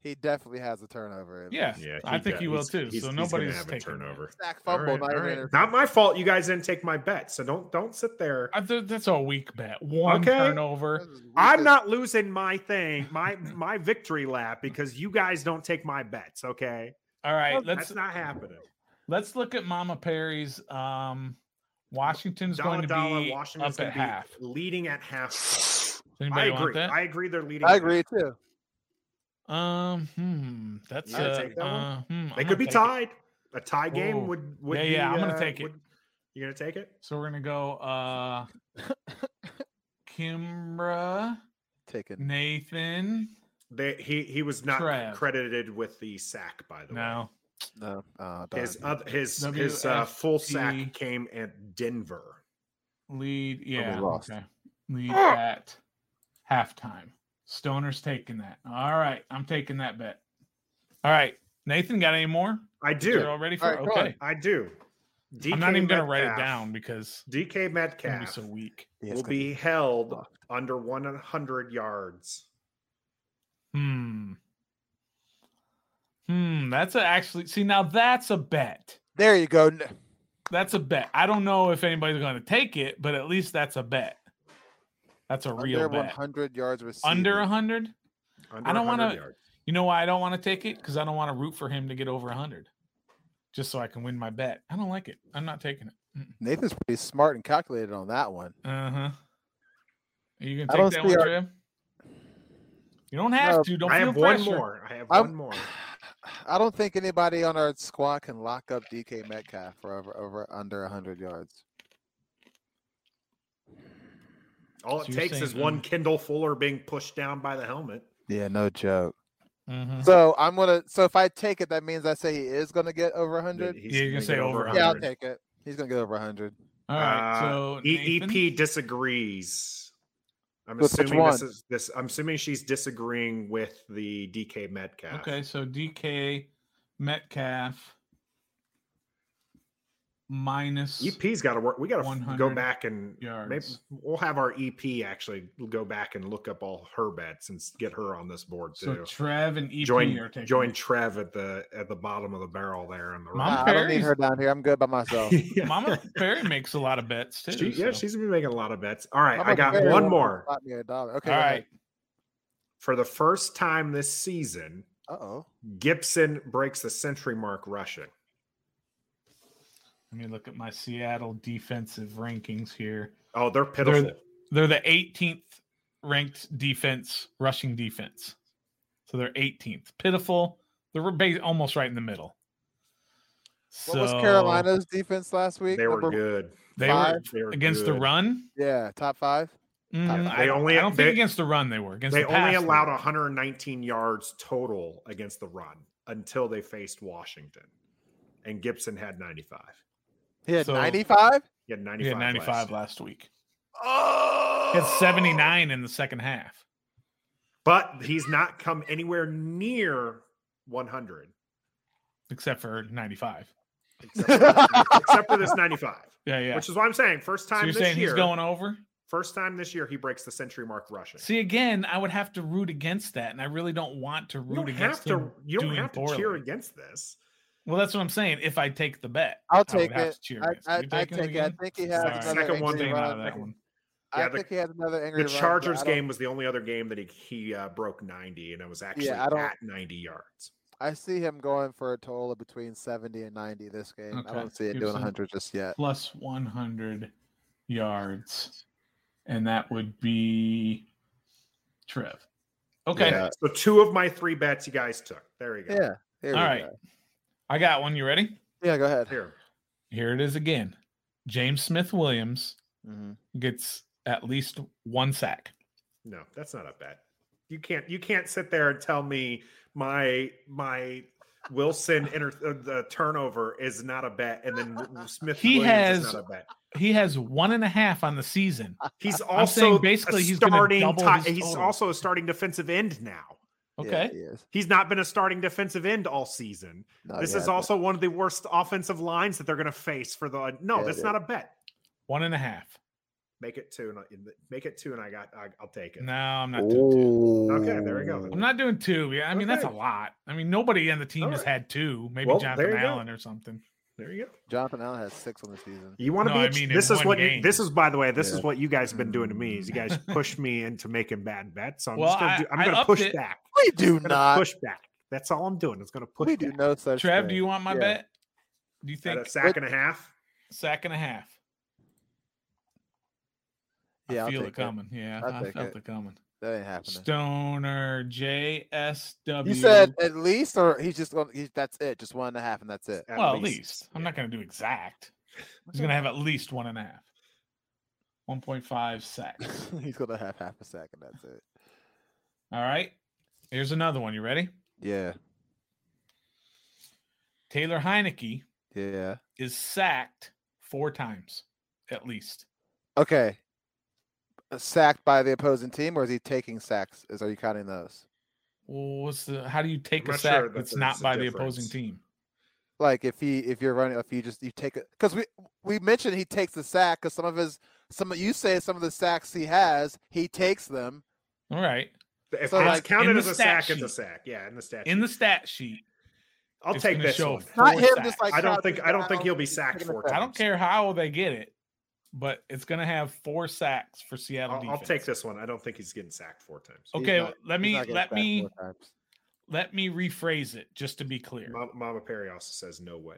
[SPEAKER 4] he definitely has a turnover. at
[SPEAKER 5] Yeah.
[SPEAKER 4] least.
[SPEAKER 3] Yeah,
[SPEAKER 5] I think
[SPEAKER 3] got-
[SPEAKER 5] he will
[SPEAKER 3] he's-
[SPEAKER 5] too,
[SPEAKER 3] he's-
[SPEAKER 5] so
[SPEAKER 3] he's gonna
[SPEAKER 5] nobody's
[SPEAKER 3] have a
[SPEAKER 5] taking that.
[SPEAKER 3] turnover.
[SPEAKER 4] sack
[SPEAKER 3] All
[SPEAKER 4] fumble,
[SPEAKER 3] right, all
[SPEAKER 4] not even
[SPEAKER 3] right.
[SPEAKER 4] an interception.
[SPEAKER 3] Not my fault. You guys didn't take my bet, so don't don't sit there.
[SPEAKER 5] I th- that's a weak bet. One
[SPEAKER 3] Okay.
[SPEAKER 5] turnover.
[SPEAKER 4] This is weak
[SPEAKER 3] I'm
[SPEAKER 4] as-
[SPEAKER 3] not losing my thing, my my victory lap because you guys don't take my bets. Okay,
[SPEAKER 5] All right,
[SPEAKER 3] that's
[SPEAKER 5] let's
[SPEAKER 3] not happening.
[SPEAKER 5] let's look at Mama Perry's. Um, Washington's
[SPEAKER 3] Dollar
[SPEAKER 5] going to
[SPEAKER 3] dollar,
[SPEAKER 5] be
[SPEAKER 3] Washington's
[SPEAKER 5] up at
[SPEAKER 3] going
[SPEAKER 5] half.
[SPEAKER 3] to be leading at half. I
[SPEAKER 5] Anybody want
[SPEAKER 3] agree.
[SPEAKER 5] that?
[SPEAKER 3] I agree. They're leading.
[SPEAKER 4] I
[SPEAKER 3] at
[SPEAKER 4] agree too.
[SPEAKER 5] um, hmm, that's
[SPEAKER 4] You would
[SPEAKER 5] uh,
[SPEAKER 4] take that one?
[SPEAKER 5] uh, hmm, I'm
[SPEAKER 3] half. They
[SPEAKER 5] gonna
[SPEAKER 3] could be
[SPEAKER 5] take it.
[SPEAKER 3] tied. A tie game
[SPEAKER 5] Ooh.
[SPEAKER 3] would would
[SPEAKER 5] Yeah,
[SPEAKER 3] be,
[SPEAKER 5] yeah, I'm gonna
[SPEAKER 3] uh,
[SPEAKER 5] take it.
[SPEAKER 3] would- you gonna take it?
[SPEAKER 5] So we're gonna go. Uh, Kimra,
[SPEAKER 4] Taking
[SPEAKER 5] Nathan.
[SPEAKER 3] They, he he was not
[SPEAKER 5] Trav.
[SPEAKER 3] credited with the sack by the way.
[SPEAKER 5] No,
[SPEAKER 4] no. Uh,
[SPEAKER 3] Mm. His
[SPEAKER 4] darn.
[SPEAKER 3] other his his uh, full sack
[SPEAKER 5] WFT.
[SPEAKER 3] came at Denver.
[SPEAKER 5] lead. Yeah,
[SPEAKER 4] lost. Ah!
[SPEAKER 5] okay. Lead at halftime. Stoner's taking that. All right, I'm taking that bet. All right, Nathan, got any more?
[SPEAKER 3] I
[SPEAKER 5] You're
[SPEAKER 3] do.
[SPEAKER 5] all ready for
[SPEAKER 4] All
[SPEAKER 5] it?
[SPEAKER 4] right, go
[SPEAKER 5] okay.
[SPEAKER 3] I do. DK
[SPEAKER 5] I'm not even gonna write it
[SPEAKER 3] Metcalf-
[SPEAKER 5] down because
[SPEAKER 3] DK
[SPEAKER 5] it's gonna be
[SPEAKER 3] Metcalf
[SPEAKER 5] so weak.
[SPEAKER 4] Yes,
[SPEAKER 3] will
[SPEAKER 4] good.
[SPEAKER 3] be held
[SPEAKER 4] Lost.
[SPEAKER 3] under 100 yards.
[SPEAKER 5] Hmm. Hmm. That's a actually see now that's a bet.
[SPEAKER 4] There you go. N-
[SPEAKER 5] That's a bet. I don't know if anybody's going to take it, but at least that's a bet. That's a real
[SPEAKER 4] Under
[SPEAKER 5] bet.
[SPEAKER 4] 100 yards receiving.
[SPEAKER 5] Under 100?
[SPEAKER 3] Under
[SPEAKER 5] I don't
[SPEAKER 3] 100
[SPEAKER 5] wanna-
[SPEAKER 3] yards.
[SPEAKER 5] You know why I don't want to take it? Because I don't want to root for him to get over 100 just so I can win my bet. I don't like it. I'm not taking it.
[SPEAKER 4] Nathan's pretty smart and calculated on that one.
[SPEAKER 5] Uh huh. Are you going
[SPEAKER 4] I
[SPEAKER 5] to
[SPEAKER 4] don't
[SPEAKER 5] take that
[SPEAKER 4] see
[SPEAKER 5] one,
[SPEAKER 4] our-
[SPEAKER 5] Trev? You don't have
[SPEAKER 4] No,
[SPEAKER 5] to. Don't
[SPEAKER 3] I
[SPEAKER 5] feel
[SPEAKER 3] have one
[SPEAKER 5] pressure.
[SPEAKER 3] more. I have
[SPEAKER 4] I'm-
[SPEAKER 3] one more.
[SPEAKER 4] I don't think anybody on our squad can lock up DK Metcalf for over, over under 100 yards.
[SPEAKER 3] All
[SPEAKER 5] So
[SPEAKER 3] it
[SPEAKER 5] you're
[SPEAKER 3] takes is
[SPEAKER 5] saying
[SPEAKER 3] one
[SPEAKER 5] under-
[SPEAKER 3] Kindle Fuller being pushed down by the helmet.
[SPEAKER 4] Yeah, no joke.
[SPEAKER 3] Mm-hmm.
[SPEAKER 5] Mhm.
[SPEAKER 4] So I'm gonna. So if I take it, that means I say he is gonna get over 100.
[SPEAKER 3] He's
[SPEAKER 5] Yeah, you can
[SPEAKER 3] gonna
[SPEAKER 5] say
[SPEAKER 3] get
[SPEAKER 5] over
[SPEAKER 4] Yeah, I'll
[SPEAKER 5] 100.
[SPEAKER 4] take it. He's gonna get over 100.
[SPEAKER 5] All right. So
[SPEAKER 3] Uh,
[SPEAKER 5] Nathan?
[SPEAKER 3] EEP disagrees. I'm
[SPEAKER 4] With which
[SPEAKER 3] assuming this
[SPEAKER 4] one?
[SPEAKER 3] is this. I'm assuming she's disagreeing with the DK Metcalf.
[SPEAKER 5] Okay, so DK Metcalf minus
[SPEAKER 3] EP's got to E work. We got to go
[SPEAKER 5] 100
[SPEAKER 3] back and maybe
[SPEAKER 5] yards.
[SPEAKER 3] we'll have our EP actually go back and look up all her bets and s- get her on this board
[SPEAKER 5] So
[SPEAKER 3] too.
[SPEAKER 5] Trev and EP
[SPEAKER 3] join
[SPEAKER 5] are taking
[SPEAKER 3] join
[SPEAKER 5] it.
[SPEAKER 3] Trev at the at the bottom of the barrel there in the
[SPEAKER 5] Mom
[SPEAKER 4] Nah,
[SPEAKER 3] right.
[SPEAKER 4] I don't need
[SPEAKER 5] Perry's-
[SPEAKER 4] her down here. I'm good by myself.
[SPEAKER 3] Yeah.
[SPEAKER 5] Mama Perry makes a lot of bets too.
[SPEAKER 3] She- yeah,
[SPEAKER 5] so-
[SPEAKER 3] she's been making a lot of bets. All right,
[SPEAKER 4] Mama
[SPEAKER 3] I got
[SPEAKER 4] Perry
[SPEAKER 3] one
[SPEAKER 4] wants to
[SPEAKER 3] more
[SPEAKER 4] slap me a dollar. Okay.
[SPEAKER 5] all right.
[SPEAKER 3] for the first time this season.
[SPEAKER 4] Uh oh.
[SPEAKER 3] Gibson breaks the century mark rushing.
[SPEAKER 5] Let me look at my Seattle defensive rankings here.
[SPEAKER 3] Oh, they're
[SPEAKER 5] They're-
[SPEAKER 3] pitiful.
[SPEAKER 5] They're the 18th ranked defense, rushing defense. So they're 18th. Pitiful. They're ba- almost right in the middle.
[SPEAKER 4] What was
[SPEAKER 5] So
[SPEAKER 4] Carolina's defense last week?
[SPEAKER 3] They were
[SPEAKER 4] Number-
[SPEAKER 3] good.
[SPEAKER 5] They
[SPEAKER 4] Five.
[SPEAKER 5] were
[SPEAKER 3] They were
[SPEAKER 5] against the
[SPEAKER 3] good.
[SPEAKER 5] run.
[SPEAKER 4] Yeah, top five.
[SPEAKER 5] Mm,
[SPEAKER 4] They
[SPEAKER 5] I, don't-
[SPEAKER 3] only-
[SPEAKER 5] I don't
[SPEAKER 3] they-
[SPEAKER 5] think against the run they were. Against
[SPEAKER 3] They
[SPEAKER 5] the
[SPEAKER 3] only
[SPEAKER 5] pass,
[SPEAKER 3] allowed
[SPEAKER 5] were.
[SPEAKER 3] 119 yards total against the run until they faced Washington, and Gibson had 95.
[SPEAKER 4] He had
[SPEAKER 5] So-
[SPEAKER 4] 95.
[SPEAKER 3] He had 95.
[SPEAKER 5] He had 95 last,
[SPEAKER 3] last.
[SPEAKER 5] week.
[SPEAKER 4] Oh.
[SPEAKER 5] He had 79 in the second half.
[SPEAKER 3] But he's not come anywhere near 100
[SPEAKER 5] Except for 95.
[SPEAKER 3] except for, except for this 95,
[SPEAKER 5] Yeah, yeah.
[SPEAKER 3] which is why I'm saying first
[SPEAKER 5] so
[SPEAKER 3] time
[SPEAKER 5] you're
[SPEAKER 3] this
[SPEAKER 5] saying
[SPEAKER 3] year.
[SPEAKER 5] he's going over?
[SPEAKER 3] first time this year he breaks the century mark rushing.
[SPEAKER 5] See, again, I would have to root against that, and I really don't want to
[SPEAKER 3] you
[SPEAKER 5] root
[SPEAKER 3] don't have
[SPEAKER 5] against
[SPEAKER 3] to.
[SPEAKER 5] him
[SPEAKER 3] You don't
[SPEAKER 5] doing
[SPEAKER 3] have to cheer
[SPEAKER 5] poorly.
[SPEAKER 3] against this.
[SPEAKER 5] Well, that's what I'm saying. If I take the bet,
[SPEAKER 4] I'll
[SPEAKER 5] I would
[SPEAKER 4] take
[SPEAKER 5] have
[SPEAKER 4] it.
[SPEAKER 5] to cheer
[SPEAKER 4] I,
[SPEAKER 5] against him.
[SPEAKER 4] I,
[SPEAKER 5] You
[SPEAKER 4] I
[SPEAKER 5] taking him
[SPEAKER 4] take it. I
[SPEAKER 5] again?
[SPEAKER 4] think he
[SPEAKER 5] All
[SPEAKER 4] has
[SPEAKER 5] right.
[SPEAKER 4] another
[SPEAKER 3] Second one
[SPEAKER 4] angry
[SPEAKER 5] Staying
[SPEAKER 3] thing
[SPEAKER 5] out
[SPEAKER 4] run.
[SPEAKER 5] of that one.
[SPEAKER 4] I
[SPEAKER 3] Yeah, the-
[SPEAKER 4] think he has another angry
[SPEAKER 3] The
[SPEAKER 4] run, but I
[SPEAKER 3] Chargers
[SPEAKER 4] don't-
[SPEAKER 3] game was the only other game that he, he uh, broke 90, and it was actually
[SPEAKER 4] I don't-
[SPEAKER 3] at 90 yards.
[SPEAKER 4] I see him going for a total of between 70 and 90 this game.
[SPEAKER 5] Okay,
[SPEAKER 4] I don't see it doing
[SPEAKER 5] Gibson.
[SPEAKER 4] 100 just yet.
[SPEAKER 5] plus 100 yards, and that would be Trev. Okay,
[SPEAKER 4] Yeah.
[SPEAKER 3] So two of my three bets you guys took. There you go.
[SPEAKER 4] Yeah. Here
[SPEAKER 5] all
[SPEAKER 4] we
[SPEAKER 5] right.
[SPEAKER 4] go.
[SPEAKER 5] I got one. You ready?
[SPEAKER 4] Yeah, go ahead.
[SPEAKER 3] Here.
[SPEAKER 5] Here it is again. James Smith Williams
[SPEAKER 4] Mhm.
[SPEAKER 5] gets at least one sack.
[SPEAKER 3] No, that's not a bet. You can't you can't sit there and tell me my my Wilson inter- uh, the turnover is not a bet, and then W- W- Smith
[SPEAKER 5] He
[SPEAKER 3] Williams
[SPEAKER 5] has-
[SPEAKER 3] is not a bet.
[SPEAKER 5] He has one and a half on the season.
[SPEAKER 4] Ah,
[SPEAKER 3] He's
[SPEAKER 5] I'm saying
[SPEAKER 3] also
[SPEAKER 5] basically
[SPEAKER 3] basically
[SPEAKER 5] he's gonna
[SPEAKER 3] starting.
[SPEAKER 5] double
[SPEAKER 3] ti-
[SPEAKER 5] his
[SPEAKER 3] he's
[SPEAKER 5] total.
[SPEAKER 3] also a starting defensive end now.
[SPEAKER 4] Yeah,
[SPEAKER 5] Okay.
[SPEAKER 4] he is.
[SPEAKER 3] He's not been a starting defensive end all season.
[SPEAKER 4] No,
[SPEAKER 3] this
[SPEAKER 4] yeah,
[SPEAKER 3] is
[SPEAKER 4] but-
[SPEAKER 3] also one of the worst offensive lines that they're going to face for the. No,
[SPEAKER 4] Yeah,
[SPEAKER 3] that's
[SPEAKER 4] it
[SPEAKER 3] not a bet.
[SPEAKER 5] One and a half.
[SPEAKER 3] Make it two, and I, make it two, and I got. I, I'll take it.
[SPEAKER 5] No, I'm not doing two.
[SPEAKER 3] Okay, there we go.
[SPEAKER 5] I'm not doing two. Yeah, I mean that's a
[SPEAKER 3] Okay.
[SPEAKER 5] lot. I mean nobody on the team
[SPEAKER 3] All
[SPEAKER 5] has
[SPEAKER 3] right.
[SPEAKER 5] had two. Maybe
[SPEAKER 3] Well,
[SPEAKER 5] Jonathan
[SPEAKER 3] there you go.
[SPEAKER 5] Allen or something.
[SPEAKER 3] There you go.
[SPEAKER 4] Jonathan Allen has six on the season.
[SPEAKER 3] You want to
[SPEAKER 5] No,
[SPEAKER 3] be?
[SPEAKER 5] I
[SPEAKER 3] a ch-
[SPEAKER 5] mean in
[SPEAKER 3] this is
[SPEAKER 5] one
[SPEAKER 3] what
[SPEAKER 5] game.
[SPEAKER 3] you, this is. By the way, this is
[SPEAKER 4] Yeah.
[SPEAKER 3] what you guys have been doing to me. Is you guys push me into making bad bets. So I'm
[SPEAKER 5] Well,
[SPEAKER 3] just gonna
[SPEAKER 5] I-
[SPEAKER 3] do,
[SPEAKER 5] I
[SPEAKER 3] I'm gonna
[SPEAKER 5] upped
[SPEAKER 3] push
[SPEAKER 5] it.
[SPEAKER 3] back.
[SPEAKER 4] We do
[SPEAKER 3] I'm gonna
[SPEAKER 4] not.
[SPEAKER 3] push back. That's all I'm doing. It's gonna push
[SPEAKER 4] we do
[SPEAKER 3] back.
[SPEAKER 4] no such
[SPEAKER 5] Trav,
[SPEAKER 4] thing.
[SPEAKER 5] do you want my
[SPEAKER 4] Yeah.
[SPEAKER 5] bet? Do you
[SPEAKER 3] At
[SPEAKER 5] think
[SPEAKER 3] a sack and a half.
[SPEAKER 5] sack and a half?
[SPEAKER 4] Yeah,
[SPEAKER 5] I
[SPEAKER 4] I'll
[SPEAKER 5] feel it
[SPEAKER 4] take it.
[SPEAKER 5] coming. Yeah,
[SPEAKER 4] I'll
[SPEAKER 5] I,
[SPEAKER 4] take
[SPEAKER 5] felt
[SPEAKER 4] it.
[SPEAKER 5] it coming.
[SPEAKER 4] That ain't happening.
[SPEAKER 5] Stoner JSW.
[SPEAKER 4] You said at least, or he's just going. He's, that's it. Just one and a half, and that's it.
[SPEAKER 3] At
[SPEAKER 5] well, at least. I'm
[SPEAKER 3] Yeah.
[SPEAKER 5] not going to do exact. He's going to have at least one and a half. 1.5 sacks.
[SPEAKER 4] he's gonna have half a sack, and that's it.
[SPEAKER 5] All right. Here's another one. You ready?
[SPEAKER 4] Yeah,
[SPEAKER 5] Taylor Heineke
[SPEAKER 4] yeah.
[SPEAKER 5] is sacked four times at least.
[SPEAKER 4] Okay. Sacked by the opposing team, or is he taking sacks? Is are you counting those?
[SPEAKER 5] Well, what's the how do you take
[SPEAKER 3] I'm
[SPEAKER 5] a
[SPEAKER 3] not
[SPEAKER 5] sack
[SPEAKER 3] sure that
[SPEAKER 5] that's
[SPEAKER 3] there's
[SPEAKER 5] not
[SPEAKER 3] a
[SPEAKER 5] by the
[SPEAKER 3] difference.
[SPEAKER 5] opposing team?
[SPEAKER 4] Like if he if you're running if you just you take it because we we mentioned he takes the sack because some of his some of you say some of the sacks he has he takes them.
[SPEAKER 5] All right.
[SPEAKER 3] If
[SPEAKER 4] So,
[SPEAKER 3] it's
[SPEAKER 4] like,
[SPEAKER 5] in
[SPEAKER 3] counted
[SPEAKER 5] the
[SPEAKER 3] as a
[SPEAKER 5] stat
[SPEAKER 3] sack, it's a
[SPEAKER 5] sheet-
[SPEAKER 3] sack. Yeah, in the stat.
[SPEAKER 5] In the
[SPEAKER 3] sheet.
[SPEAKER 5] stat sheet,
[SPEAKER 3] I'll
[SPEAKER 5] it's
[SPEAKER 3] take
[SPEAKER 5] gonna
[SPEAKER 3] this
[SPEAKER 5] show
[SPEAKER 3] one.
[SPEAKER 5] four
[SPEAKER 4] Not him,
[SPEAKER 5] sacks.
[SPEAKER 4] just like
[SPEAKER 3] I don't
[SPEAKER 4] Travis
[SPEAKER 3] think. I don't think
[SPEAKER 4] Brown.
[SPEAKER 3] he'll be sacked
[SPEAKER 4] taking a
[SPEAKER 3] four
[SPEAKER 4] sack.
[SPEAKER 3] times.
[SPEAKER 5] I don't care how they get it, but it's going to have four sacks for Seattle
[SPEAKER 3] I'll, I'll
[SPEAKER 5] defense.
[SPEAKER 3] take this one. I don't think he's getting sacked four times.
[SPEAKER 4] He's
[SPEAKER 5] Okay,
[SPEAKER 4] not-
[SPEAKER 5] let
[SPEAKER 4] he's
[SPEAKER 5] me
[SPEAKER 4] not getting
[SPEAKER 5] let
[SPEAKER 4] sacked
[SPEAKER 5] me
[SPEAKER 4] four times.
[SPEAKER 5] let me rephrase it just to be clear.
[SPEAKER 3] Ma- Mama Perry also says no way.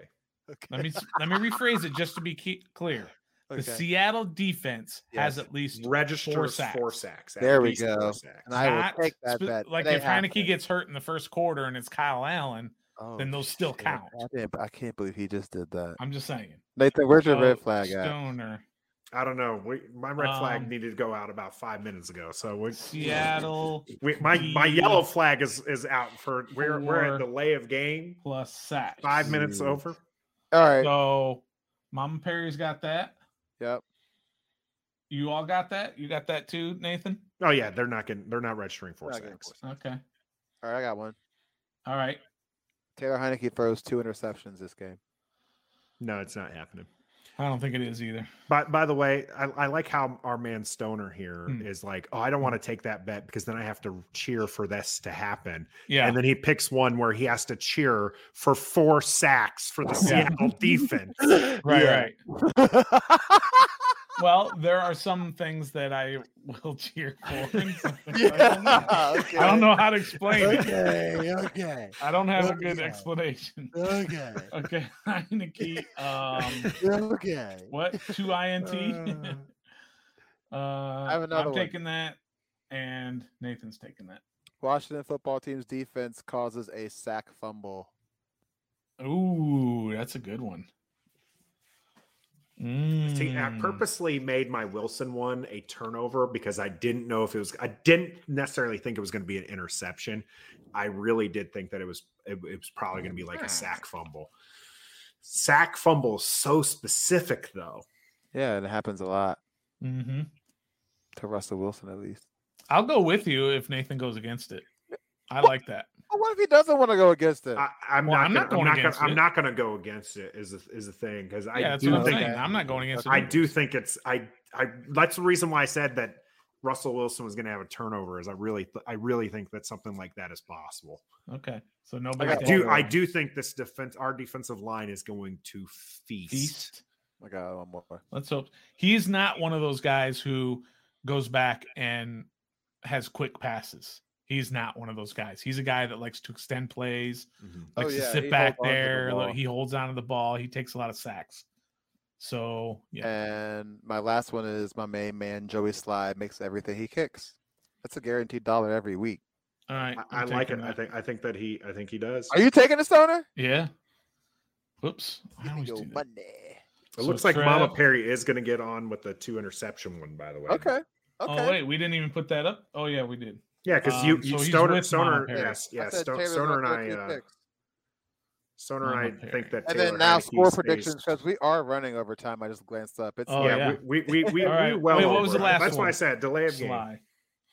[SPEAKER 5] Let me s- let me rephrase it just to be ke- clear. The
[SPEAKER 4] Okay.
[SPEAKER 5] Seattle defense has
[SPEAKER 4] Yes.
[SPEAKER 5] at least
[SPEAKER 3] Registers four
[SPEAKER 5] sacks.
[SPEAKER 3] sacks. Four sacks at
[SPEAKER 4] There we
[SPEAKER 3] least four
[SPEAKER 4] go.
[SPEAKER 3] sacks.
[SPEAKER 4] And I will
[SPEAKER 5] not
[SPEAKER 4] take that
[SPEAKER 5] spe-
[SPEAKER 4] bet.
[SPEAKER 5] Like
[SPEAKER 4] It
[SPEAKER 5] if
[SPEAKER 4] ain't
[SPEAKER 5] Heineke
[SPEAKER 4] happening.
[SPEAKER 5] gets hurt in the first quarter and it's Kyle Allen, then
[SPEAKER 4] Oh,
[SPEAKER 5] those still
[SPEAKER 4] shit.
[SPEAKER 5] count.
[SPEAKER 4] I can't, I can't believe he just did that.
[SPEAKER 5] I'm just saying.
[SPEAKER 4] Nathan, where's your
[SPEAKER 5] So,
[SPEAKER 4] red flag at?
[SPEAKER 5] Stoner
[SPEAKER 3] I don't know. We, my red flag
[SPEAKER 5] Um,
[SPEAKER 3] needed to go out about five minutes ago. So we,
[SPEAKER 5] Seattle
[SPEAKER 3] we, my my
[SPEAKER 5] the-
[SPEAKER 3] yellow flag is is out for we're we're at
[SPEAKER 5] Four.
[SPEAKER 3] delay of game.
[SPEAKER 5] plus sacks.
[SPEAKER 3] Five minutes
[SPEAKER 4] Ooh.
[SPEAKER 3] over.
[SPEAKER 4] All right.
[SPEAKER 5] So Mama Perry's got that.
[SPEAKER 4] Yep.
[SPEAKER 5] You all got that? You got that too, Nathan?
[SPEAKER 3] Oh yeah, they're not getting they're not registering four
[SPEAKER 4] Not
[SPEAKER 3] sacks.
[SPEAKER 4] getting four
[SPEAKER 5] Okay.
[SPEAKER 4] All right, I got one.
[SPEAKER 5] All right.
[SPEAKER 4] Taylor Heineke throws two interceptions this game.
[SPEAKER 3] No, it's not happening.
[SPEAKER 5] I don't think it is either.
[SPEAKER 3] By by the way, I, I like how our man Stoner here is
[SPEAKER 5] Hmm.
[SPEAKER 3] like, oh, I don't want to take that bet because then I have to cheer for this to happen.
[SPEAKER 5] Yeah.
[SPEAKER 3] And then he picks one where he has to cheer for four sacks for the
[SPEAKER 5] Yeah.
[SPEAKER 3] Seattle defense.
[SPEAKER 5] right,
[SPEAKER 4] Yeah.
[SPEAKER 5] right. Well, there are some things that I will cheer for. and some things I will not.
[SPEAKER 4] yeah. Okay.
[SPEAKER 5] I don't know how to explain it.
[SPEAKER 4] Okay. Okay.
[SPEAKER 5] I don't have a good
[SPEAKER 4] Okay.
[SPEAKER 5] explanation.
[SPEAKER 4] Okay.
[SPEAKER 5] Okay, Heineke. Um,
[SPEAKER 4] Okay.
[SPEAKER 5] what two
[SPEAKER 3] Uh,
[SPEAKER 5] INT? Uh, I
[SPEAKER 4] have another
[SPEAKER 5] am
[SPEAKER 4] one.
[SPEAKER 5] taking that, and Nathan's taking that.
[SPEAKER 4] Washington football team's defense causes a sack fumble.
[SPEAKER 5] Ooh, that's a good one.
[SPEAKER 3] See, I
[SPEAKER 5] Mm.
[SPEAKER 3] purposely made my Wilson one a turnover because I didn't know if it was. I didn't necessarily think it was going to be an interception. I really did think that it was. It, it was probably going to be like a sack fumble. Sack fumble is so specific though.
[SPEAKER 4] Yeah, and it happens a lot
[SPEAKER 5] Mhm.
[SPEAKER 4] to Russell Wilson at least.
[SPEAKER 5] I'll go with you if Nathan goes against it. I like that.
[SPEAKER 4] But what if he doesn't want to go against it?
[SPEAKER 3] I, I'm,
[SPEAKER 5] Well,
[SPEAKER 3] not gonna, I'm
[SPEAKER 5] I'm not going
[SPEAKER 3] not going.
[SPEAKER 5] against
[SPEAKER 3] I'm
[SPEAKER 5] it.
[SPEAKER 3] not going to go against it. Is the, is the thing because I
[SPEAKER 5] yeah, that's
[SPEAKER 3] do
[SPEAKER 5] what I'm
[SPEAKER 3] think
[SPEAKER 5] saying. I'm not going against.
[SPEAKER 3] I
[SPEAKER 5] it.
[SPEAKER 3] do think it's I I that's the reason why I said that Russell Wilson was going to have a turnover is I really th- I really think that something like that is possible.
[SPEAKER 5] Okay, so
[SPEAKER 3] I
[SPEAKER 5] nobody
[SPEAKER 4] got
[SPEAKER 3] do
[SPEAKER 4] one
[SPEAKER 3] I
[SPEAKER 4] more.
[SPEAKER 3] do think this defense our defensive line is going to feast.
[SPEAKER 5] feast.
[SPEAKER 4] I got one more.
[SPEAKER 5] Let's hope he's not one of those guys who goes back and has quick passes. He's not one of those guys. He's a guy that likes to extend plays,
[SPEAKER 3] Mm-hmm.
[SPEAKER 4] Oh,
[SPEAKER 5] likes
[SPEAKER 4] yeah,
[SPEAKER 5] to sit
[SPEAKER 4] he
[SPEAKER 5] back
[SPEAKER 4] holds onto the
[SPEAKER 5] there.
[SPEAKER 4] ball.
[SPEAKER 5] he holds on to the ball. He takes a lot of sacks. So yeah,
[SPEAKER 4] And my last one is my main man Joey Sly makes everything he kicks. That's a guaranteed dollar every week.
[SPEAKER 5] all right.
[SPEAKER 3] I, I
[SPEAKER 5] I'm
[SPEAKER 3] like it.
[SPEAKER 5] taking
[SPEAKER 3] I
[SPEAKER 5] that.
[SPEAKER 3] think I think that he I think he does.
[SPEAKER 4] Are you taking a stoner?
[SPEAKER 5] Yeah. Whoops. I
[SPEAKER 4] Give me
[SPEAKER 5] always do
[SPEAKER 4] your
[SPEAKER 5] that.
[SPEAKER 4] money.
[SPEAKER 3] it
[SPEAKER 5] So
[SPEAKER 3] looks like Mama
[SPEAKER 5] Trev-
[SPEAKER 3] Perry is going to get on with the two interception one by the way.
[SPEAKER 4] Okay. Okay.
[SPEAKER 5] Oh wait, we didn't even put that up. Oh yeah, we did.
[SPEAKER 3] Yeah, cuz you,
[SPEAKER 5] Um,
[SPEAKER 3] you
[SPEAKER 5] so he's
[SPEAKER 3] Stoner
[SPEAKER 5] with
[SPEAKER 3] Stoner
[SPEAKER 5] Mama Perry.
[SPEAKER 3] yes,
[SPEAKER 4] I
[SPEAKER 3] yeah,
[SPEAKER 4] said
[SPEAKER 3] Sto-
[SPEAKER 4] Taylor's
[SPEAKER 3] Stoner and
[SPEAKER 4] on 13
[SPEAKER 3] I uh,
[SPEAKER 4] picks.
[SPEAKER 3] Stoner and
[SPEAKER 5] Mama
[SPEAKER 3] I
[SPEAKER 5] Perry.
[SPEAKER 3] think that
[SPEAKER 4] and
[SPEAKER 3] Taylor
[SPEAKER 4] then now
[SPEAKER 3] Heineke
[SPEAKER 4] score
[SPEAKER 3] stays-
[SPEAKER 4] predictions because we are running over time. I just glanced up. It's
[SPEAKER 5] Oh,
[SPEAKER 3] yeah,
[SPEAKER 5] yeah.
[SPEAKER 3] we we we, we,
[SPEAKER 5] All right.
[SPEAKER 3] we well
[SPEAKER 5] Wait, what was
[SPEAKER 3] over
[SPEAKER 5] the
[SPEAKER 3] it.
[SPEAKER 5] last
[SPEAKER 3] That's why I
[SPEAKER 5] one?
[SPEAKER 3] said delay of game.
[SPEAKER 5] Sly.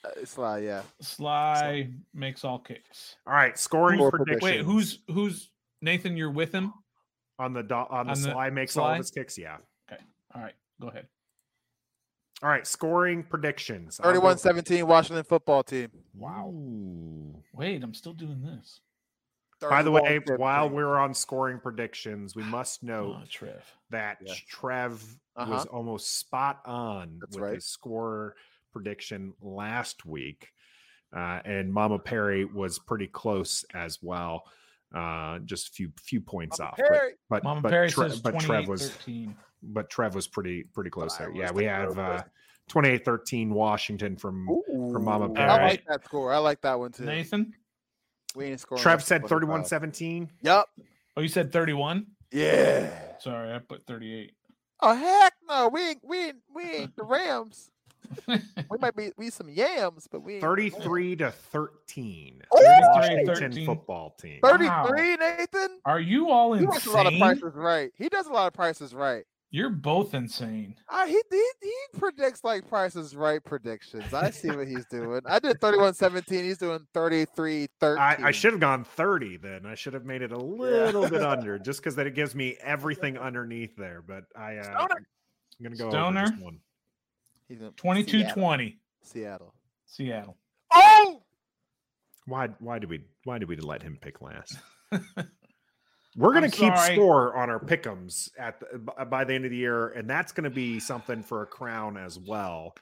[SPEAKER 4] uh, Sly. Yeah.
[SPEAKER 5] Sly makes all kicks.
[SPEAKER 3] All right, scoring
[SPEAKER 4] Score
[SPEAKER 3] predictions.
[SPEAKER 5] Wait, who's who's Nathan? You're with him.
[SPEAKER 3] on the do- on the
[SPEAKER 5] on the
[SPEAKER 3] Sly makes all
[SPEAKER 5] Sly?
[SPEAKER 3] of his kicks? Yeah.
[SPEAKER 5] All right, go ahead.
[SPEAKER 3] All right, scoring predictions. I'll go-
[SPEAKER 4] 31 17 Washington football team.
[SPEAKER 3] Wow.
[SPEAKER 5] Wait, I'm still doing this.
[SPEAKER 3] By the
[SPEAKER 4] 31
[SPEAKER 3] way, while
[SPEAKER 4] 15.
[SPEAKER 3] we're on scoring predictions, we must note
[SPEAKER 5] Oh, Trev.
[SPEAKER 3] that
[SPEAKER 4] Yeah.
[SPEAKER 3] Trev was
[SPEAKER 4] Uh-huh.
[SPEAKER 3] almost spot on
[SPEAKER 4] That's
[SPEAKER 3] with
[SPEAKER 4] right.
[SPEAKER 3] his score prediction last week, uh, and Mama Perry was pretty close as well. Uh, just a few few points
[SPEAKER 4] Mama
[SPEAKER 3] off, but-
[SPEAKER 4] Perry.
[SPEAKER 3] but
[SPEAKER 5] Mama
[SPEAKER 3] but,
[SPEAKER 5] Perry
[SPEAKER 3] Tre-
[SPEAKER 5] says
[SPEAKER 3] but Trev
[SPEAKER 5] 28
[SPEAKER 3] was
[SPEAKER 5] 13.
[SPEAKER 3] but Trev was pretty pretty close
[SPEAKER 4] I
[SPEAKER 3] there.
[SPEAKER 4] was
[SPEAKER 3] Yeah, we
[SPEAKER 4] the
[SPEAKER 3] have
[SPEAKER 4] closer.
[SPEAKER 3] uh, 28-13 Washington from
[SPEAKER 4] Ooh,
[SPEAKER 3] Mama
[SPEAKER 5] Perry.
[SPEAKER 4] I like that score. I like that one too.
[SPEAKER 5] Nathan?
[SPEAKER 4] We ain't scoring.
[SPEAKER 3] Trev
[SPEAKER 4] less than
[SPEAKER 3] said 31
[SPEAKER 4] 25.
[SPEAKER 3] 17.
[SPEAKER 4] Yep.
[SPEAKER 5] Oh, you said 31?
[SPEAKER 4] Yeah.
[SPEAKER 5] Sorry, I put 38.
[SPEAKER 4] Oh heck no. We ain't we ain't we ain't the Rams. We might be we some yams, but we ain't the Rams.
[SPEAKER 3] 33 to 13.
[SPEAKER 4] Ooh!
[SPEAKER 3] Washington
[SPEAKER 5] 33.
[SPEAKER 3] football team.
[SPEAKER 4] 33, Nathan.
[SPEAKER 5] Are you all
[SPEAKER 4] He watches a lot of
[SPEAKER 5] insane?
[SPEAKER 4] prices right. He does a lot of prices right.
[SPEAKER 5] You're both insane.
[SPEAKER 4] Uh, he, he he predicts like prices right predictions. I see what he's doing. I did 31 17. He's doing 33 13.
[SPEAKER 3] I, I should have gone 30 then. I should have made it a little bit under just because that it gives me everything underneath there. But I, uh,
[SPEAKER 4] Stoner.
[SPEAKER 3] I'm going to go
[SPEAKER 5] Stoner.
[SPEAKER 3] over this one.
[SPEAKER 4] He's in
[SPEAKER 5] 22
[SPEAKER 4] Seattle.
[SPEAKER 5] 20,
[SPEAKER 4] Seattle.
[SPEAKER 5] Seattle.
[SPEAKER 4] Oh,
[SPEAKER 3] Why, why did we, why did we let him pick last? We're going
[SPEAKER 5] I'm
[SPEAKER 3] to keep
[SPEAKER 5] sorry.
[SPEAKER 3] score on our pickums at the, b- uh, by the end of the year, and that's going to be something for a crown as well.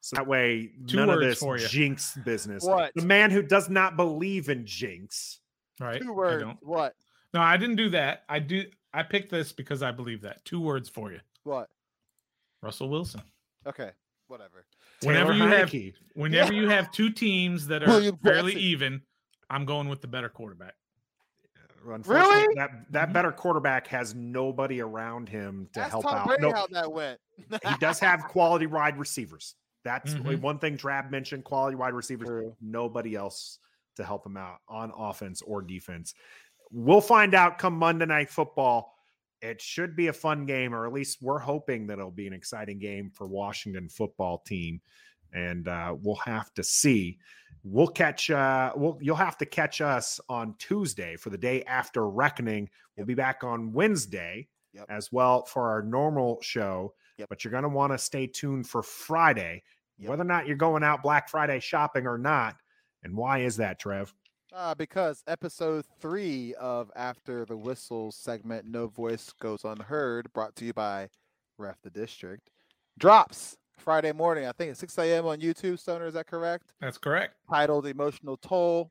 [SPEAKER 3] So that way,
[SPEAKER 5] Two
[SPEAKER 3] none of
[SPEAKER 5] words
[SPEAKER 3] this
[SPEAKER 5] for you.
[SPEAKER 3] jinx business.
[SPEAKER 4] What?
[SPEAKER 3] The man who does not believe in jinx.
[SPEAKER 5] Right?
[SPEAKER 4] two
[SPEAKER 5] I
[SPEAKER 4] words.
[SPEAKER 5] don't.
[SPEAKER 4] What?
[SPEAKER 5] No, I didn't do that. I do. I picked this because I believe that. Two words for you
[SPEAKER 4] What?
[SPEAKER 5] Russell Wilson.
[SPEAKER 4] Okay, whatever.
[SPEAKER 5] Whenever
[SPEAKER 3] Taylor
[SPEAKER 5] you have-
[SPEAKER 3] Heineke.
[SPEAKER 5] Whenever you have two teams that are
[SPEAKER 4] William
[SPEAKER 5] fairly
[SPEAKER 4] Jackson.
[SPEAKER 5] even, I'm going with the better quarterback.
[SPEAKER 3] Unfortunately,
[SPEAKER 4] Really?
[SPEAKER 3] That that better quarterback has nobody around him to
[SPEAKER 4] Ask
[SPEAKER 3] help
[SPEAKER 4] Tom
[SPEAKER 3] out.
[SPEAKER 4] Brady
[SPEAKER 3] No,
[SPEAKER 4] how that went.
[SPEAKER 3] he does have quality wide receivers. That's
[SPEAKER 5] Mhm.
[SPEAKER 3] one thing Drab mentioned: quality wide receivers.
[SPEAKER 4] Mm-hmm. True.
[SPEAKER 3] Nobody else to help him out on offense or defense. We'll find out come Monday Night Football. It should be a fun game, or at least we're hoping that it'll be an exciting game for Washington football team. And uh, we'll have to see. We'll catch. Uh, we'll you'll have to catch us on Tuesday for the day after reckoning. We'll be back on Wednesday
[SPEAKER 4] Yep.
[SPEAKER 3] as well for our normal show.
[SPEAKER 4] Yep.
[SPEAKER 3] But you're going to want to stay tuned for Friday,
[SPEAKER 4] Yep.
[SPEAKER 3] whether or not you're going out Black Friday shopping or not. And why is that, Trev?
[SPEAKER 4] Uh, because episode three of After the Whistle segment, No Voice Goes Unheard, brought to you by Ref the District, drops Friday morning. I think at 6 a.m. on YouTube, Stoner, is that correct?
[SPEAKER 5] That's correct.
[SPEAKER 4] Titled Emotional Toll.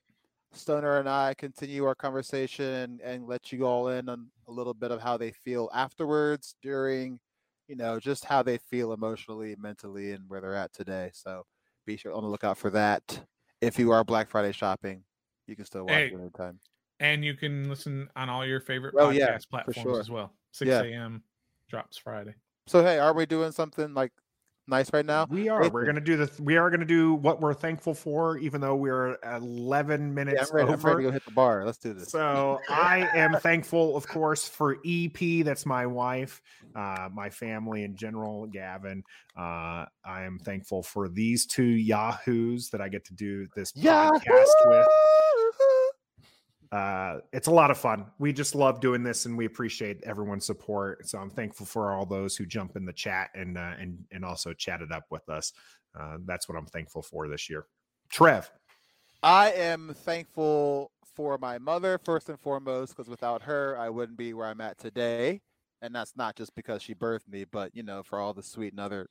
[SPEAKER 4] Stoner and I continue our conversation and, and let you all in on a little bit of how they feel afterwards, during, you know, just how they feel emotionally, mentally, and where they're at today. So be sure on the lookout for that. If you are Black Friday shopping, you can still watch
[SPEAKER 5] Hey,
[SPEAKER 4] it anytime.
[SPEAKER 5] And you can listen on all your favorite
[SPEAKER 4] Oh,
[SPEAKER 5] podcast
[SPEAKER 4] yeah,
[SPEAKER 5] platforms
[SPEAKER 4] sure.
[SPEAKER 5] as well. 6
[SPEAKER 4] Yeah.
[SPEAKER 5] a.m. drops Friday.
[SPEAKER 4] So hey, are we doing something like nice right now?
[SPEAKER 3] We are. We're
[SPEAKER 4] listen.
[SPEAKER 3] going to do the. We are going to do what we're thankful for, even though we're 11
[SPEAKER 4] Yeah,
[SPEAKER 3] minutes
[SPEAKER 4] I'm, ready, I'm ready to
[SPEAKER 3] over.
[SPEAKER 4] go hit the bar. Let's do this.
[SPEAKER 3] So I am thankful, of course, for EP. That's my wife, uh, my family in general, Gavin. Uh, I am thankful for these two yahoos that I get to do this podcast with. uh, it's a lot of fun. We just love doing this, and we appreciate everyone's support. So I'm thankful for all those who jump in the chat and uh, and and also chat it up with us. Uh, that's what I'm thankful for this year. Trev,
[SPEAKER 4] I am thankful for my mother first and foremost because without her, I wouldn't be where I'm at today. And that's not just because she birthed me, but you know, for all the sweet and other,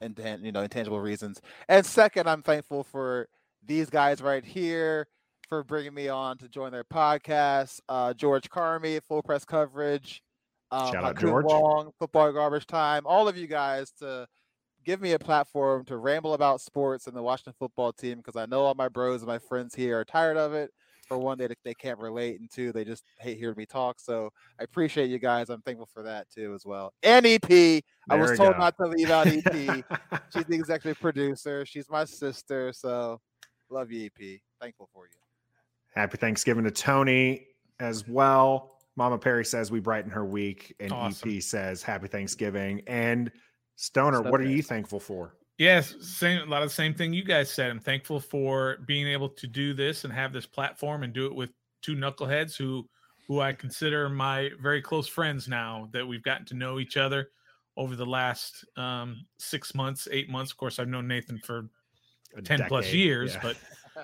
[SPEAKER 4] and you know, intangible reasons. And second, I'm thankful for these guys right here for bringing me on to join their podcast. Uh, George Carmi, full press coverage. Um,
[SPEAKER 3] Shout out
[SPEAKER 4] Hakeem
[SPEAKER 3] George.
[SPEAKER 4] Wong, football garbage time. All of you guys to give me a platform to ramble about sports and the Washington football team because I know all my bros and my friends here are tired of it. For one, they they can't relate, and two, they just hate hearing me talk. So I appreciate you guys. I'm thankful for that too as well. And EP, I
[SPEAKER 3] There
[SPEAKER 4] was
[SPEAKER 3] we
[SPEAKER 4] told
[SPEAKER 3] go.
[SPEAKER 4] not to leave out EP. E She's the executive producer. She's my sister. So love you, EP. Thankful for you.
[SPEAKER 3] happy Thanksgiving to Tony as well. Mama Perry says we brighten her week, and
[SPEAKER 5] Awesome.
[SPEAKER 3] EP says happy Thanksgiving. And Stoner, what are
[SPEAKER 4] Stoner.
[SPEAKER 3] you thankful for?
[SPEAKER 5] Yes, same a lot of the same thing you guys said. I'm thankful for being able to do this and have this platform and do it with two knuckleheads who who I consider my very close friends now that we've gotten to know each other over the last um, six months, eight months. Of course, I've known Nathan for
[SPEAKER 3] A
[SPEAKER 5] ten plus
[SPEAKER 3] decade,
[SPEAKER 5] years,
[SPEAKER 3] yeah.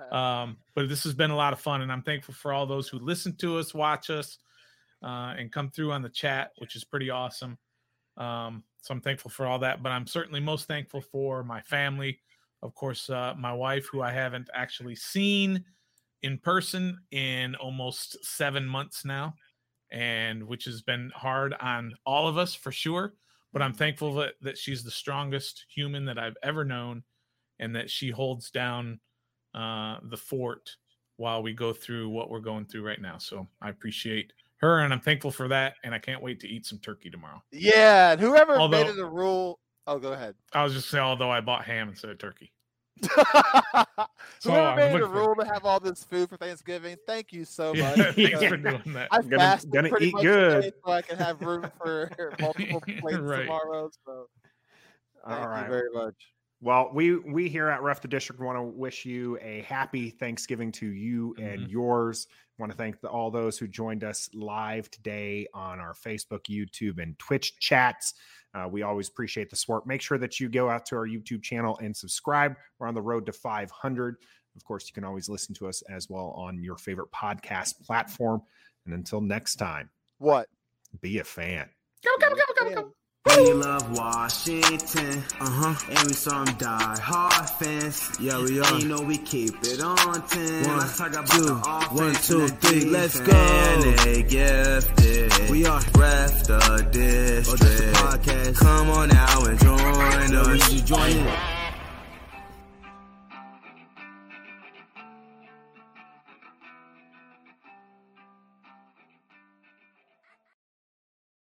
[SPEAKER 5] but um, but this has been a lot of fun, and I'm thankful for all those who listen to us, watch us, uh, and come through on the chat, which is pretty awesome. Um, so I'm thankful for all that, but I'm certainly most thankful for my family, of course, uh, my wife, who I haven't actually seen in person in almost seven months now, and which has been hard on all of us for sure. But I'm thankful that, that she's the strongest human that I've ever known, and that she holds down uh, the fort while we go through what we're going through right now. So I appreciate her and I'm thankful for that. And I can't wait to eat some turkey tomorrow.
[SPEAKER 4] yeah, and whoever made
[SPEAKER 5] Although-
[SPEAKER 4] it a rule. Oh, go ahead.
[SPEAKER 5] I was just saying, although I bought ham instead of turkey.
[SPEAKER 4] whoever
[SPEAKER 5] I'm
[SPEAKER 4] made it a
[SPEAKER 5] looking for-
[SPEAKER 4] rule to have all this food for Thanksgiving, thank you so much.
[SPEAKER 5] Yeah, thanks
[SPEAKER 4] because
[SPEAKER 5] for doing that.
[SPEAKER 4] I
[SPEAKER 3] gonna-
[SPEAKER 4] fasted
[SPEAKER 3] gonna
[SPEAKER 4] pretty
[SPEAKER 3] eat
[SPEAKER 4] much
[SPEAKER 3] good.
[SPEAKER 4] today so I can have room for multiple plates
[SPEAKER 5] Right.
[SPEAKER 4] tomorrow. So thank
[SPEAKER 3] All right.
[SPEAKER 4] you very much.
[SPEAKER 3] Well, we we here at Ref the District want to wish you a happy Thanksgiving to you and yours. Want to thank the, all those who joined us live today on our Facebook, YouTube, and Twitch chats. Uh, we always appreciate the support. Make sure that you go out to our YouTube channel and subscribe. We're on the road to 500. Of course, you can always listen to us as well on your favorite podcast platform. And until next time,
[SPEAKER 4] What?
[SPEAKER 3] be a fan.
[SPEAKER 4] Yeah.
[SPEAKER 2] We love Washington, uh huh, and we saw him die hard fans. Yeah, we are. you know we keep it on ten. One, Let's talk about two, the offense one, two, three, let's go. And they gifted. We are Oh, ref the district. podcast. Come on now and join us. You join it.